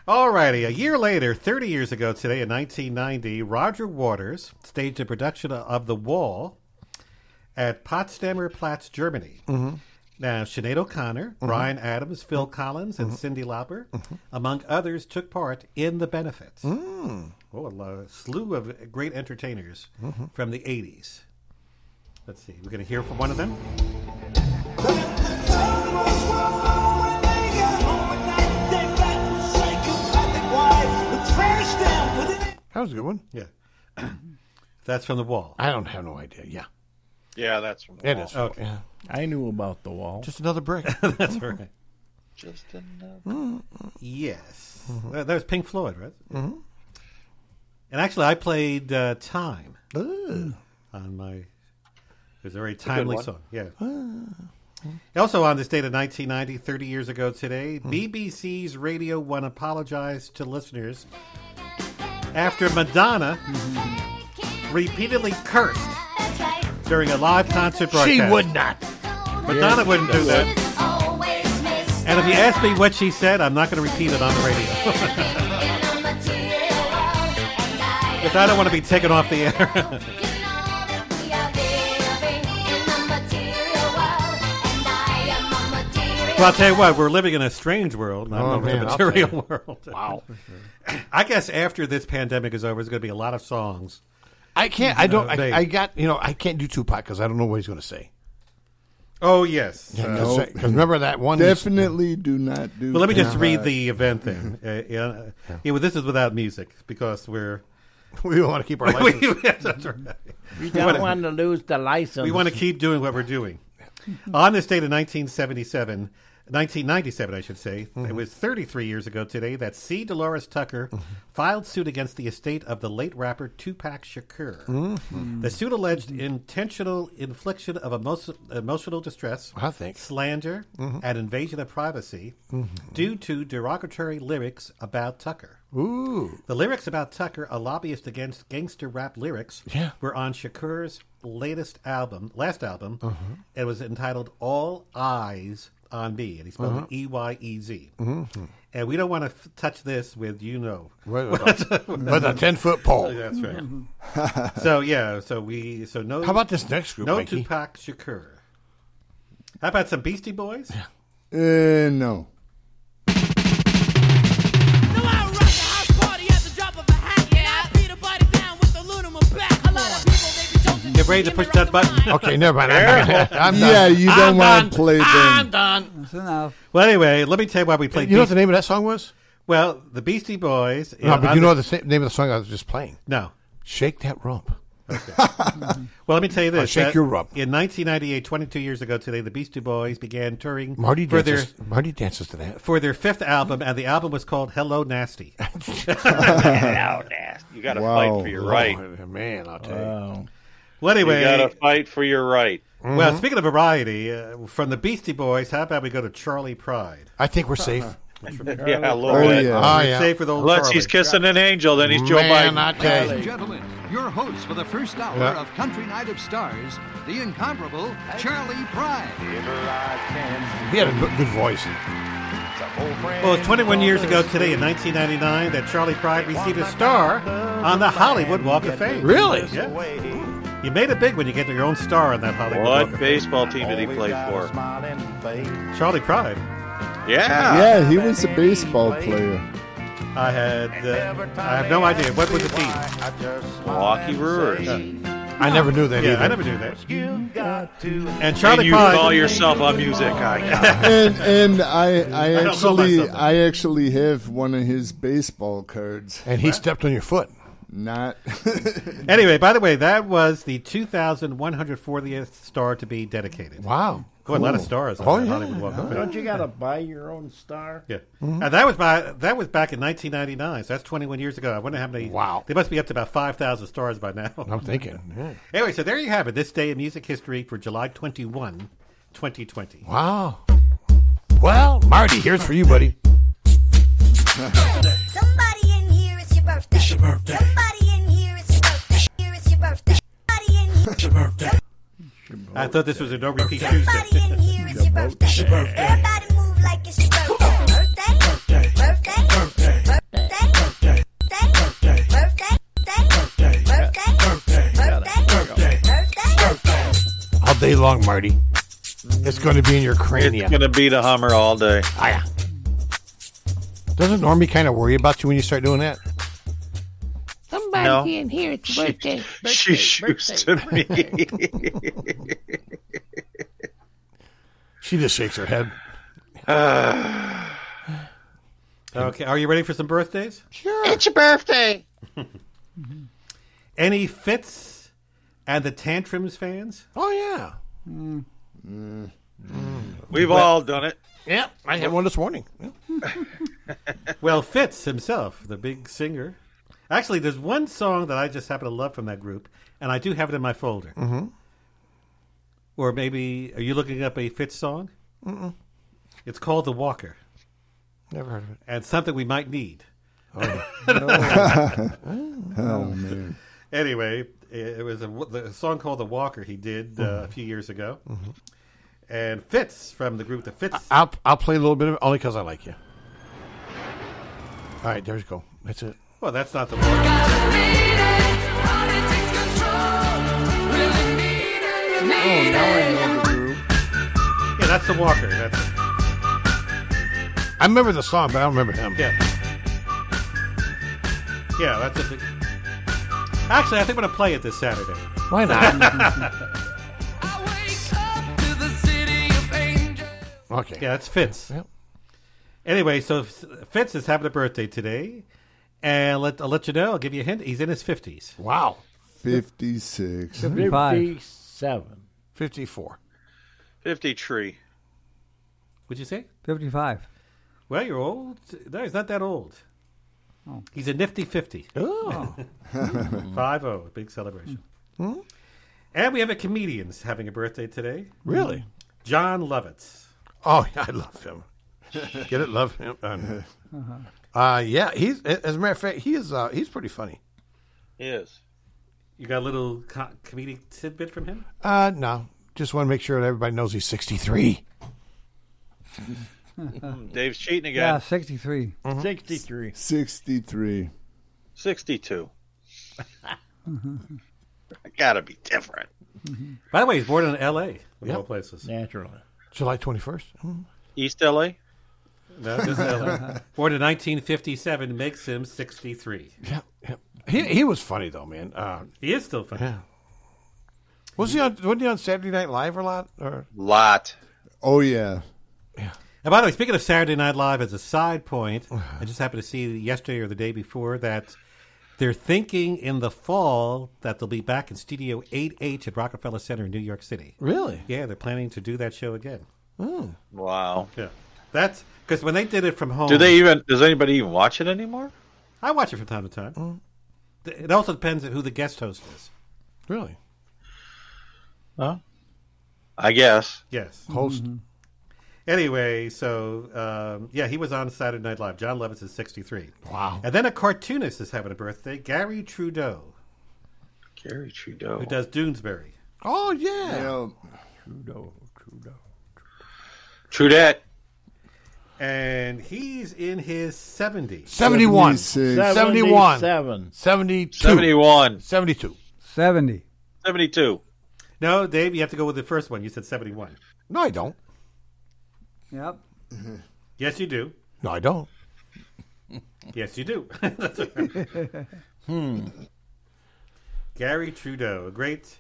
Alrighty, a year later, 30 years ago today, in 1990, Roger Waters staged a production of The Wall at Potsdamer Platz, Germany.
Mm-hmm.
Mhm.
Now, Sinead O'Connor,
Mhm.
Brian Adams, Phil Collins,
Mm-hmm.
and Cindy Lauper, among others, took part in the benefits. Mm. Oh, a lo- slew of great entertainers
Mhm.
from the 80s. Let's see, we're going to hear from one of them.
That was a good one.
Yeah. That's from The Wall.
I don't have no idea. Yeah.
Yeah, that's from
It is.
Okay.
Yeah.
I knew about the wall.
Just another brick. Hmm.
That's right.
Just enough.
Yes. That, that was Pink Floyd, right?
Mhm.
And actually, I played uh, Time on my. It was a very timely
one.
song. Yeah.
Ah.
Also on this date of 1990, 30 years ago today,
Hmm.
BBC's Radio 1 apologized to listeners after Madonna repeatedly cursed during a live concert broadcast.
She would not.
Madonna wouldn't do that. And if you ask me what she said, I'm not going to repeat it on the radio. Because I don't want to be taken off the air. Well, I'll tell you what, we're living in a strange world, not
Oh,
over
man,
the
I'll tell
material
you.
world.
Wow.
I guess after this pandemic is over, there's going to be a lot of songs.
I can't. I don't.
Uh, they-
I, I got. You know. I can't do Tupac because I don't know what he's going to say.
Oh, yes. Uh,
Because remember that one.
Definitely do not do.
Well, let me just
that.
read the event then.
Mm-hmm.
Uh, yeah, uh, yeah, well, this is without music because we're.
We want to keep our
We-
license.
that's right.
We
We wanna-
don't want to lose the license. Mm-hmm.
We want to keep doing what we're doing. On this date in 1977, 1997, I should say, it
Mm-hmm.
was 33 years ago today that C. Dolores Tucker filed suit against the estate of the late rapper Tupac Shakur.
Mhm.
The suit alleged intentional infliction of emo- emotional distress,
I think.
slander,
Mhm.
and invasion of privacy
Mhm.
due to derogatory lyrics about Tucker.
Ooh.
The lyrics about Tucker, a lobbyist against gangster rap lyrics,
Yeah.
were on Shakur's latest album, last album.
Mm-hmm.
It was entitled All Eyes on Me, and he spelled
Uh-huh.
it E Y E Z.
Mhm.
And we don't want to f- touch this with you know
With a- with a 10-foot pole. Mm-hmm.
That's right. so yeah, so we so no.
How about this next group,
No
Mikey?
Tupac Shakur. How about some Beastie Boys?
Uh, no.
Get ready to push that button.
Okay, never mind. I'm done. I'm Ah! done.
Yeah, you don't
I'm
want
done.
to play
I'm
them.
done.
That's enough.
Well, anyway, let me tell you why we played.
You know what
Beast-
the name of that song was?
well, the Beastie Boys.
No, but
on
you know
the-
the sa- name of the song I was just playing.
No.
Shake that rump.
Well, let me tell you this.
I'll shake
that
your rump.
In 1998, 22 years ago today, the Beastie Boys began touring
Marty
for their
dances. Marty dances to that.
for their fifth album, and the album was called Hello Nasty.
Hello Nasty. You got to
Wow.
fight for your right.
Oh, man, I'll tell you.
Well, anyway,
You got to fight for your right.
Mm-hmm.
well, speaking of variety, uh, from the Beastie Boys, how about we go to Charlie Pride? Uh-huh.
I think we're safe.
Yeah, a little
Oh,
bit.
yeah.
Oh,
We're
yeah.
safe with old
Unless
Charlie.
he's kissing an angel, then he's Joe
Man,
Biden.
I tell you.
Gentlemen, your hosts for the first hour
Yeah.
of Country Night of Stars, the incomparable Charlie Pride.
He had a good- good voice.
Well, it's 21 years ago today, in 1999, that Charlie Pride received a star on the Hollywood Walk of Fame.
Really?
Yeah. You made it big when you get your own star on that Hollywood Walk
What
of Fame.
baseball team did he play for?
Charlie Pride.
Yeah.
Yeah, he was a baseball player.
I had, uh, I have no idea. What was the team?
Milwaukee Brewers.
I never knew that
Yeah,
either.
I never knew that. And
And
Charlie
you
Pride.
call yourself a music guy.
And and I I
know
actually
myself.
I actually have one of his baseball cards.
And he stepped on your foot.
Not
Anyway, by the way, that was the 2,140th star to be dedicated.
Wow.
Boy, a lot of stars on
Oh,
that
yeah.
Hollywood Walk of Fame.
Don't you got to buy your own star?
Yeah,
Hmm.
Mm-hmm.
and that was by that was back in 1999. So that's 21 years ago. I wonder how many. Wow, they must be up to about 5,000 stars by now.
I'm thinking, yeah.
Anyway, so there you have it. This day in music history for July 21, 2020.
Wow. Well, Marty, here's for you, buddy.
Somebody in here, it's your birthday. It's your birthday. Somebody in here, it's your birthday. Here, it's your birthday. Somebody in here. It's your birthday.
I thought this was a no repeat
Somebody in
Tuesday.
here, it's your birthday. It's your birthday. Everybody move like it's your birthday. Birthday. Birthday. Birthday. Birthday. Birthday. Birthday. Birthday. Birthday. Birthday. Birthday. Birthday. Birthday. Birthday.
All day long, Marty. It's going to be in your cranium.
It's gonna be the Hummer all day.
Doesn't Normie kind of worry about you when you start doing that?
Somebody
No.
in here, it's your birthday. birthday.
she shoots
birthday,
to me.
She just shakes her head.
okay, are you ready for some birthdays?
It's your birthday.
Any Fitz and the Tantrums fans?
Oh yeah.
Mm. We've
Well-
all done it.
Yeah, I had one this morning.
well, Fitz himself, the big singer. Actually, there's one song that I just happen to love from that group, and I do have it in my folder.
Mhm.
Or maybe, are you looking up a Fitz song?
Mm-mm.
It's called The Walker.
Never heard of it.
And something we might need.
Oh. Oh, man.
Anyway, it it was a, the song called "The Walker" he did uh,
Mm-hmm.
a few years ago, and Fitz from the group The Fitz.
I'll I'll play a little bit of it only because I like you. All right, there you go. That's it.
Well, that's not the Walker. Yeah, that's The Walker. That's
I remember the song, but I don't remember him.
Yeah. yeah, that's a big. Actually, I think I'm going to play it this Saturday.
Why not? okay.
Yeah, that's Fitz. Anyway, so Fitz is having a birthday today, and let I'll let you know. I'll give you a hint. He's in his fifties.
Wow.
56.
57.
54.
50 tree.
Would you say?
55.
Well, you're old. No, he's not that old. He's a nifty 50.
Oh. Hmm?
5 0, big celebration. And we have a comedian's having a birthday today.
Really?
John Lovitz.
Oh, yeah, I love him. Get it? Love him. Uh, no. Uh, yeah, he's as a matter of fact, he is. Uh, he's pretty funny.
Yes.
You got a little co- comedic tidbit from him?
Uh, no, just want to make sure that everybody knows he's sixty three.
Hmm, Dave's cheating again.
Yeah, 63.
Mm-hmm.
63.
63.
62. Gotta be different.
Mm-hmm. By the way, he's born in L.A., of
Yep.
all places.
Naturally.
July Mm-hmm. twenty first.
East L.A.?
No, just L.A. born in 1957 makes him 63.
Yeah, yeah. He he was funny though, man. Uh,
He is still funny.
Yeah. was he on? Wasn't he on Saturday Night Live a lot? Or
Lot.
Oh, yeah.
And by the way, speaking of Saturday Night Live, as a side point, I just happened to see yesterday or the day before that they're thinking in the fall that they'll be back in Studio 8H at Rockefeller Center in New York City.
Really?
Yeah, they're planning to do that show again.
Oh.
Wow.
Yeah. That's because when they did it from home.
Do they even, does anybody even watch it anymore?
I watch it from time to time. Th- It also depends on who the guest host is.
Really?
Huh? I guess.
Yes.
Host.
Anyway, so um, yeah, he was on Saturday Night Live. John Lovitz is 63.
Wow.
And then a cartoonist is having a birthday, Gary Trudeau,
Gary Trudeau.
who does Doonesbury.
Oh yeah.
Trudeau, Trudeau.
Trudette.
And he's in his 70s.
71.
76.
71.
77.
72.
71.
72.
70.
72.
No, Dave, you have to go with the first one. You said 71.
No, I don't.
Yep.
Yes, you do.
No, I don't.
Yes, you do. hmm. Gary Trudeau, a great.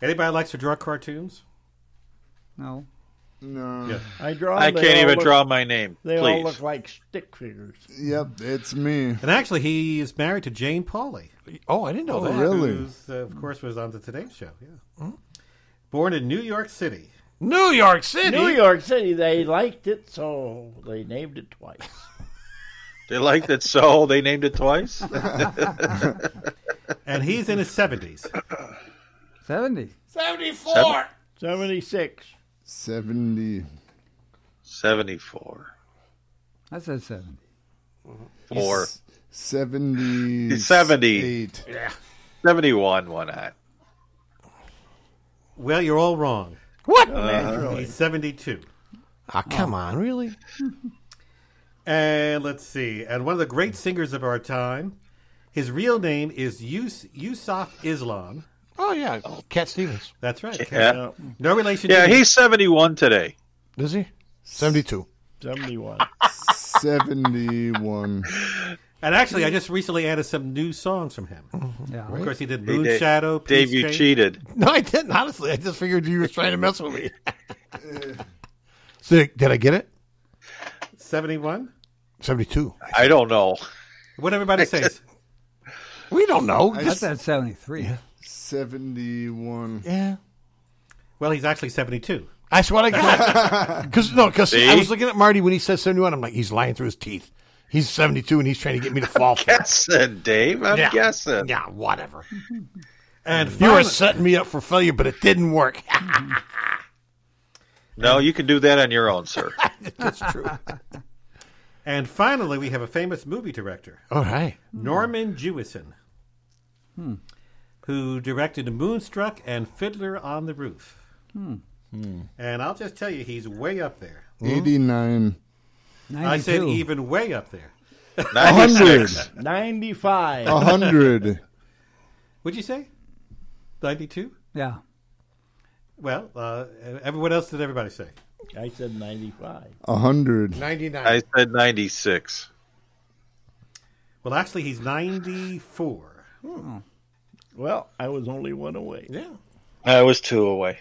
Anybody likes to draw cartoons?
No.
No.
Yeah.
I draw.
I
they
can't
all
even
look-
draw my name,
They all
please.
look like stick figures.
Yep, it's me.
And actually, he is married to Jane Pauley.
Oh, I didn't
know that. Really?
Who's, uh, of course, was on the Today Show. Yeah. Born in New York City.
New York City.
New York City. They liked it, so they named it twice.
They liked it so they named it twice.
and he's in his seventies.
Seventy.
74.
76.
70.
74.
I said seventy.
Four.
S- 70.
70.
eight.
71, one eye.
Well, you're all wrong.
What?
Uh, he's seventy-two.
Ah, come on, really?
And let's see. And one of the great singers of our time. His real name is Yus- Yusuf Islam.
Oh yeah, Cat Stevens.
That's right.
Yeah.
No relation.
Yeah,
to
he's 71 today.
Does he? 72.
71.
71.
And actually, I just recently added some new songs from him.
Yeah.
Of course, he
Hey,
did Moon
Dave-
Shadow.
Dave,
Peace
you
Train.
cheated.
No, I didn't. Honestly, I just figured you were trying to mess with me. so did I get it?
71?
72.
I don't know.
What everybody says.
We don't know.
I
Just-
said seventy-three.
71.
Yeah.
Well, he's actually 72.
That's what I got. Because no, because I
See?
was looking at Marty when he said seventy-one. I'm like, he's lying through his teeth. He's seventy-two, and he's trying to get me to fall. for it.
Guessing, Dave. I'm
Yeah.
guessing.
Yeah, whatever.
And
You were
finally-
setting me up for failure, but it didn't work.
No, you can do that on your own, sir.
That's true.
And finally, we have a famous movie director,
All right.
Norman Jewison, who directed Moonstruck and Fiddler on the Roof.
Hmm.
And I'll just tell you, he's way up there.
Mm. 89.
I said even way up there.
100.
95.
100.
What'd you say? 92?
Yeah.
Well, uh, everyone else did everybody say?
I said 95.
100.
99.
I said 96.
Well, actually, he's 94.
Hmm. Well, I was only one away.
Yeah.
I was two away.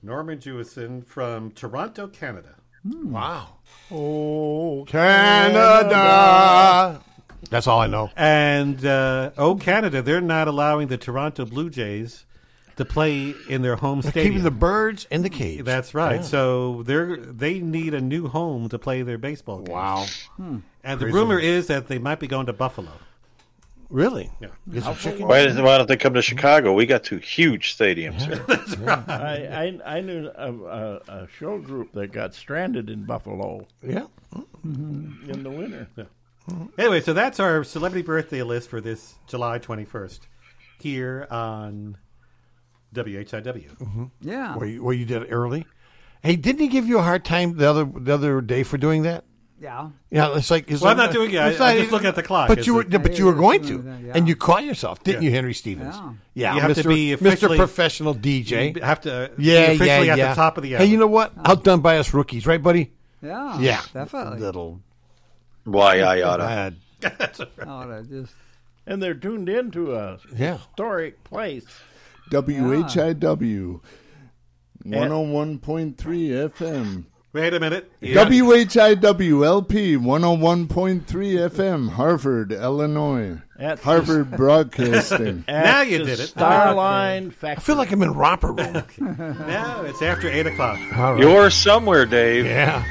Norman Jewison from Toronto, Canada. Hmm.
Wow.
Oh,
Canada. That's all I know.
And uh, oh, Canada, they're not allowing the Toronto Blue Jays to play in their home
Keeping
stadium.
the birds in the cage.
That's right.
Yeah.
So they're they need a new home to play their baseball. Games. Hmm.
Wow.
And
Crazy.
the rumor is that they might be going to Buffalo.
Really?
Yeah.
Get some chicken?
Why, does, why don't they come to Chicago? We got two huge stadiums here.
I, I, I knew a, a, a show group that got stranded in Buffalo
Yeah.
Mm-hmm.
in the winter.
Anyway, so that's our celebrity birthday list for this July twenty first here on WHIW.
Yeah.
Where you, where you did it early. Hey, didn't he give you a hard time the other the other day for doing that?
Yeah.
Yeah, it's like. It's
Well, I'm
like-
not doing it.
it's
I- I'm just looking at the clock.
But
It's
you were,
like-
no, but you were going to,
Yeah.
and you caught yourself, didn't
Yeah.
you, Henry Stevens?
Yeah.
Yeah,
You have
Mr.
to be
Mr.
officially-
Professional DJ.
You have to
E yeah,
be officially
yeah,
at
yeah.
the top of the hour.
Hey, you know what? Outdone by us rookies, right, buddy?
Yeah.
yeah,
Definitely.
Little
Why I oughta.
bad.
Oh, that just
And they're tuned into a
Yeah.
historic place.
WHIW.
Eh.
101.3 FM.
Wait a minute.
WHIWLP 101.3 FM, Harvard, Illinois.
That's
Harvard Broadcasting.
At
Now you
the
did it.
Starline Factory.
I feel like I'm in romper room.
Now it's after eight o'clock.
All right.
You're somewhere, Dave.
yeah.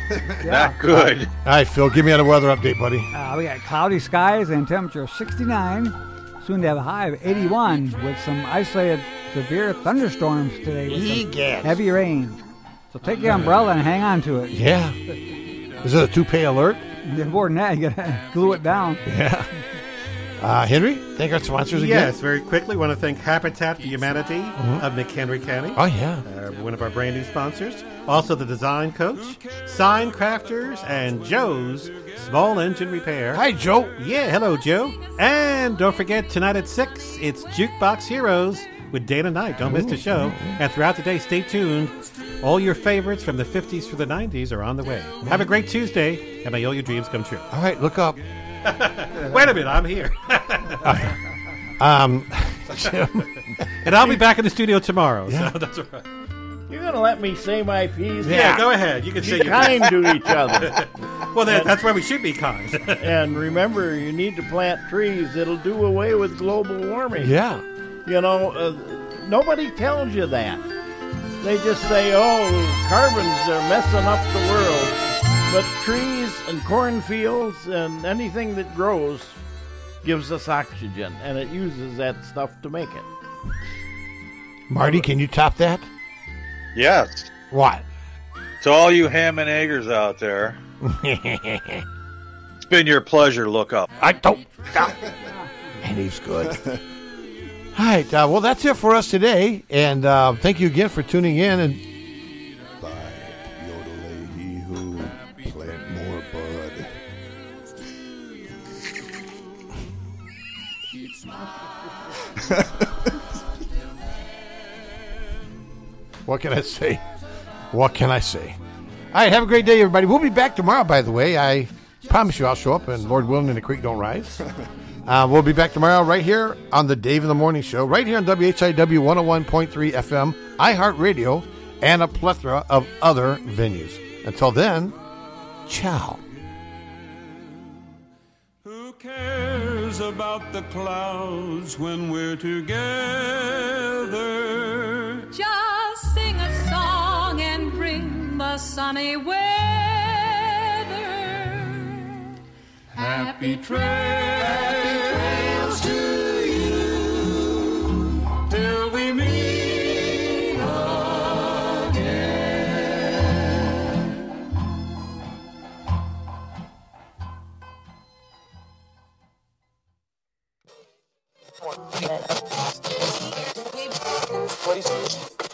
Not good.
All right, Phil, give me a weather update, buddy.
Uh, we got cloudy skies and temperature of 69. Soon to have a high of 81 with some isolated severe thunderstorms today. With some
Egads.
heavy rain. So take your umbrella and hang on to it.
Yeah. Is it a toupee alert?
More than that, you gotta glue it down.
Yeah. Uh, Henry, thank our sponsors again. Mm-hmm.
Yes, very quickly. Want to thank Habitat for Humanity of McHenry County,
Oh, yeah.
uh, one of our brand new sponsors. Also, the Design Coach, Sign Crafters, and Joe's Small Engine Repair.
Hi, Joe.
Yeah, hello, Joe. And don't forget, tonight at 6, it's Jukebox Heroes with Dana Knight. Don't miss the show. And throughout the day, stay tuned. All your favorites from the 50s through the 90s are on the way. Have a great Tuesday, and may all your dreams come true.
All right, look up.
Wait a minute, I'm here.
Um, Jim. um,
and I'll be back in the studio tomorrow.
Yeah.
So that's all right.
You're gonna let me say my piece?
Yeah, go ahead. You can
Be
say your
kind
piece.
to each other.
Well, that,
And-
that's why we should be kind.
and remember, you need to plant trees. It'll do away with global warming.
Yeah.
You know, uh, nobody tells you that. They just say, oh, carbons are messing up the world. But trees and cornfields and anything that grows gives us oxygen, and it uses that stuff to make it.
Marty, can you top that?
Yes.
What?
To all you ham and eggers out there, it's been your pleasure. Look up.
I don't. And he's good. All right. Uh, well, that's it for us today. And uh, thank you again for tuning in. And
By Yodelay, he who plant more bud.
what can I say? What can I say? All right. Have a great day, everybody. We'll be back tomorrow, by the way. I promise you I'll show up, and Lord willing, and the creek don't rise. Uh, we'll be back tomorrow right here on the Dave in the Morning Show, right here on WHIW 101.3 FM, iHeartRadio, and a plethora of other venues. Until then, ciao.
cares about the clouds when we're together?
Just sing a song and bring the sunny weather.
Happy trails to you till we meet again.
What